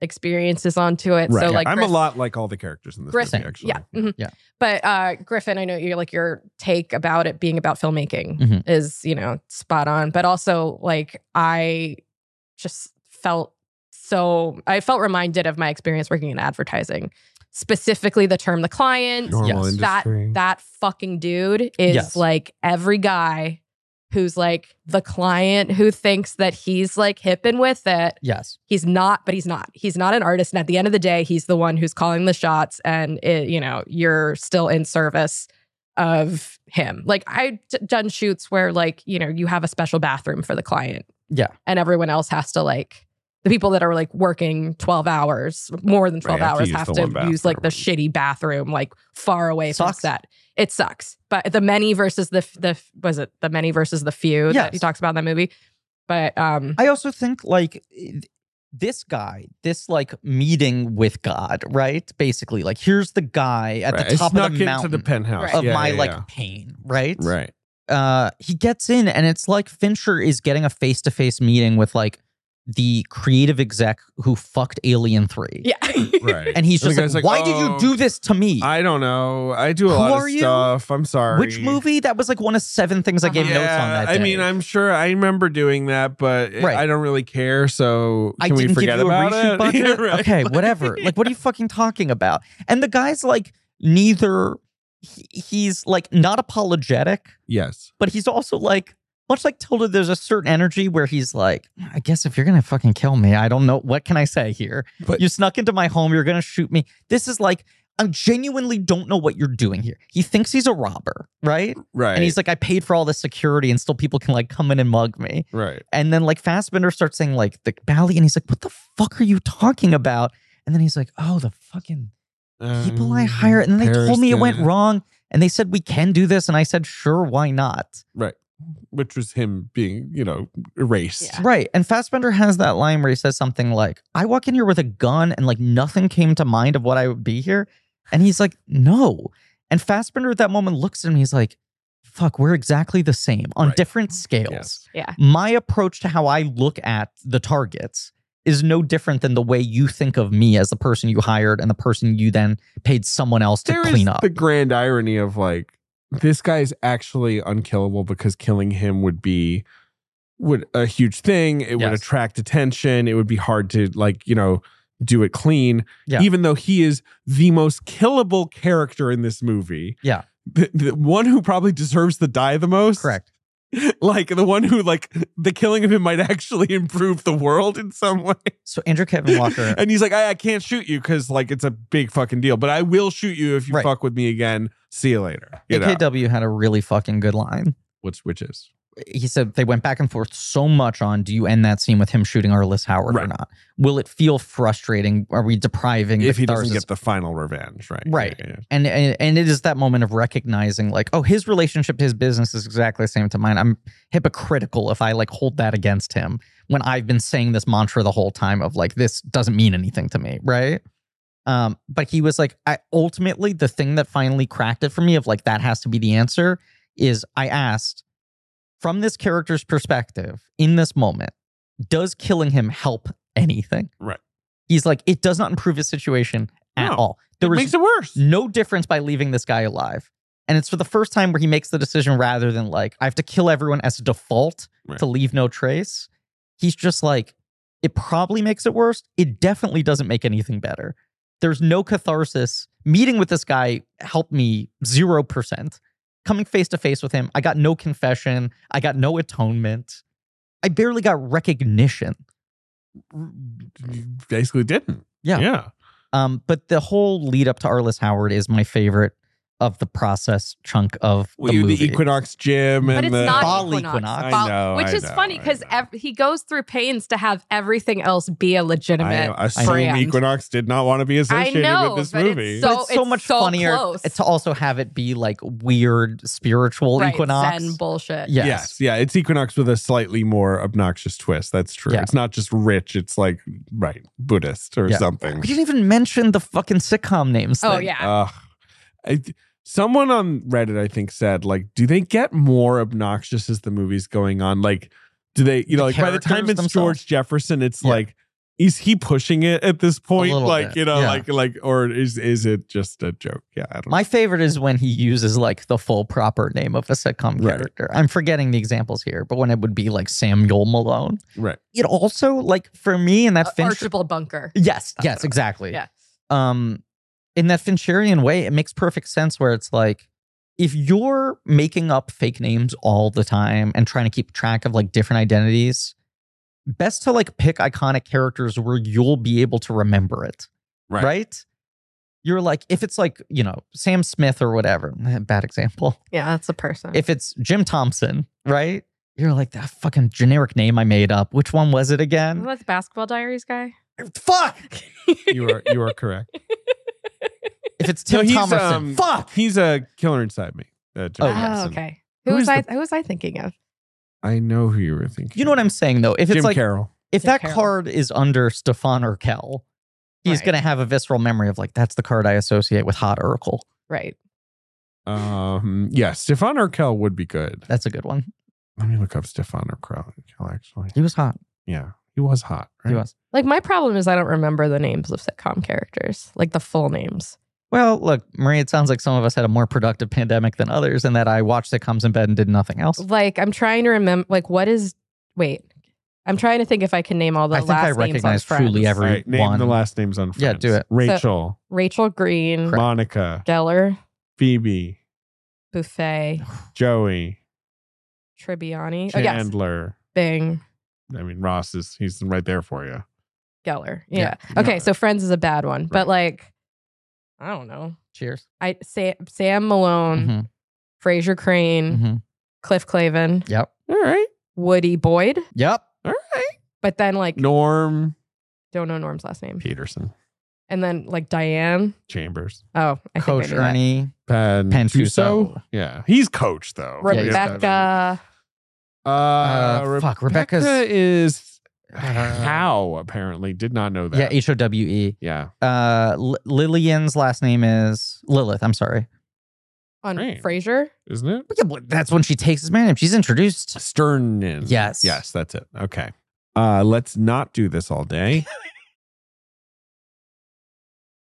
experiences onto it. So like,
I'm
Griff-
a lot like all the characters in this
Griffin,
movie, actually.
yeah, mhm.
Yeah. Mm-hmm.
But uh, Griffin, I know you're like your take about it being about filmmaking
Mhm.
is you know spot on, but also like I just felt so I felt reminded of my experience working in advertising, specifically the term the client,
Normal
Yes.
That-
industry.
that fucking dude is
Yes.
like every guy who's like the client who thinks that he's like hip and with it.
Yes.
He's not, but he's not. He's not an artist. And at the end of the day, he's the one who's calling the shots and, it, you know, you're still in service of him. Like I've d- done shoots where like, you know, you have a special bathroom for the client.
Yeah.
And everyone else has to like, the people that are like working 12 hours, more than 12
Right, have to
hours,
use
have
the
to
one
use like the
bathroom.
shitty bathroom, like far away
Sucks.
from set. It sucks. But the many versus the, f- the, f- was it the many versus the few that
Yes.
he talks about in that movie? But, um,
I also think like th- this guy, this like meeting with God, right? Basically, like here's the guy at
Right.
the
I
top of
snuck
the
into
mountain
the penthouse
Right.
of
Yeah,
my
yeah,
like
yeah.
pain, right?
Right.
Uh, he gets in, and it's like Fincher is getting a face to face meeting with like the creative exec who fucked Alien Three,
yeah.
Right.
(laughs) and he's
And the
just like,
guy's like,
"Why
"Oh,
did you do this to me?"
I don't know. I do a
Who
lot of
are you?
stuff. I'm sorry.
Which movie? That was like one of seven things I gave
yeah,
notes on that day.
I mean, I'm sure I remember doing that, but it-
Right.
I don't really care. So
I
can we
didn't
forget
give you
about
a reshoot
it? (laughs)
budget.
Yeah, right.
Okay, whatever. Like, what are you fucking talking about? And the guy's like, neither. he- he's like not apologetic,
Yes.
but he's also like, much like Tilda, there's a certain energy where he's like, I guess if you're gonna fucking kill me, I don't know what can I say here.
But-
you snuck into my home, you're gonna shoot me. This is like. I genuinely don't know what you're doing here. He thinks he's a robber, right?
Right.
And he's like, I paid for all this security and still people can like come in and mug me.
right.
And then like Fassbender starts saying like the Bally, and he's like, "What the fuck are you talking about?" And then he's like, "Oh, the fucking people I
Um,
hired." And they
Paris
told me it
did
went wrong, and they said we can do this, and I said, "Sure, why not?"
Right. Which was him being, you know, erased.
Yeah.
Right. And Fassbender has that line where he says something like, "I walk in here with a gun, and like nothing came to mind of what I would be here," and he's like, "No." And Fassbender at that moment looks at him. He's like, "Fuck, we're exactly the same on
Right.
different scales."
Yes.
yeah.
my approach to how I look at the targets is no different than the way you think of me as the person you hired and the person you then paid someone else to
There is
clean up.
the grand irony of like this guy's actually unkillable because killing him would be would a huge thing. It would
Yes.
attract attention. It would be hard to like you know do it clean.
Yeah.
Even though he is the most killable character in this movie.
Yeah.
The, the one who probably deserves to die the most.
Correct.
(laughs) Like the one who like the killing of him might (laughs) actually improve the world in some way.
So Andrew
(laughs)
Kevin Walker,
And he's like, I, I can't shoot you because like it's a big fucking deal, but I will shoot you if you
Right.
fuck with me again. See you later. You know,
AKW had a really fucking good line.
which which is
He said they went back and forth so much on do you end that scene with him shooting Arliss Howard or
Right.
not? Will it feel frustrating? Are we depriving
if
the
he doesn't
catharsis
get the final revenge, right?
Right.
Yeah, yeah.
and, and and it is that moment of recognizing like oh his relationship to his business is exactly the same to mine i'm hypocritical if i like hold that against him when i've been saying this mantra the whole time of like this doesn't mean anything to me right um but he was like i ultimately the thing that finally cracked it for me of like that has to be the answer is i asked from this character's perspective in this moment does killing him help anything
Right.
he's like it does not improve his situation at
No.
all there
it
was Mm.
makes it worse.
no difference by leaving this guy alive. And it's for the first time where he makes the decision rather than like, I have to kill everyone as a default
Right.
to leave no trace. He's just like, it probably makes it worse. It definitely doesn't make anything better. There's no catharsis. Meeting with this guy helped me 0%. Coming face to face with him, I got no confession. I got no atonement. I barely got recognition.
You basically didn't.
Yeah.
Yeah.
Um, but the whole lead up to Arliss Howard is my favorite of the process chunk of
Well,
the
you,
movie.
the Equinox Gym
But
and
it's
the
not
Fall
Equinox.
Equinox.
I
Fall-
know,
which
I
is
know,
funny
I
because
know.
ev- he goes through pains to have everything else be a
I
legitimate.
know. assume
brand.
Equinox did not want to be associated
know,
with this
but it's
movie.
But
so-
it's so
it's
much
so
funnier
close.
to also have it be like weird spiritual
right,
equinox.
Zen bullshit.
yes.
yes. yeah, it's Equinox with a slightly more obnoxious twist. That's true.
Yeah.
It's not just rich; it's like right Buddhist or
Yeah.
something.
We didn't even mention the fucking sitcom names.
Oh
thing.
yeah.
Ugh. I, someone on Reddit, I think, said like, do they get more obnoxious as the movie's going on? Like, do they, you know,
The
like by the time
characters
it's
themselves?
George Jefferson, it's
Yeah.
like, is he pushing it at this point?
little
Like,
bit,
you know,
yeah.
like, like, or is is it just a joke? Yeah, I don't.
My favorite is when he uses like the full proper name of a sitcom
Right.
character. I'm forgetting the examples here, but when it would be like Samuel Malone.
know. Right.
It also like for me in that
Uh,
Finch.
Archibald Bunker.
Yes, yes, exactly.
Yeah.
Um, in that Fincherian way, it makes perfect sense where it's like, if you're making up fake names all the time and trying to keep track of like different identities, best to like pick iconic characters where you'll be able to remember it.
Right.
You're like, if it's like, you know, Sam Smith or whatever, (laughs) bad example.
Yeah, that's a person.
If it's Jim Thompson, right? You're like, that fucking generic name I made up. Which one was it again?
that's Basketball Diaries guy.
(laughs) Fuck! Oh,
You are you are correct.
If it's
No,
(laughs) Tim
he's,
Thomerson,
um,
fuck!
He's a killer inside me. Uh, Jim
Oh,
Henson.
Oh, okay. Who,
Who
was
is
I? Who was I thinking of?
I know who you were thinking.
You know what I'm saying though. If it's
Jim
like
Carroll.
if
Jim
that
Carroll.
card is under Stefan Urkel, he's
Right.
gonna have a visceral memory of like that's the card I associate with hot Urkel.
Right.
Um, yeah, Stefan Urkel would be good.
That's a good one.
Let me look up Stefan Urkel. Actually,
He was hot.
yeah, he was hot. Right?
He was.
Like my problem is I don't remember the names of sitcom characters, like the full names.
Well, look, Marie, it sounds like some of us had a more productive pandemic than others, and that I watched sitcoms in bed and did nothing else.
Like I'm trying to remember. Like what is? Wait, I'm trying to think if I can name all the
I
last
think I
names on
recognize
Friends.
truly every
All right, name
one.
the last names on
Yeah,
Friends.
do it.
Rachel,
Rachel Green,
Monica,
Geller,
Phoebe,
Buffet,
Joey,
Tribbiani. Oh yes,
Chandler.
Bing,
I mean, Ross is he's right there for you.
Geller.
Yeah.
Yeah. Okay, so Friends is a bad one, but like, I don't know.
Cheers.
I Sam, Sam Malone,
Mm-hmm.
Mhm,
Fraser Crane,
mhm.
Cliff Clavin,
Yep.
All right,
Woody Boyd,
Yep.
all right.
but then like
Norm
don't know Norm's last name,
Peterson,
and then like Diane.
Chambers,
Oh, I
Coach
think I knew that.
Ernie.
Pan
Pantuso.
Tuso? Yeah, he's coach though.
Rebecca.
Uh,
Uh, fuck, Rebecca's- Uh,
is how apparently did not know that.
Yeah, H O W E.
yeah.
Uh, L- Lillian's last name is Lilith. I'm sorry.
on
Great.
Frasier.
isn't it?
But yeah, but that's when she takes his man name. She's introduced.
Sternin.
Yes.
Yes, that's it. Okay. Uh, let's not do this
(laughs)
all day.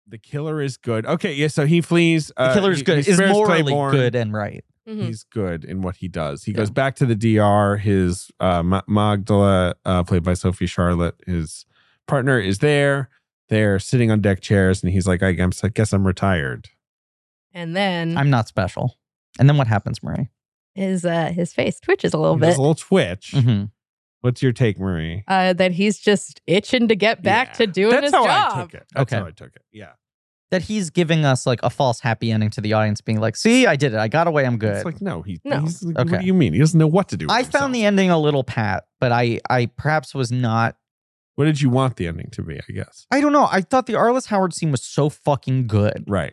the killer is good. Okay. Yeah. So he flees.
The
uh,
killer is
he-
good.
he
Is
spares
morally
Claiborne.
good and right.
Mhm.
He's good in what he does. He
Yeah.
goes back to the DR. His uh, Ma- Magdala, uh, played by Sophie Charlotte, his partner is there. They're sitting on deck chairs, and he's like, "I guess, I guess I'm retired."
And then
I'm not special. And then what happens, Murray?
his uh, his face twitches a little
He does
bit.
a little twitch.
Mm-hmm.
What's your take, Marie?
Uh, that he's just itching to get back
Yeah.
to doing
That's
his
how I
job.
took it. That's
Okay.
how I took it. Yeah.
That he's giving us like a false happy ending to the audience, being like, "See, I did it. I got away. I'm good."
It's like no, he.
No.
he's-
Okay.
What do you mean? He doesn't know what to do. with
I found the
himself.
ending a little pat, but I, I perhaps was not.
What did you want the ending to be? I guess.
I don't know. I thought the Arliss Howard scene was so fucking good,
Right.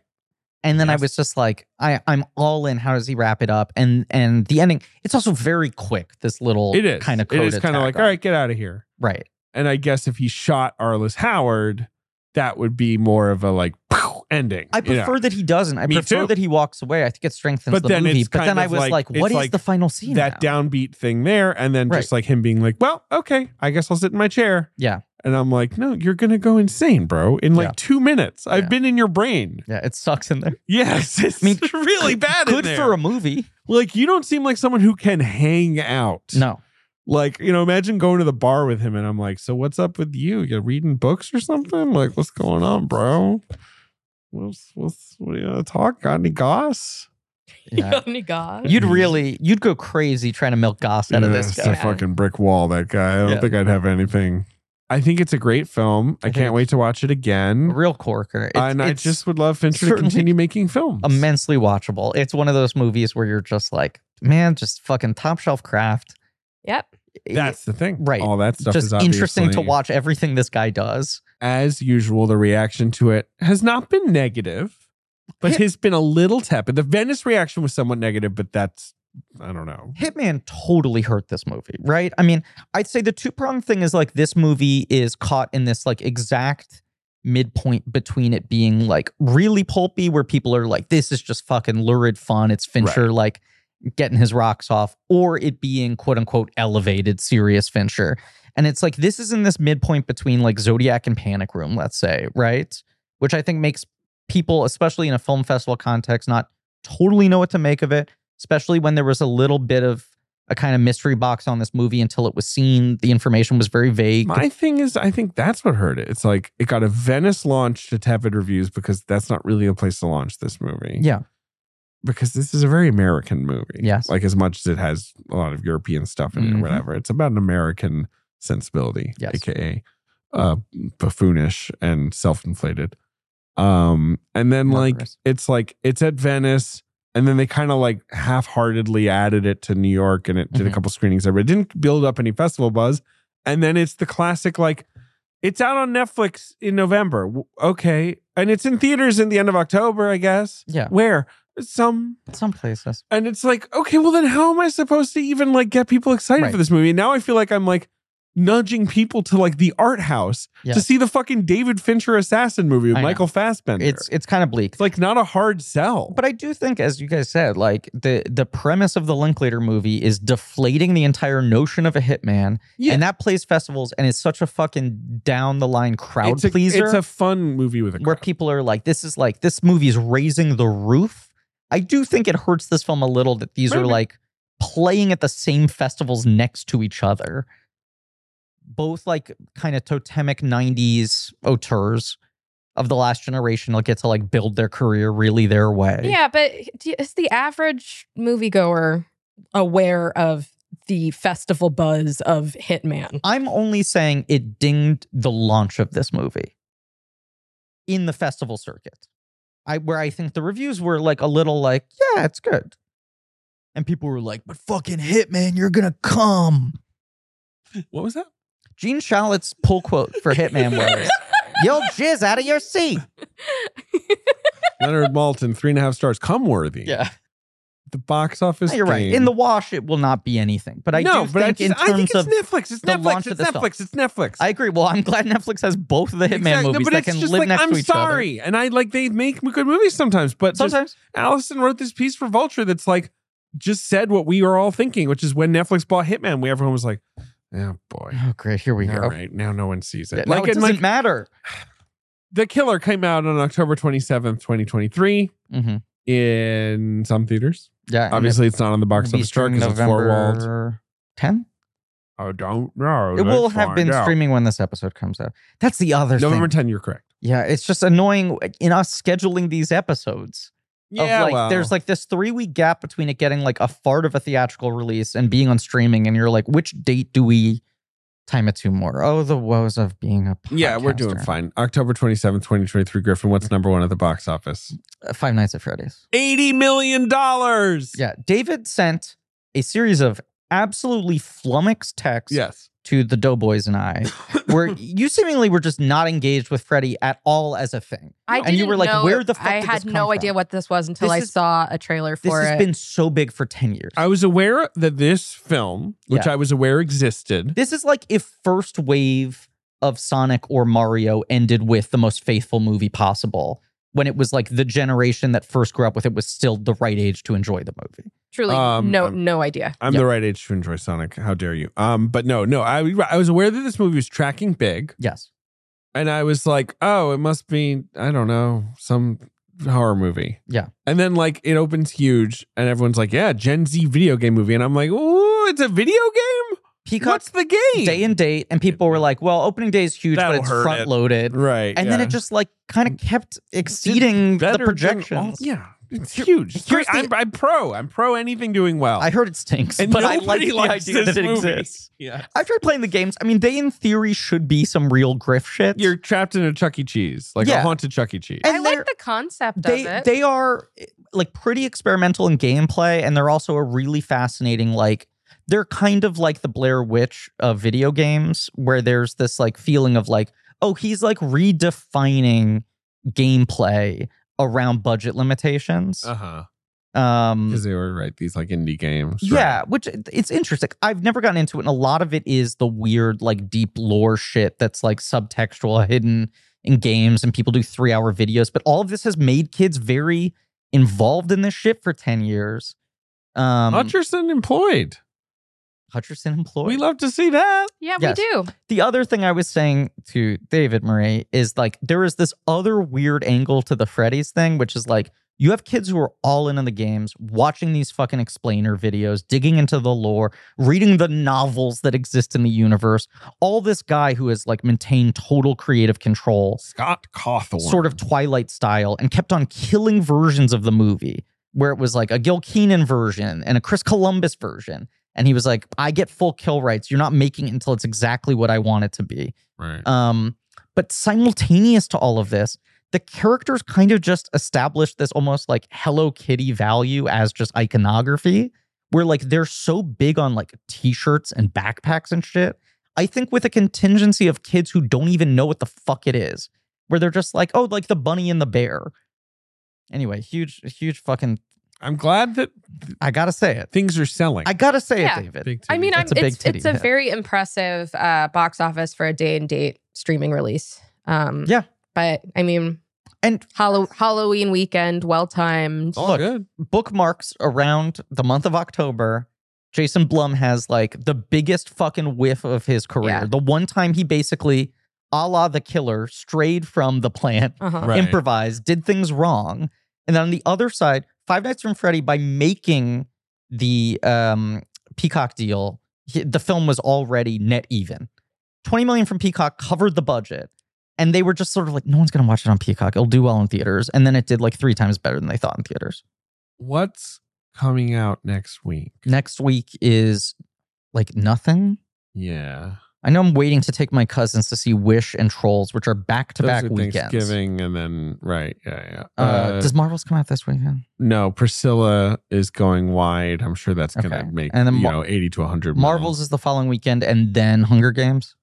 and then I
Yes.
was just like, I, I'm all in. How does he wrap it up? And and the ending, it's also very quick. This little
It is
kind of
It is kind of like all right, get out of here.
right,
And I guess if he shot Arliss Howard, that would be more of a like pow, ending.
I
you know?
prefer that he doesn't. I
Me
prefer
too.
that he walks away. I think it strengthens
But
the
then
movie.
it's
But
kind
then I
of
was
like-
like,
it's
what is
like
the final scene?
that
now?
downbeat thing there, and then just like him being like, "Well, okay, I guess I'll sit in my chair."
Yeah.
And I'm like, "No, you're gonna go insane, bro. In like
Yeah.
two minutes,
Yeah.
I've been in your brain.
Yeah, it sucks in there.
Yes, (laughs) it's
mean,
really bad. in
Good
there.
for a
(laughs)
movie.
Like you don't seem like someone who can hang out.
No.
Like, you know, imagine going to the bar with him and I'm like, so what's up with you? You're reading books or something? Like, what's going on, bro? What's what's what do you wanna talk? Got any goss?
(laughs)
Yeah.
Johnny Goss.
you'd really you'd go crazy trying to milk Goss out of this
it's
guy.
a fucking brick wall, that guy. I don't
Yeah.
think I'd have anything. I think it's a great film. I,
I think
can't wait to watch it
A
again.
real corker. It's,
and I
it's
just would love Fincher to
certainly-
continue making films.
immensely watchable. It's one of those movies where you're just like, man, just fucking top shelf craft.
Yep.
That's the thing.
Right.
All that stuff
just
is
interesting to
obviously-
watch everything this guy does.
As usual, the reaction to it has not been negative, but has been a little tepid. The Venice reaction was somewhat negative, but that's, I don't know.
Hitman totally hurt this movie, right? I mean, I'd say the two pronged thing is like this movie is caught in this like exact midpoint between it being like really pulpy, where people are like, this is just fucking lurid fun. It's Fincher like getting his rocks off, or it being quote unquote elevated, serious Fincher. And it's like, this is in this midpoint between like Zodiac and Panic Room, let's say, right? Which I think makes people, especially in a film festival context, not totally know what to make of it especially when there was a little bit of a kind of mystery box on this movie until it was seen. The information was very vague.
My thing is, I think that's what hurt it. It's like it got a Venice launch to tepid reviews because that's not really a place to launch this movie.
yeah,
Because this is a very American movie.
Yes.
Like as much as it has a lot of European stuff in it or
Mhm.
whatever, it's about an American sensibility,
Yes.
aka uh, buffoonish and self inflated. Um, and then like
Murderous.
it's like it's at Venice. And then they kind of like half heartedly added it to New York and it did a
Mhm.
couple screenings there, but it didn't build up any festival buzz. And then it's the classic, like, it's out on Netflix in November. W- Okay. And it's in theaters in the end of October, I guess.
yeah.
Where? Some.
Some places.
And it's like, okay, well, then how am I supposed to even like get people excited
Right.
for this movie? And now I feel like I'm like nudging people to like the art house
Yeah.
to see the fucking David Fincher assassin movie with
I know.
Michael Fassbender.
It's it's kind of bleak.
it's like not a hard sell.
But I do think, as you guys said, like the the premise of the Linklater movie is deflating the entire notion of a hitman,
Yeah.
and that plays festivals and is such a fucking down the line crowd
it's a,
pleaser.
It's a fun movie with a
where
crowd.
people are like, "This is like this movie is raising the roof." I do think it hurts this film a little that these are
Maybe.
like playing at the same festivals next to each other, both like kind of totemic '90s auteurs of the last generation. Like get to like build their career really their way.
Yeah, but do you- is the average moviegoer aware of the festival buzz of Hitman?
I'm only saying it dinged the launch of this movie in the festival circuit. I where I think the reviews were like a little like, yeah, it's good. And people were like, but fucking Hitman, you're gonna come.
What was that?
Gene Shalat's pull quote for Hitman was, You'll jizz out of your seat.
Leonard Maltin, three and a half stars. Come worthy.
Yeah.
The box office.
You're right.
game.
In the wash, it will not be anything. But I
no,
do
but I,
think
just,
in
I think
terms
it's
of
Netflix. It's
the
Netflix.
launch of
It's
this
Netflix.
film.
It's Netflix.
I agree. Well, I'm glad Netflix has both of the Hitman
Exactly. No,
movies
but
that
it's
can
just
live
like,
next
I'm
to each other.
sorry, and I like they make good movies sometimes, but just-
Sometimes
Allison wrote this piece for Vulture that's like just said what we were all thinking, which is when Netflix bought Hitman, we everyone was like, "Oh boy,
Oh great, here we
all
go.
right, now no one sees
Yeah,
it."
no,
like,
it
and
doesn't
like
matter.
the killer came out on October twenty seventh, twenty twenty three,
Mm-hmm.
in some theaters.
Yeah. and
Obviously, it's not on the box
it'll be
office chart
streaming
because it's four walled.
November 10?
I don't know.
It will have been streaming when this episode comes out. That's the other
November
thing.
10, you're correct.
Yeah, it's just annoying in us scheduling these episodes. of like, There's like this three week gap between it getting like a fart of a theatrical release and being on streaming. And you're like, which date do we time it to more? Oh, the woes of being a podcaster.
yeah, we're doing fine. October 27th, 2023. Griffin, what's number one at the box office?
Uh, Five Nights at Freddy's.
80 million dollars.
Yeah, David sent a series of absolutely flummoxed texts
Yes.
to the Doughboys and I,
(laughs)
where you seemingly were just not engaged with Freddy at all as a thing.
I
And you were
didn't
like,
know-
where the fuck
I
did
had
this come
no
from?
idea what this was until
This
I
is-
saw a trailer
This
for
has
it.
been so big for 10 years.
I was aware that this film, which
Yeah.
I was aware existed.
this is like if first wave of Sonic or Mario ended with the most faithful movie possible. When it was like the generation that first grew up with it was still the right age to enjoy the movie.
Truly,
Um,
no,
um,
no idea.
I'm the right age to enjoy Sonic. How dare you? Um, but no, no, I I was aware that this movie was tracking big,
Yes.
and I was like, oh, it must be I don't know some horror movie.
Yeah.
And then like it opens huge, and everyone's like, yeah, Gen Z video game movie, and I'm like, ooh, it's a video game.
Peacock
What's the game?
day and date, and people were like, well, opening day is huge,
That'll
but it's
hurt it.
front loaded.
right,
and then
yeah.
it just like kind of kept exceeding the
Better than all-
projections.
yeah, It's huge. It's great.
Here's the-
I'm, I'm pro. I'm pro anything doing well.
I heard it stinks,
and
but I like
nobody
the
likes
idea
this
that it
movie.
exists.
Yeah.
I've tried playing the games. I mean, they in theory should be some real griff shit.
You're trapped in a Chuck E. Cheese, like
Yeah.
a haunted Chuck E. Cheese.
And
I like
they're-
the concept of
they
it.
they are eh, like pretty experimental in gameplay, and they're also a really fascinating like they're kind of like the Blair Witch of video games, where there's this like feeling of like oh he's like redefining gameplay around budget limitations.
Uh-huh.
um,
Because they were right, these like indie games. right?
Yeah, which it- it's interesting. I've never gotten into it, and a lot of it is the weird, like deep lore shit that's like subtextual, uh, hidden in games, and people do three hour videos. But all of this has made kids very involved in this shit for ten years. Um,
Hutcherson employed.
Hutcherson employee.
We love to see that.
yeah,
Yes.
we do.
the other thing I was saying to David Murray is like there is this other weird angle to the Freddy's thing, which is like you have kids who are all in on the games, watching these fucking explainer videos, digging into the lore, reading the novels that exist in the universe. All this guy who has like maintained total creative control
Scott Cawthorn.
sort of Twilight style and kept on killing versions of the movie where it was like a Gil Keenan version and a Chris Columbus version. And he was like, I get full kill rights. You're not making it until it's exactly what I want it to be.
Right.
Um, but simultaneous to all of this, the characters kind of just established this almost like Hello Kitty value as just iconography, where like they're so big on like t shirts and backpacks and shit. I think with a contingency of kids who don't even know what the fuck it is, where they're just like, oh, like the bunny and the bear. Anyway, huge, huge fucking.
I'm glad that
I gotta say it.
things are selling.
I gotta say
Yeah.
it, David.
Big
I mean,
titties.
I'm,
It's a big
it's
titty
it's a
hit.
very impressive uh, box office for a day and date streaming release. Um,
Yeah.
but I mean,
And-
Hallow- Halloween weekend, well timed.
all
look,
good.
bookmarks around the month of October, Jason Blum has like the biggest fucking whiff of his career.
Yeah.
The one time he basically, a la the killer, strayed from the plan,
Uh-huh.
Right.
improvised, did things wrong. And then on the other side, Five Nights from Freddy, by making the um, Peacock deal, he- the film was already net even. 20 million from Peacock covered the budget. And they were just sort of like, no one's going to watch it on Peacock. It'll do well in theaters. And then it did like three times better than they thought in theaters
What's coming out next week?
next week is like nothing.
Yeah.
I know I'm waiting to take my cousins to see Wish and Trolls, which are back to
Those
back
are
weekends.
Thanksgiving and then right. Yeah.
Uh,
Yeah. Uh,
does Marvels come out this weekend?
no, Priscilla is going wide. I'm sure that's gonna
Okay.
make
And then
you
Mar-
know 80 to 100 million.
Marvels is the following weekend, and then Hunger Games.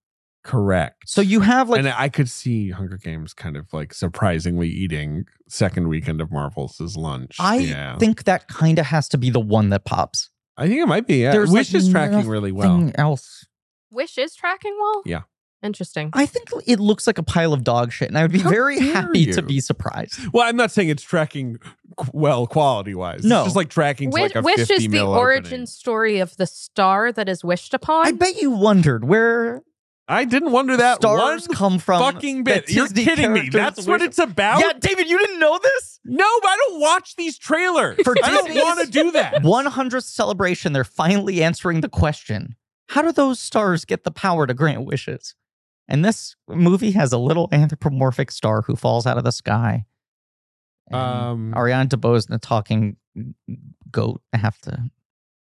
correct.
So you have like
and I could see Hunger Games kind of like surprisingly eating second weekend of Marvel's as lunch.
I
yeah.
think that kind of has to be the one that pops.
I think it might be. Yeah.
There's,
Wish
like,
is tracking really well.
Thing else,
Wish is tracking well.
Yeah.
Interesting.
I think it looks like a pile of dog shit, and I would be
How
very
dare
happy to
you.
be surprised.
Well, I'm not saying it's tracking qu- well quality wise.
No.
It's just like tracking to
Wish,
like a
Wish
50
is the
mil
origin
opening.
story of the star that is wished upon.
I bet you wondered where
I didn't wonder that
stars
one
come from.
fucking bit.
that
You're
Disney
kidding me.
characters
That's what
wish-
it's about?
Yeah, David, you didn't know this.
No, I don't watch these trailers.
For
(laughs) I don't
Disney's-
want to
(laughs)
do that.
100th celebration, they're finally answering the question how do those stars get the power to grant wishes? And this movie has a little anthropomorphic star who falls out of the sky. And
Um,
Ariana DeBose and the talking goat have to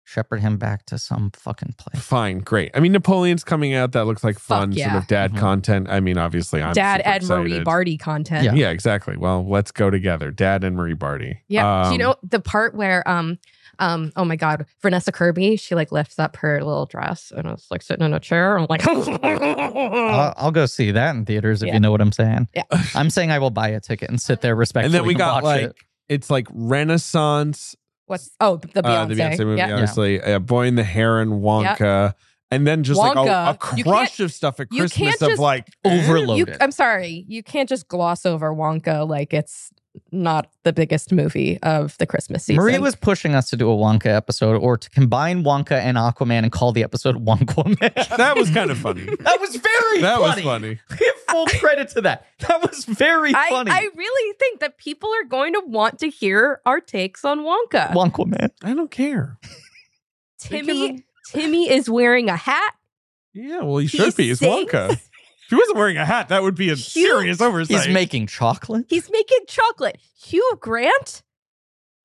shepherd him back to some fucking place.
Fine, great. I mean, Napoleon's coming out. That looks like
Fuck
fun
yeah.
sort of dad
Mhm.
content. I mean, obviously, I'm
Dad
super
Ed Marie
excited.
Barty content.
Yeah.
Yeah. exactly. Well, let's go together, Dad and Marie Barty.
Yeah. Do
Um,
you know the part where um um oh my god, Vanessa Kirby, she like lifts up her little dress and it's like sitting in a chair. I'm like
I'll, I'll go see that in theaters if
Yeah.
you know what I'm saying.
Yeah.
I'm saying I will buy a ticket and sit there respectfully.
And then we
watch
got like
it.
it's like Renaissance,
(laughs) what's oh the Beyonce.
uh, the Beyonce movie,
yeah.
obviously. Uh, Boy and the Heron, Wonka, and then just like a- a,
Wonka. You
crush of stuff at
you can't
Christmas
just-
of like oh,
You,
overloaded.
I'm sorry, you can't just gloss over Wonka like it's not the biggest movie of the Christmas season.
Maria was pushing us to do a Wonka episode or to combine Wonka and Aquaman and call the episode Wonkaman. (laughs)
that was kind of
(laughs)
funny.
that was very
that was
funny.
funny.
(laughs) Give full credit to that. That was very
I,
funny.
I really think that people are going to want to hear our takes on Wonka.
Wonkaman.
I don't care.
Timmy Timmy is wearing a hat.
Yeah, well, he,
He
should be. It's
sings.
Wonka. If he wasn't wearing a hat, that would be a
Huge.
serious oversight.
He's making chocolate.
He's making chocolate. Hugh Grant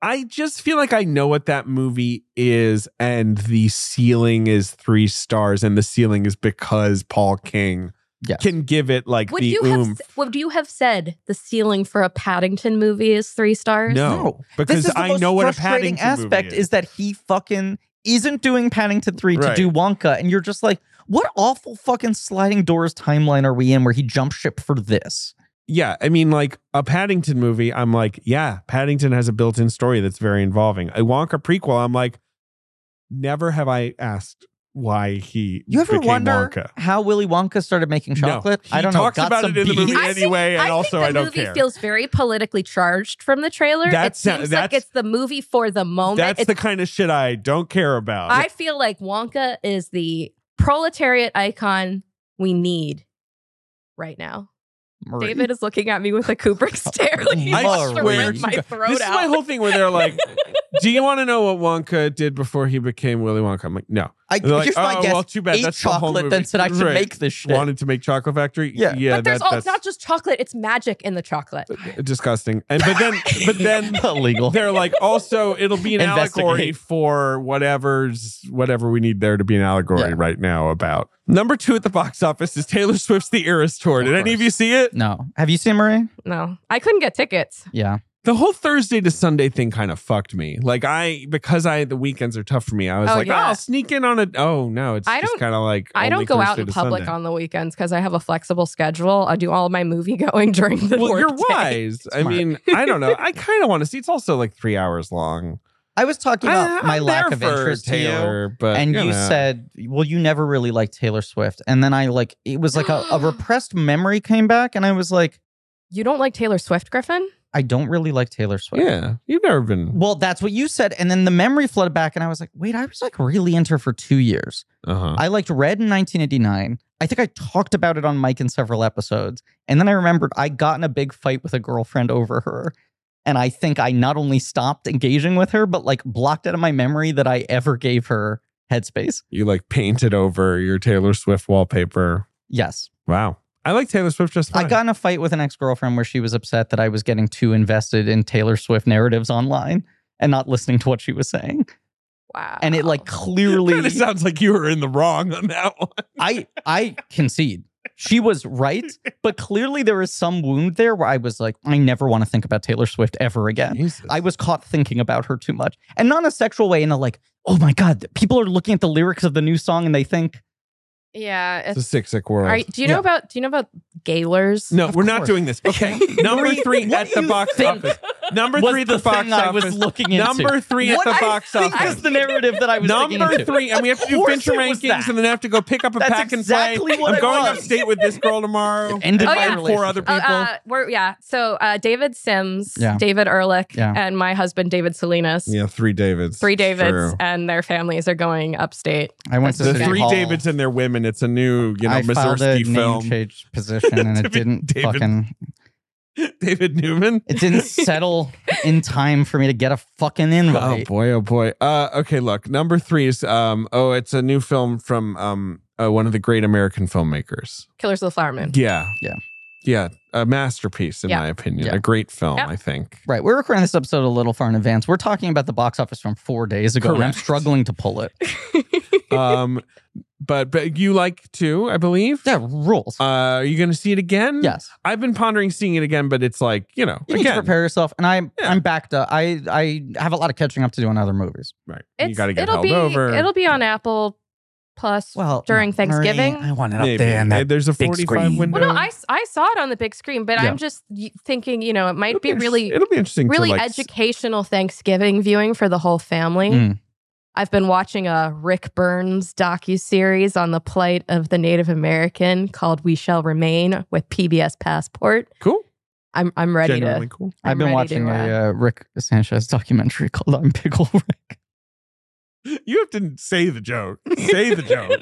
I just feel like I know what that movie is, and the ceiling is three stars, and the ceiling is because Paul King
Yes.
can give it like
Would
the
you have
oomph.
s- would you have said the ceiling for a Paddington movie is three stars?
No. because
this is the
I
most
know what a
frustrating
Paddington
aspect
movie
is. that he fucking isn't doing Paddington 3 to
Right.
do Wonka and you're just like what awful fucking sliding doors timeline are we in where he jumped ship for this?
Yeah, I mean, like a Paddington movie, I'm like, yeah, Paddington has a built-in story that's very involving. A Wonka prequel, I'm like, never have I asked why he
You ever
became
wonder
Wonka.
how Willy Wonka started making
No,
chocolate?
he
I don't know.
talks
Got
about
some
it in the movie
bees?
I think-
anyway, and
I
also
think
I
the
don't
movie
care.
feels very politically charged from the trailer.
That's- uh,
it seems like
that's-
it's the movie for the moment.
That's
It's-
the kind of shit I don't care about.
I feel like Wonka is the proletariat icon we need right now.
Marie.
David is looking at me with a Kubrick (laughs) stare. Like he
I
wants to
swear
rip
to
my
God.
throat
this
out.
is my whole thing where they're
(laughs)
like, "Do you want to know what Wonka did before he became Willy Wonka?" I'm like, "No."
I,
And they're like,
here's my
"Oh,
guess.
well, too bad.
Ate
That's the whole
chocolate,
movie."
then said I should
Right.
make this shit.
Wanted to make Chocolate Factory.
Yeah.
yeah.
but there's
that-
all,
that's
it's not just chocolate; it's magic in the chocolate.
disgusting. And but
(laughs)
then, but then
(laughs) illegal.
they're like, also, it'll be an
Investigate.
allegory for whatever's whatever we need there to be an allegory
Yeah.
right now about. Number two at the box office is Taylor Swift's The Eras Tour.
Of
Did any of you see it?
No. Have you seen Marie?
No, I couldn't get tickets.
Yeah.
the whole Thursday to Sunday thing kind of fucked me. Like I because I the weekends are tough for me. I was
Oh,
like,
yeah.
oh, I'll sneak in on a oh no, it's
I
just
don't-
kind of like
I
only
don't go out
Thursday
in
to
public
Sunday.
on the weekends because I have a flexible schedule. I do all my movie (laughs) going during the
Well,
work
you're
day.
wise.
(laughs)
I
Smart.
mean, I don't know. I kind of want to see. It's also like three hours long.
I was talking about
I-
my
I'm
lack
there
of
for
interest to you.
Taylor, but
and you
know.
said, "Well, you never really liked Taylor Swift," and then I like it was like a,
(gasps)
a repressed memory came back, and I was like,
You don't like Taylor Swift, Griffin?
"I don't really like Taylor Swift."
yeah, you've never been.
Well, that's what you said, and then the memory flooded back, and I was like, "Wait, I was like really into her for two years.
Uh-huh.
I liked Red in 1989. I think I talked about it on Mike in several episodes, and then I remembered I got in a big fight with a girlfriend over her." And I think I not only stopped engaging with her, but like blocked out of my memory that I ever gave her headspace.
You like painted over your Taylor Swift wallpaper.
Yes.
Wow, I like Taylor Swift just fine.
I got in a fight with an ex girlfriend where she was upset that I was getting too invested in Taylor Swift narratives online and not listening to what she was saying.
Wow.
And it
(laughs)
like
Kind
clearly,
of sounds like you were in the wrong on that (laughs) one.
I I concede she was right, but clearly there was some wound there where I was like, I never want to think about Taylor Swift ever again. I was caught thinking about her too much, and not in a sexual way, in a like, oh my god, people are looking at the lyrics of the new song and they think
yeah.
It's a
It's,
sick, sick world.
are, do you know
Yeah.
about do you know about Gaylors?
No,
Of
we're not
course.
doing this.
(laughs)
Okay. Number
Marie,
three
what
at
do
the
you
box
think
office. Number
was
three at
the,
the box
thing I was
office.
looking into.
Number three at
What
the
I
box
think is
office.
the narrative that I was digging
Number
into.
three, and we have to
Of
do
course
venture
it was
rankings,
that.
and then I have to go pick up a
That's
pack and
exactly
play.
what
I'm
I
going
was.
upstate with this girl tomorrow.
ended
Oh,
my
yeah.
and
relationship.
four other
Oh,
people.
uh, we're yeah. So uh, David Sims,
Yeah.
David Ehrlich,
Yeah.
and my husband David Salinas.
yeah, three Davids.
Three Davids
True.
and their families are going upstate.
I went to
The
City
three
Hall.
Davids and their women. It's a new, you know,
I filed a
Mazursky
name
film.
change position, and
To
it
be
didn't
David.
fucking
(laughs) David Newman.
it didn't settle in time for me to get a fucking
Oh
invite.
boy, oh boy. Uh, okay, look, number three is um, oh, it's a new film from um, uh, one of the great American filmmakers.
Killers of the Flower Moon.
Yeah.
Yeah.
Yeah. A masterpiece, in
Yeah.
my opinion.
Yeah.
A great film,
Yeah.
I think.
Right, we're recording this episode a little far in advance. We're talking about the box office from four days ago, and I'm
Correct.
struggling to pull
(laughs)
it.
um, but but you like too, I believe.
Yeah, rules.
Uh, are you going to see it again?
yes,
I've been pondering seeing it again, but it's like you know,
you need to
again,
prepare yourself, and I'm
Yeah.
I'm backed up. I I have a lot of catching up to do on other movies.
right?
It's,
You got to get
it'll
held
be
over.
it'll be on Apple Plus.
Well,
During
no, Marie,
Thanksgiving?
I want it
Maybe.
up there, and
Uh,
that
There's a
big
45
screen.
window.
well, no, I, s- I saw it on the big screen, but
Yeah.
I'm just y- thinking, you know, it might
It'll
be
inter-
really
It'll be interesting.
really
to, like, s-
educational Thanksgiving viewing for the whole family.
Mm.
I've been watching a Rick Burns docu series on the plight of the Native American called "We Shall Remain" with PBS Passport.
Cool.
I'm I'm ready
Genuinely
to.
cool. (laughs)
I'm
I've been
ready to,
watching
uh,
a uh, Rick Sanchez documentary (laughs) called "I'm Pickle Rick."
(laughs)
You have to say the joke. Say the joke.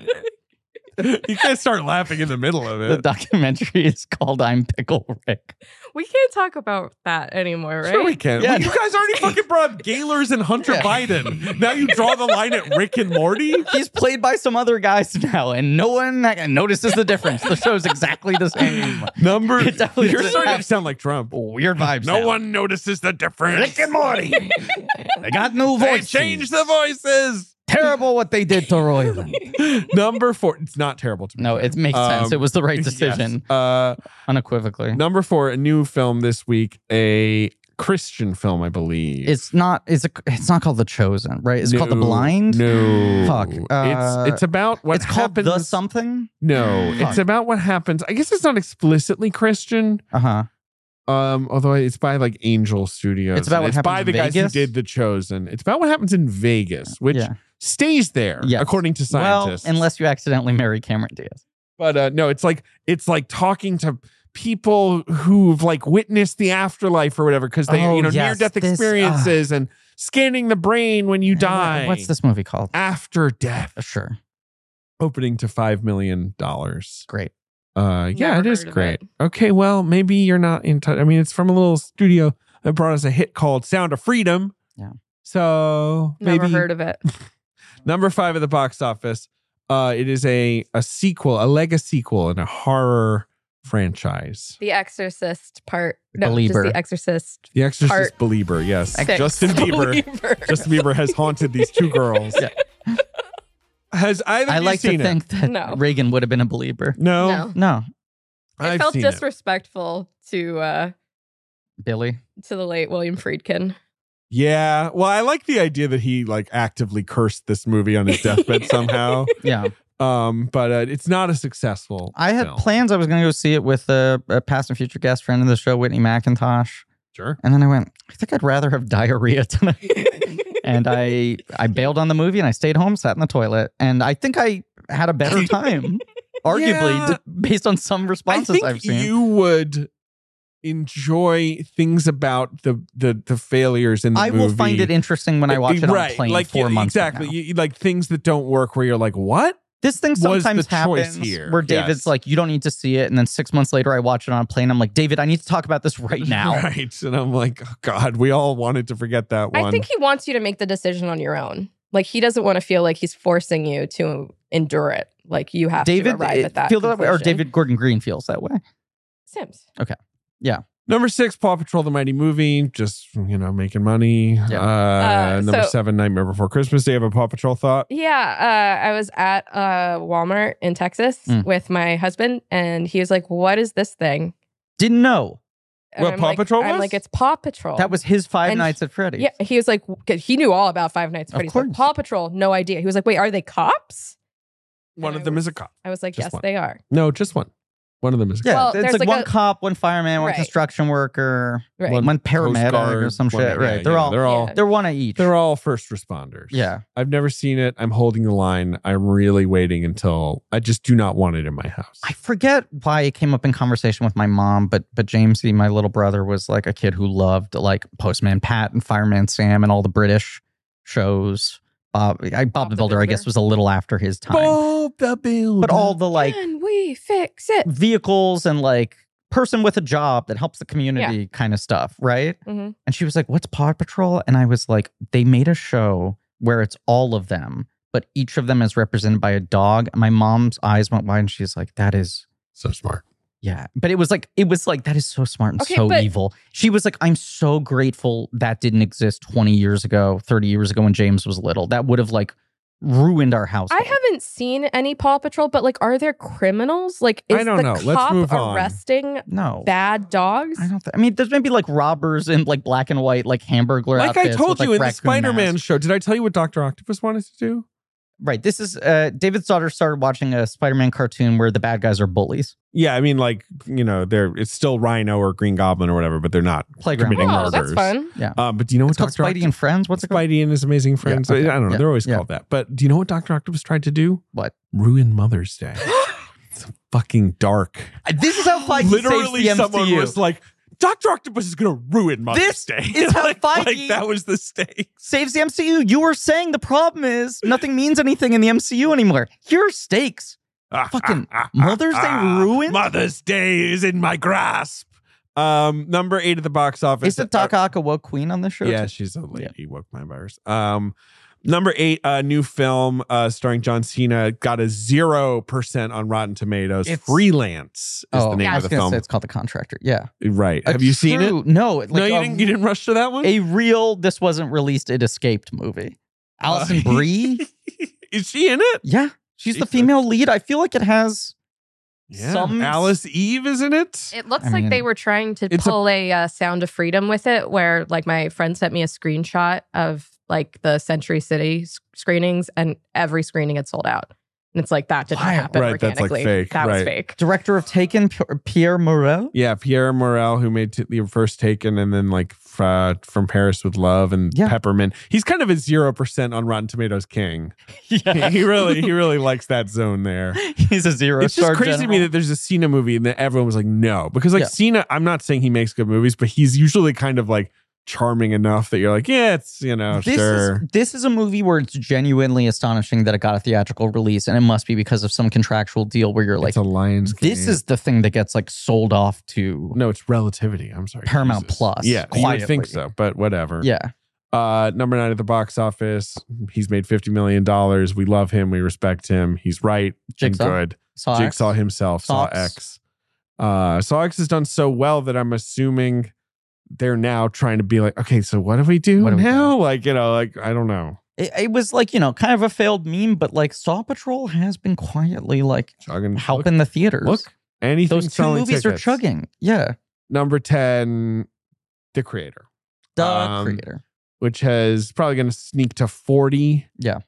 you can't start laughing in the middle of
The
it.
documentary is called "I'm Pickle Rick."
We can't talk about that anymore, right?
Sure, we can.
Yeah.
Well, you guys already fucking brought up Gaylors and Hunter
Yeah.
Biden. Now you draw the line at Rick and Morty.
He's played by some other guys now, and no one notices the difference. The show's exactly the
(laughs)
same.
Number.
It definitely
You're
doesn't
starting to
have-
sound like Trump.
Weird vibes.
No
now.
one notices the difference.
Rick and
(laughs)
Morty. They got new
They
voices.
changed the voices.
Terrible what they did to Royland.
Number four. It's not terrible to
(laughs)
me.
No, it makes sense.
Um,
It was the right
Yes.
decision,
Uh,
unequivocally.
number four, a new film this week, a Christian film, I believe.
It's not. It's a. It's not called the Chosen, right? It's called the
No,
Blind.
No,
Fuck. Uh,
it's it's about what
it's called the
happens-
something.
No,
Fuck.
it's about what happens. I guess it's not explicitly Christian.
Uh huh.
Um, although it's by like Angel Studios.
It's about
and
what
it's
happens
by
in
the guys
Vegas?
who did The Chosen. It's about what happens in Vegas, which
Yeah.
stays there,
Yes.
according to
Well,
scientists.
unless you accidentally marry Cameron Diaz.
but uh, no, it's like it's like talking to people who've like witnessed the afterlife or whatever because they
Oh,
you know
yes,
near death
this-
experiences and scanning the brain when you
And what-
die.
What's this movie called?
after death?
Uh, Sure.
Opening to five million dollars.
Great.
Uh, yeah,
Never
it is
heard of
great.
it.
Okay, well, maybe you're not in touch. I mean, it's from a little studio that brought us a hit called "Sound of Freedom."
Yeah.
So
Never
maybe
heard of it.
number five at the box office. Uh, it is a a sequel, a Lego sequel in a horror franchise.
The Exorcist part. No,
Belieber.
just The Exorcist.
The Exorcist
Part
Belieber, yes.
six. (laughs)
Justin Bieber.
Belieber.
Justin Bieber has haunted these two girls.
(laughs) Yeah.
Has either
I
of you
like to
seen it?
think that
No.
Reagan would have been a believer.
no,
No.
No,
I
I've
felt
seen it.
disrespectful to uh
Billy.
to the late William Friedkin.
Yeah, well, I like the idea that he like actively cursed this movie on his
(laughs)
deathbed somehow.
Yeah.
Um, but uh, it's not a successful.
I had
film.
plans. I was going to go see it with a, a past and future guest friend of the show, Whitney McIntosh,
Sure.
and then I went. I think I'd rather have diarrhea tonight. and I
(laughs)
I bailed on the movie and I stayed home, sat in the toilet, and I think I had a
(laughs)
better time. Arguably,
Yeah.
d- based on some
I
responses
think
I've seen.
you would enjoy things about the the the failures in the
I
movie.
will find it interesting when I watch it on
right,
a plane
like,
four
you-
months. from
Exactly,
now.
You- you- like things that don't work where you're like, what?
This thing
was the
sometimes
choice
happens
here.
where David's
Yes.
like, "You don't need to see it," and then six months later, I watch it on a plane. I'm like, "David, I need to talk about this
(laughs)
right now."
right? And I'm like, oh, God, we all wanted to forget that one.
I think he wants you to make the decision on your own. Like he doesn't want to feel like he's forcing you to endure it. Like you have
David
to arrive
uh,
at that.
feel that way, or
conclusion.
David Gordon Green feels that way.
Sims.
Number six, Paw Patrol: The Mighty Movie, just you know, making money.
Yeah.
Uh,
Uh,
number
so-
seven, Nightmare Before Christmas. Do you have a Paw Patrol thought?
Yeah, uh, I was at uh, Walmart in Texas
Mm.
with my husband, and he was like, "What is this thing?"
Didn't know
And
What, Paw
like-
Patrol
I'm
was?
like, "It's Paw Patrol."
that was his Five
And
Nights at Freddy's.
Yeah, he was like, "'Cause he knew all about Five Nights.
Of
At Freddy's. Like,
course.
Paw Patrol, no idea. He was like, "Wait, are they cops?"
One
And
of
I
them
was-
is a cop.
I was like,
Just
"Yes,
one.
they are."
No, just one. One of them is a
Yeah,
Well,
it's
there's
like,
like
one
a-
cop, one fireman, one
Right.
construction worker,
Right.
One
one
Coast
paramedic or
Guard,
some
one-
shit.
yeah,
right?
you
They're
know,
all they're,
they're all
Yeah.
one of each.
they're all first responders.
yeah.
I've never seen it. I'm holding the line. I'm really waiting until I just do not want it in my house.
I forget why it came up in conversation with my mom, but but Jamesy, my little brother, was like a kid who loved like Postman Pat and Fireman Sam and all the British shows. Bob, I, Bob,
Bob
the
the
Builder, I
Builder.
guess, was a little after his time.
Bob the Builder.
But all the like Hmm.
Can we fix it?
vehicles and like person with a job that helps the community kind of stuff, right?
Mhm.
And she was like, "What's Paw Patrol?" And I was like, "They made a show where it's all of them, but each of them is represented by a dog." And my mom's eyes went wide, and she's like, "That is."
so smart.
Yeah, but it was like it was like that is so smart and
Okay,
so
but-
evil. She was like, "I'm so grateful that didn't exist 20 years ago, 30 years ago when James was little. That would have like ruined our house."
I haven't seen any Paw Patrol, but like, are there criminals? Like,
I
is
don't
the
know.
cop
Let's move on.
arresting
no.
bad dogs?
I don't. Th- I mean, there's maybe like robbers in like black and white, like hamburger.
Like I
outfits
told
with, like,
you in the
raccoon
Spider Man
masks.
show, did I tell you what Dr. Octopus wanted to do?
Right. This is uh, David's daughter started watching a Spider-Man cartoon where the bad guys are bullies.
Yeah, I mean, like, you know, they're it's still Rhino or Green Goblin or whatever, but they're not.
Playground.
Committing
Oh,
bullies.
that's
murders.
fun.
Um, but do you know
It's
what
called
Dr.
Spidey and Friends. What's it called?
Spidey and his amazing friends?
okay.
I don't know.
Yeah,
They're always
yeah.
called that. But do you know what Dr. Octopus tried to do?
What?
Ruin
(gasps)
Mother's Day. it's fucking dark.
This is how Feige
literally
saves the
someone
MCU.
was like, Doctor Octopus is gonna ruin Mother's
This
Day.
is how
(laughs) like,
Feige-
like, that was the (laughs) stake.
saves the MCU. You were saying the problem is nothing means anything in the MCU anymore. Here are stakes. Fucking Mother's Day ruined?
Mother's Day is in my grasp. Um, number eight at the box office.
Is the Takahaka woke queen on this show?
Yeah,
too?
she's a lady woke mind virus. Um, number eight, uh, new film uh, starring John Cena got a zero percent on Rotten Tomatoes.
It's-
Freelance is
oh,
the name
I was
of the
gonna
film.
say it's called The Contractor. Yeah.
right?
A
Have you seen it?
true- No. Like
no, you
a,
didn't. You didn't rush to that one.
a real. This wasn't released. It escaped movie.
Uh,
Allison Brie.
(laughs) (laughs) is she in it?
Yeah, she's the
Jesus.
female lead. I feel like it has.
Yeah.
Some-
Alice Eve is in it.
It looks
I
like they
mean,
were trying to
it's a-
pull a, uh, Sound of Freedom with it, where like my friend sent me a screenshot of like the Century City s- screenings, and every screening had sold out. And it's like that did not
Wow.
happen
Right, that's, like,
organically.
fake,
That was
right.
fake.
Director of Taken, P- Pierre Morel.
(laughs) Yeah, Pierre Morel, who made t- the first Taken, and then like fr- uh, from Paris with Love and
Yeah.
Peppermint. He's kind of a zero percent on Rotten
(laughs)
Tomatoes king.
Yeah,
he really, he really likes that zone there.
he's a zero.
It's just crazy to me that there's a Cena movie and that everyone was like, no, because like
Yeah.
Cena, I'm not saying he makes good movies, but he's usually kind of like charming enough that you're like, yeah, it's you know,
this
Oh, sure.
is this is a movie where it's genuinely astonishing that it got a theatrical release, and it must be because of some contractual deal where you're like,
it's a lion's.
this is the thing that gets like sold off to.
no, it's relativity. I'm sorry,
Paramount Plus,
Yeah, you would think
quietly.
so, but whatever.
Yeah,
Uh, number nine at the box office. He's made fifty million dollars. We love him. We respect him. He's right.
Jigsaw.
And good.
Saw X.
Jigsaw himself.
Saw
Saw
X.
X. Uh, Saw X has done so well that I'm assuming they're now trying to be like, okay, so what do we do
What do we
now? like, you know, like I don't know.
It, it was like you know kind of a failed meme, but like Saw Patrol has been quietly like
Chugging.
helping the theaters.
Look, anything.
those two
selling
movies are
tickets.
chugging. Yeah,
Number ten, The Creator,
the
Um,
creator.
which has probably going to sneak to forty.
Yeah.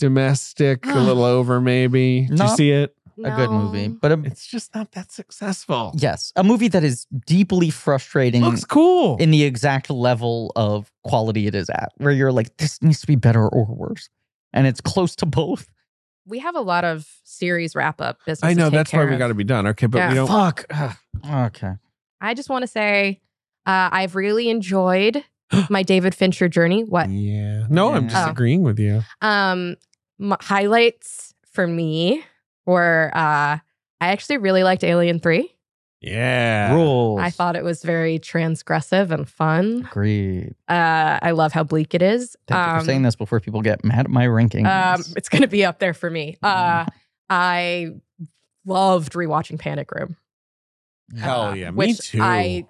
Domestic,
(sighs)
a little over maybe. Did you
Not-
see it?
A good movie,
No.
but a,
It's just not that successful.
Yes, a movie that is deeply frustrating
Looks cool.
in the exact level of quality it is at, where you're like, this needs to be better or worse. And it's close to both.
We have a lot of series wrap up business.
I
to
know
take
that's why
care
we
of.
got to be done. Okay, but
Yeah.
we don't.
Fuck. Ugh. Okay.
I just want to say uh, I've
(gasps)
really enjoyed my David Fincher journey. What
Yeah. No, I'm
Yeah.
just
Oh.
agreeing with you.
Mm.
um m- highlights for me were uh, I actually really liked Alien Three.
Yeah.
Rules.
I thought it was very transgressive and fun.
Agreed.
Uh, I love how bleak it is.
Thank you for saying this before people get mad at my ranking.
Um, it's going to be up there for me. Uh,
Mm.
I loved rewatching Panic Room. uh,
Hell Oh, yeah. Me
which
too.
I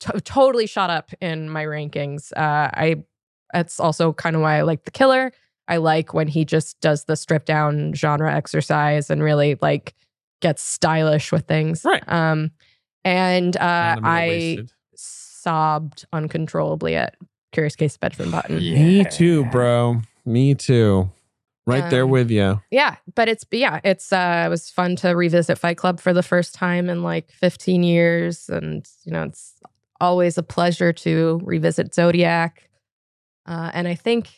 to- totally shot up in my rankings. Uh, I that's also kind of why I like The Killer. I like when he just does the strip down genre exercise and really like gets stylish with things.
Right.
Um, and uh,
Animal
I
wasted.
sobbed uncontrollably at Curious Case of Benjamin Button. Yeah.
Me too, bro. Me too. Right there
Um,
with you.
but it's yeah, it's uh it was fun to revisit Fight Club for the first time in like 15 years and you know, it's always a pleasure to revisit Zodiac. Uh and I think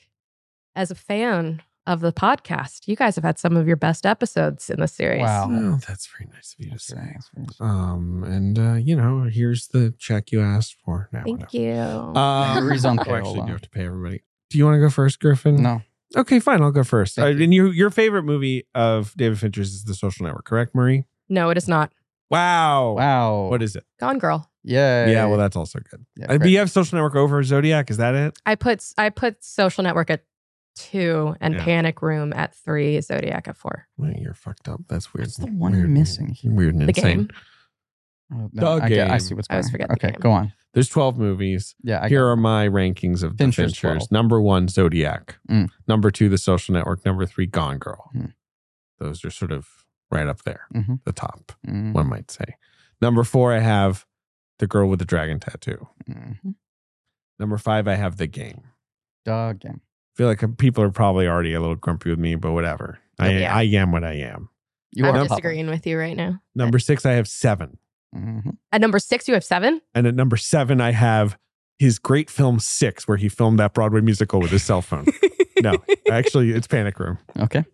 as a fan of the podcast, you guys have had some of your best episodes in the series.
Wow.
Oh, that's very nice of you to
That's
say.
nice.
Um, and uh, you know, here's the check you asked for. No,
Thank
no.
you.
Uh, (laughs)
Um, (laughs)
Brewery's on
we
payroll,
actually,
though.
do have to pay everybody. Do you want to go first, Griffin?
No.
Okay, fine. I'll go first. Uh,
Thank you.
and you, your favorite movie of David Fincher's is The Social Network, correct, Marie?
no, it is not.
Wow.
Wow. Uh,
What is it?
Gone Girl.
Yeah.
Yeah, well, that's also good.
Yeah,
Uh, but
great.
you have Social Network over Zodiac. Is that it?
I put I put Social Network at 2 and
Yeah.
Panic Room at 3, Zodiac at 4.
Well, you're fucked up. That's weird.
What's the one
Weird
I'm
and-
missing here?
Weird and
The
insane.
game.
Oh,
The
no, I, get- I
game.
see what's
I
going
always
on.
forget the
Okay,
game.
go on.
There's 12 movies.
Yeah. I
Here
got-
are my rankings of the
Fincher's
Finchers.
12.
Number one, Zodiac.
Mm.
Number two, The Social Network. Number three, Gone Girl.
Mm.
Those are sort of right up there,
Mhm.
the top,
Mm,
one might say. Number four, I have The Girl with the Dragon Tattoo.
mhm.
Number five, I have The Game.
Dog game.
I feel like people are probably already a little grumpy with me, but whatever. I,
Yeah.
I am what I am.
You
I'm
are
disagreeing with you right now.
Number six, I have Seven.
hmm
At number 6 you have 7?
And at number seven, I have his great film Six, where he filmed that Broadway musical with his cell phone. No. Actually, it's Panic Room. (laughs)
Okay.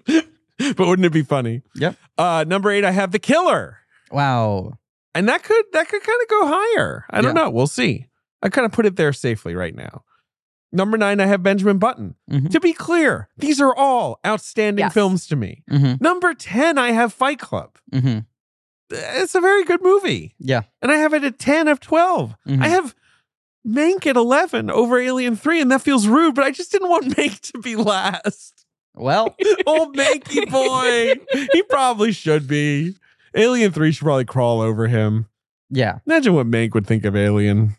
But wouldn't it be funny?
Yep.
Uh, number eight, I have The Killer,
Wow.
and that could that could kind of go higher. I don't
Yeah.
know. We'll see. I kind of put it there safely right now. Number nine, I have Benjamin Button.
Mhm.
To be clear, these are all outstanding
Yes.
films to me.
Mm-hmm.
Number 10, I have Fight Club.
Mm-hmm.
It's a very good movie.
Yeah.
And I have it at 10 of 12.
Mhm.
I have Mank at 11 over Alien 3, and that feels rude, but I just didn't want Mank to be (laughs) last.
well,
Old Manky boy. he probably should be. Alien 3 should probably crawl over him.
yeah.
Imagine what Mank would think of Alien.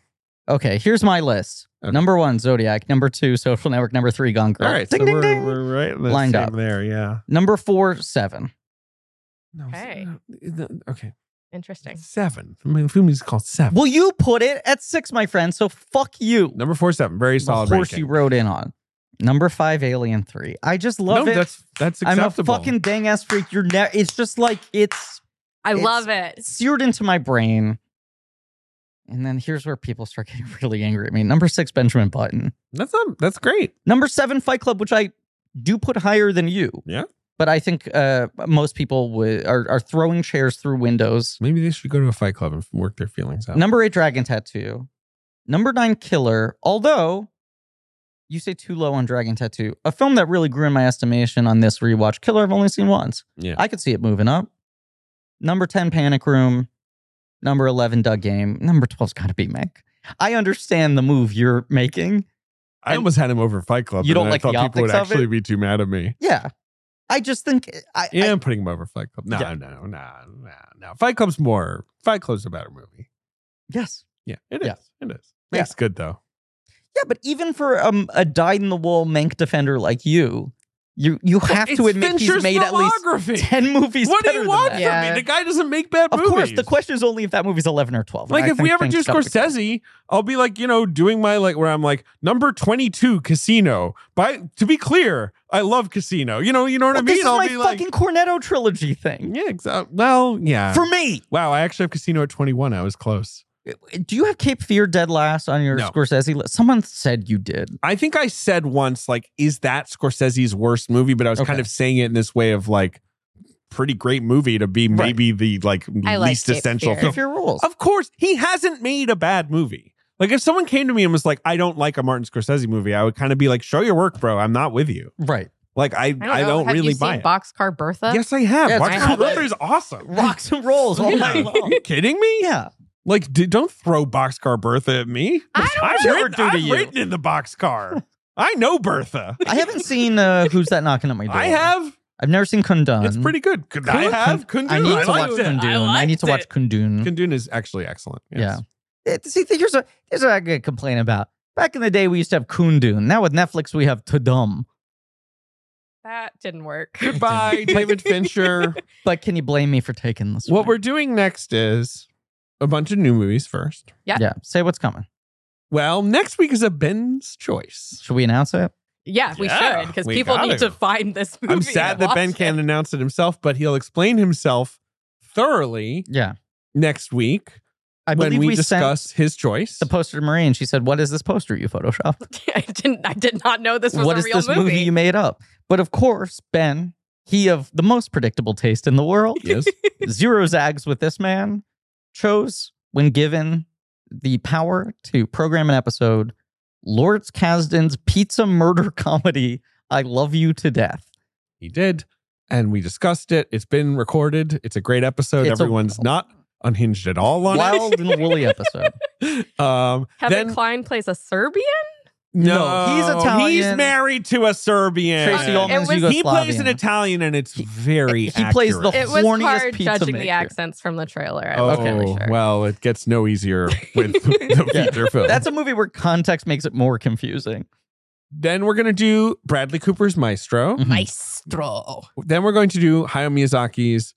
Okay, here's my list.
Okay.
Number one, Zodiac. Number two, Social Network. Number three, Gone Girl.
All right,
Ding,
so
ding,
we're,
ding.
we're right in the
Lined
same
up.
there, yeah.
Number four, Seven.
No,
Okay.
no, Okay.
Interesting.
Seven. I mean, the movie's called Seven.
Well, you put it at six, my friend. So fuck you.
Number four, seven. Very
The
solid.
horse
ranking.
you rode in on. Number five, Alien Three. I just love
no,
it.
that's that's
I'm a
acceptable.
fucking dang ass freak. You're ne- It's just like it's
I
It's-
love it.
seared into my brain. And then here's where people start getting (laughs) really angry at me. Number six, Benjamin Button.
That's not, that's great.
Number seven, Fight Club, which I do put higher than you.
Yeah.
But I think uh, most people would are, are throwing chairs through windows.
Maybe they should go to a fight club and work their feelings out.
Number eight, Dragon Tattoo. Number nine, Killer. Although you say too low on Dragon Tattoo, a film that really grew in my estimation on this rewatch. Killer, I've only seen once.
Yeah.
I could see it moving up. Number 10, Panic Room. Number 11, Doug Game. Number 12's got to be Mick. I understand the move you're making.
I almost had him over Fight Club.
You
and
don't
then
like
I
the
thought people would
optics of it?
actually be too mad at me.
Yeah. I just think I,
Yeah, I,
I
am putting him over Fight Club. No,
Yeah.
no, no, no, no. Fight Club's more. Fight Club's a better movie.
yes.
Yeah, it is.
Yeah.
It is.
Yeah.
It's good though.
Yeah, but even for um, a dyed in the wool Mank defender like you, you you have to admit he's made at least (laughs) ten movies.
What do
better
you
than
want
that.
from
Yeah.
me? The guy doesn't make bad
Of
movies.
course, the question is only if that movie's eleven or twelve. and
Like
I
if we
think
ever
things
do
gotta be-
Scorsese, I'll be like, you know, doing my like where I'm like number 22 Casino. But to be clear, I love Casino. You know, you know what
Well,
I
this
mean?
is
I'll
my
be
fucking Cornetto trilogy thing.
like, yeah, exactly. Well, yeah.
For me,
wow, I actually have Casino at 21. I was close.
do you have Cape Fear dead last on your
No.
Scorsese list? Someone said you did.
I think I said once, like, is that Scorsese's worst movie? But I was
Okay.
kind of saying it in this way of like, pretty great movie to be
Right.
maybe the like
I like
least
Cape
essential
Fear.
film.
Cape Fear rules.
Of course, he hasn't made a bad movie. Like if someone came to me and was like, "I don't like a Martin Scorsese movie," I would kind of be like, "Show your work, bro. I'm not with you. (laughs)
right.
Like I, I don't,
I don't, know. Have
really
you
buy
seen
it."
Boxcar Bertha?
yes, I have.
Yes,
Martin
I have.
Scorsese is awesome.
Rocks and rolls all
Yeah.
night
(laughs) Are
long.
you kidding me?
(laughs) Yeah.
Like, d- don't throw Boxcar Bertha at me.
I don't (laughs)
I've
know.
written,
Never do to
I've
you.
written in the boxcar. I know Bertha.
I haven't seen uh, Who's That Knocking at My Door.
I have.
I've never seen Kundun.
It's pretty good. Could I
Kundun-
have? Kundun.
I need
I
to watch
liked it.
Kundun. I, need to watch Kundun.
Kundun is actually excellent. Yes.
Yeah. It- See, here's what, here's what I could complain about. Back in the day, we used to have Kundun. Now with Netflix, we have Tudum.
That didn't
(laughs)
work.
(laughs)
Goodbye, David Fincher.
But can you blame me for taking this?
What
one?
we're doing next is a bunch of new movies first.
Yeah.
yeah. Say what's coming.
Well, next week is a Ben's choice.
(laughs) Should we announce it?
(laughs) Yeah, we
Yeah,
should because
we
people
gotta.
need to find this movie.
I'm
and
sad that
watch
Ben
it.
can't announce it himself, but he'll explain himself thoroughly
Yeah.
next week
I
when
believe
we,
we sent
discuss his choice.
the poster to Marie, and she said, "What is this poster you photoshopped?
(laughs) I didn't. I did not know this was
What
a
is
real
this movie. you made up?" But of course, Ben, he of the most predictable taste in the world,
yes.
(laughs)
zero zags with this man, chose when given the power to program an episode, Lawrence Kasdan's pizza murder (laughs) comedy, "I Love You to Death."
He did. And we discussed it. It's been recorded. It's a great episode.
It's a-
Everyone's not unhinged at all on
Wild and woolly
(laughs)
episode.
it. Um,
Kevin
then,
Klein plays a Serbian.
no,
No, he's
He's
Italian.
married to a Serbian.
Tracy Ullman's
Uh, It was-
he plays an
Yugoslavian.
Italian, and it's
He-
very.
he plays the
accurate.
It was
Horniest
hard
pizza
judging the
maker.
accents from the trailer. I
Oh,
was
Okay.
really sure.
well, it gets no
(laughs)
easier with the
Yeah.
feature film.
That's a movie where context makes it more confusing.
then we're going to do Bradley Cooper's
Oh
Maestro.
Mhm.
Maestro.
Then we're going to do Hayao Miyazaki's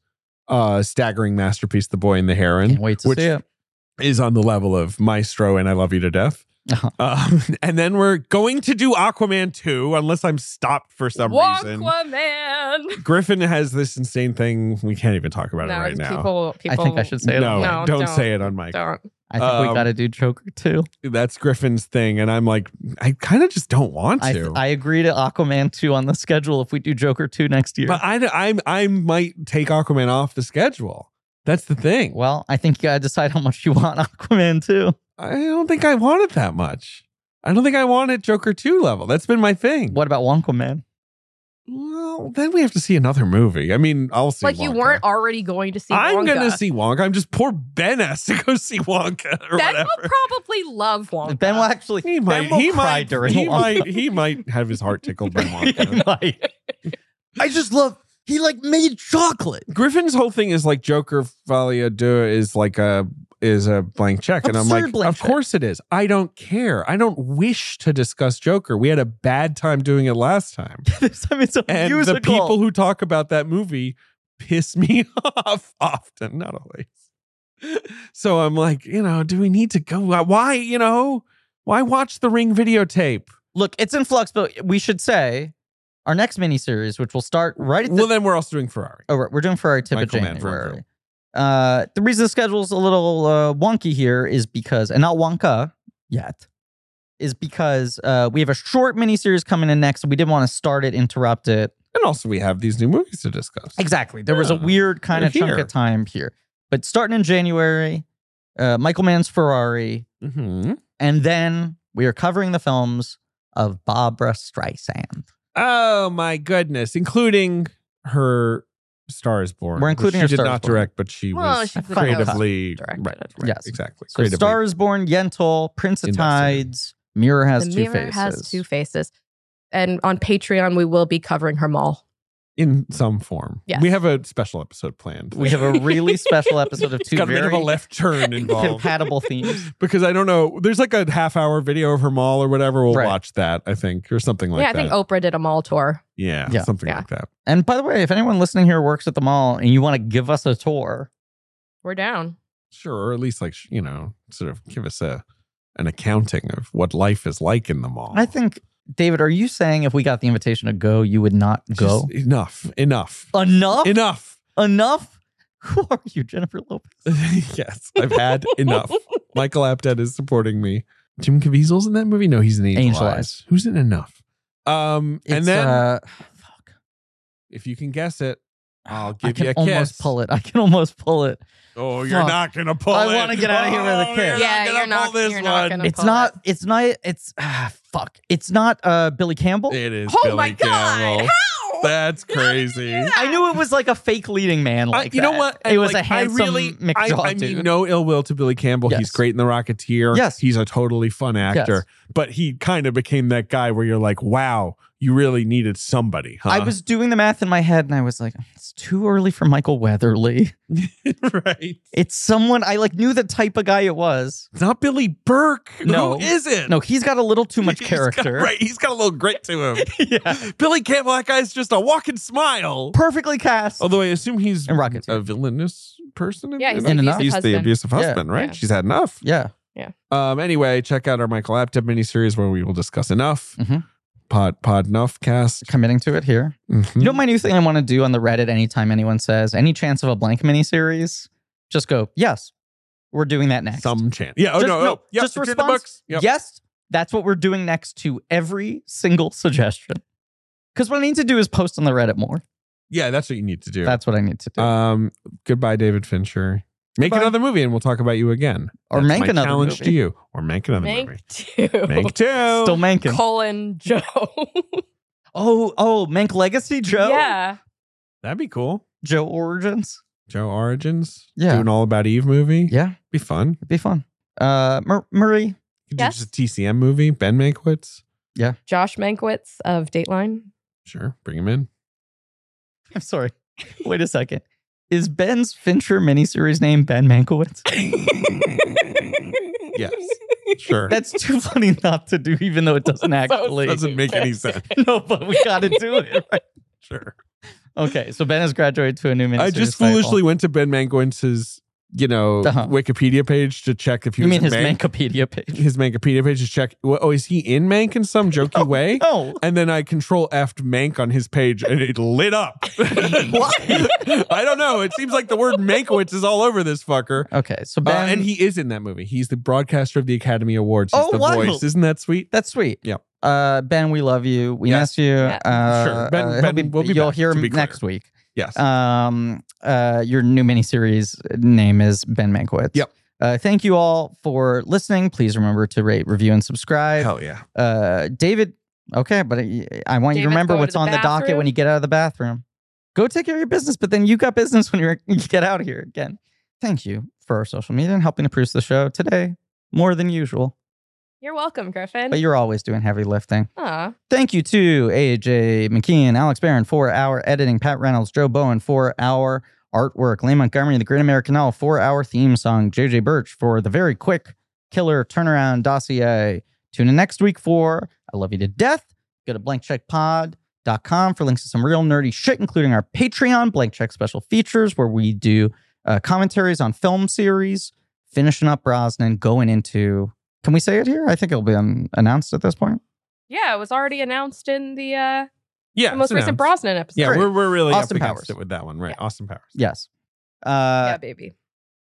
uh, staggering masterpiece, The Boy and the Heron,
Can't wait to
which-
see it.
is on the level of Maestro and I Love You to Death.
Uh-huh.
Um, (laughs) and then we're going to do Aquaman 2, unless I'm stopped for some reason.
Aquaman.
Griffin has this insane thing. We can't even talk about
No,
it right now.
people,
I
people.
think I should (laughs) say it.
no,
out loud.
No,
don't,
don't.
say it on mic.
Don't.
I think we
Um,
got to do Joker too.
That's Griffin's thing. And I'm like, I kind of just don't want
I,
to.
I agree to Aquaman 2 on the schedule if we do Joker 2 next year.
But I, I'm, I might take Aquaman off the schedule. That's the thing.
well, I think you got to decide how much you want (laughs) Aquaman 2.
I don't think I want it that much. I I don't think I want it Joker 2 level. That's been my thing.
What about Wonka Man?
Well, then we have to see another movie. I mean, I'll see.
like you
Wonka.
weren't already going to see
I'm
Wonka.
gonna see Wonka. I'm just poor Ben has to go see Wonka or
Ben
whatever.
will probably love Wonka.
Ben will actually
he might.
will
he
cry
might.
during
he
Wonka. (laughs)
might. He might have his heart tickled by Wonka.
like, I just love he like made chocolate.
Griffin's whole thing is like Joker Folia Deux is like a is a blank check, and I'm
Absurd
like,
blank
of
check.
course it is. I don't care. I don't wish to discuss Joker. We had a bad time doing it last time,
(laughs) this time it's a
and
musical.
the people who talk about that movie piss me (laughs) off often, not always. So I'm like, you know, do we need to go? Why, you know, why watch the Ring videotape?
Look, it's in flux, but we should say our next miniseries, which will start right at the
Well, then we're also doing Ferrari.
Oh, right. We're doing Ferrari tip
Michael
of
Mann,
January. Uh, the reason the schedule's a little uh, wonky here is because, and not Wonka yet, is because uh, we have a short miniseries coming in next. We didn't want to start it, interrupt it.
And also, we have these new movies to discuss.
Exactly. There was a
Yeah.
weird kind of
We're
chunk
here.
of time here. But starting in January, uh, Michael Mann's Ferrari,
Mm-hmm.
and then we are covering the films of Barbara Streisand.
Oh my goodness! Including her *Star Is Born*.
We're
which
including
she
her
did
Star Is
not
Born.
direct, but she
Well,
was
she could
have
creatively
directed
right,
it,
right,
yes.
exactly.
So Star is Born, Yentl, Prince of
Invested.
Tides, Mirror Has
the
Two
mirror
Faces.
has two faces. And on Patreon, we will be covering her mall.
in some form.
Yes.
We have a special episode planned.
We have a
(laughs)
really special episode of
it's
two
got a bit
very
of a left (laughs) turn involved
compatible themes.
because I don't know. There's like a half hour video of her mall or whatever. We'll
Right.
watch that, I think, or something like
yeah, I
that.
think Oprah did a mall tour.
yeah,
Yeah.
something
Yeah.
like that.
And by the way, if anyone listening here works at the mall and you want to give us a tour,
We're down.
Sure, or at least like you know, sort of give us a an accounting of what life is like in the mall.
I think David, are you saying if we got the invitation to go, you would not go?
Just enough,
(laughs)
enough,
enough?
enough. (laughs)
enough? Who are you, Jennifer Lopez?
yes, I've had
(laughs)
enough. Michael Apted is supporting me. Jim Caviezel's in that movie. No, he's in Angel,
Angel
Eyes.
Eyes.
Who's in Enough? Um,
It's,
and then
uh, fuck.
if you can guess it, I'll
I
give
can
you a kiss.
almost pull it. I can almost pull it.
Oh,
Fuck.
gonna pull
I wanna get outta here with a
Oh,
kiss.
you're
Yeah,
not gonna
you're not-
pull this
you're not
one.
gonna-
It's
pull
not. It's not. It's ah, fuck. It's not. Uh, Billy Campbell.
It is.
oh
Billy
my God.
Campbell.
How?
That's crazy.
I knew it was like a fake leading man.
I-
Like
Uh, you know
that.
what?
It
And,
was
like,
a handsome
I really,
McJaw
I, I mean,
dude.
no ill will to Billy Campbell.
Yes.
He's great in The Rocketeer.
Yes.
he's a totally fun actor. But he kind of became that guy where you're like, wow, you really needed somebody. Huh?
I was doing the math in my head and I was like, it's too early for Michael Weatherly.
(laughs) right.
It's someone I like knew the type of guy it was.
It's not Billy Burke.
No.
who is it?
No, he's got a little too much
(laughs) He's got-
character.
right, he's got a little grit to him.
(laughs) yeah.
Billy Campbell, that guy's just a walking smile.
Perfectly cast.
Although I assume he's
And Rocketeer.
a villainous person. in
Yeah,
it?
he's
the And enough.
he's
abusive
the
husband.
abusive
Yeah.
husband, right?
Yeah.
She's had enough.
yeah.
Um, anyway, check out our Michael Apted miniseries where we will discuss enough
Mhm.
pod pod enough cast. Mm-hmm.
Committing to it here. You
Mm.
know my new thing I want to do on the Reddit anytime anyone says, any chance of a blank miniseries? Just go, yes. We're doing that next.
Some chance. Yeah. Oh
Just-
no.
no,
oh, yep,
just
it's in the
response,
books. Yep.
Yes, that's what we're doing next to every single suggestion. Because what I need to do is post on the Reddit more.
Yeah. That's what you need to do.
That's what I need to do.
um. Goodbye, David Fincher. Make
Goodbye.
another movie, and we'll talk about you again.
Or
That's
make
my
another
challenge
movie.
to you, or make another movie.
Mank two. (laughs)
Make two.
Still manking.
Colin Joe.
Oh, oh, Mank Legacy Joe?
Yeah.
That'd be cool.
Joe Origins?
Joe Origins.
Yeah.
Do an all about Eve movie.
Yeah,
Be fun.
it'd be fun. Uh, Mur- Murray?
You could
Yes.
do just a TCM movie. Ben Mankiewicz.
Josh Mankiewicz of Dateline.
Sure. Bring him in.
I'm
(laughs)
sorry. Wait a second. Is Ben's Fincher miniseries name Ben
(laughs)
Mankiewicz?
(laughs) Yes. Sure.
That's too funny not to do, even though it doesn't actually.
(laughs) Doesn't make any sense.
(laughs) no, but we got to do it. right?
Sure.
Okay, so Ben has graduated to a new miniseries.
I just
title.
foolishly went to Ben Mankiewicz's, you know,
Uh-huh.
Wikipedia page to check if he
You
was
mean his
Mank.
Mankopedia page?
(laughs) His Mankipedia page to check. Well, oh, is he in Mank in some
(laughs)
jokey way?
No.
And then I control F Mank on his page and it
(laughs)
lit up. (laughs) I don't know. It seems like the word Mankiewicz is all over this fucker.
Okay, so
Uh,
Ben.
and he is in that movie. He's the broadcaster of the Academy Awards. He's
Oh,
the
wild.
voice. Isn't that sweet?
That's sweet.
Yep.
Uh, ben, we love you. We
Yes.
miss you.
Yeah.
Uh,
Sure. Ben-
uh, he'll
Ben will be
you'll
back,
hear
to
him
be clear.
next week.
Yes.
uh, Um, uh, your new miniseries name is Ben Mankiewicz.
Yep.
Uh, thank you all for listening. Please remember to rate, review, and subscribe.
Hell yeah.
Uh, David, okay, but I, I want you to
David,
remember
go to
what's
the
on the docket
bathroom.
when you get out of the bathroom. Go take care of your business, but then you got business when you're, (laughs) you get out of here again. Thank you for our social media and helping to produce the show today more than usual,
You're welcome, Griffin.
but you're always doing heavy lifting.
Aw.
Thank you to AJ McKeon, Alex Barron for our editing, Pat Reynolds, Joe Bowen for our artwork, Lane Montgomery, The Great American Owl for our theme song, JJ Birch for the very quick killer turnaround dossier. Tune in next week for I Love You to Death. Go to blankcheckpod.com for links to some real nerdy shit, including our Patreon, Blank Check Special Features, where we do uh, commentaries on film series, finishing up Brosnan, going into. Can we say it here? I think it'll be um, announced at this point.
Yeah, it was already announced in the uh
Yeah.
the most
it's
recent
announced.
Brosnan episode.
Yeah,
Great.
we're, we're really
Austin
up against
Powers.
it with that one, right? Austin Powers.
Yes.
yeah,
Uh,
baby.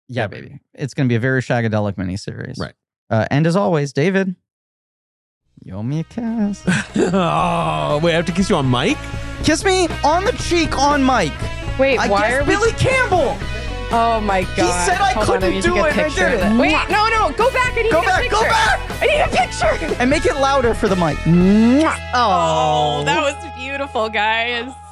yeah,
yeah,
baby. It's going to be a very shagadelic miniseries.
Right.
Uh, and as always, David, yo me a kiss.
(laughs) oh, wait, I have to kiss you on mic?
kiss me on the cheek on Mike.
Wait,
I
why
kissed
are we?
Billy Campbell.
Oh my god!
said I
Hold on,
couldn't
need
do
to get
it,
a
I
picture
did
of
it.
that. Wait, no, no, go back. I need
Go
to get
back,
a
go
picture.
back.
I need a picture.
And make it louder for the mic. Mwah.
Oh, that was beautiful, guys.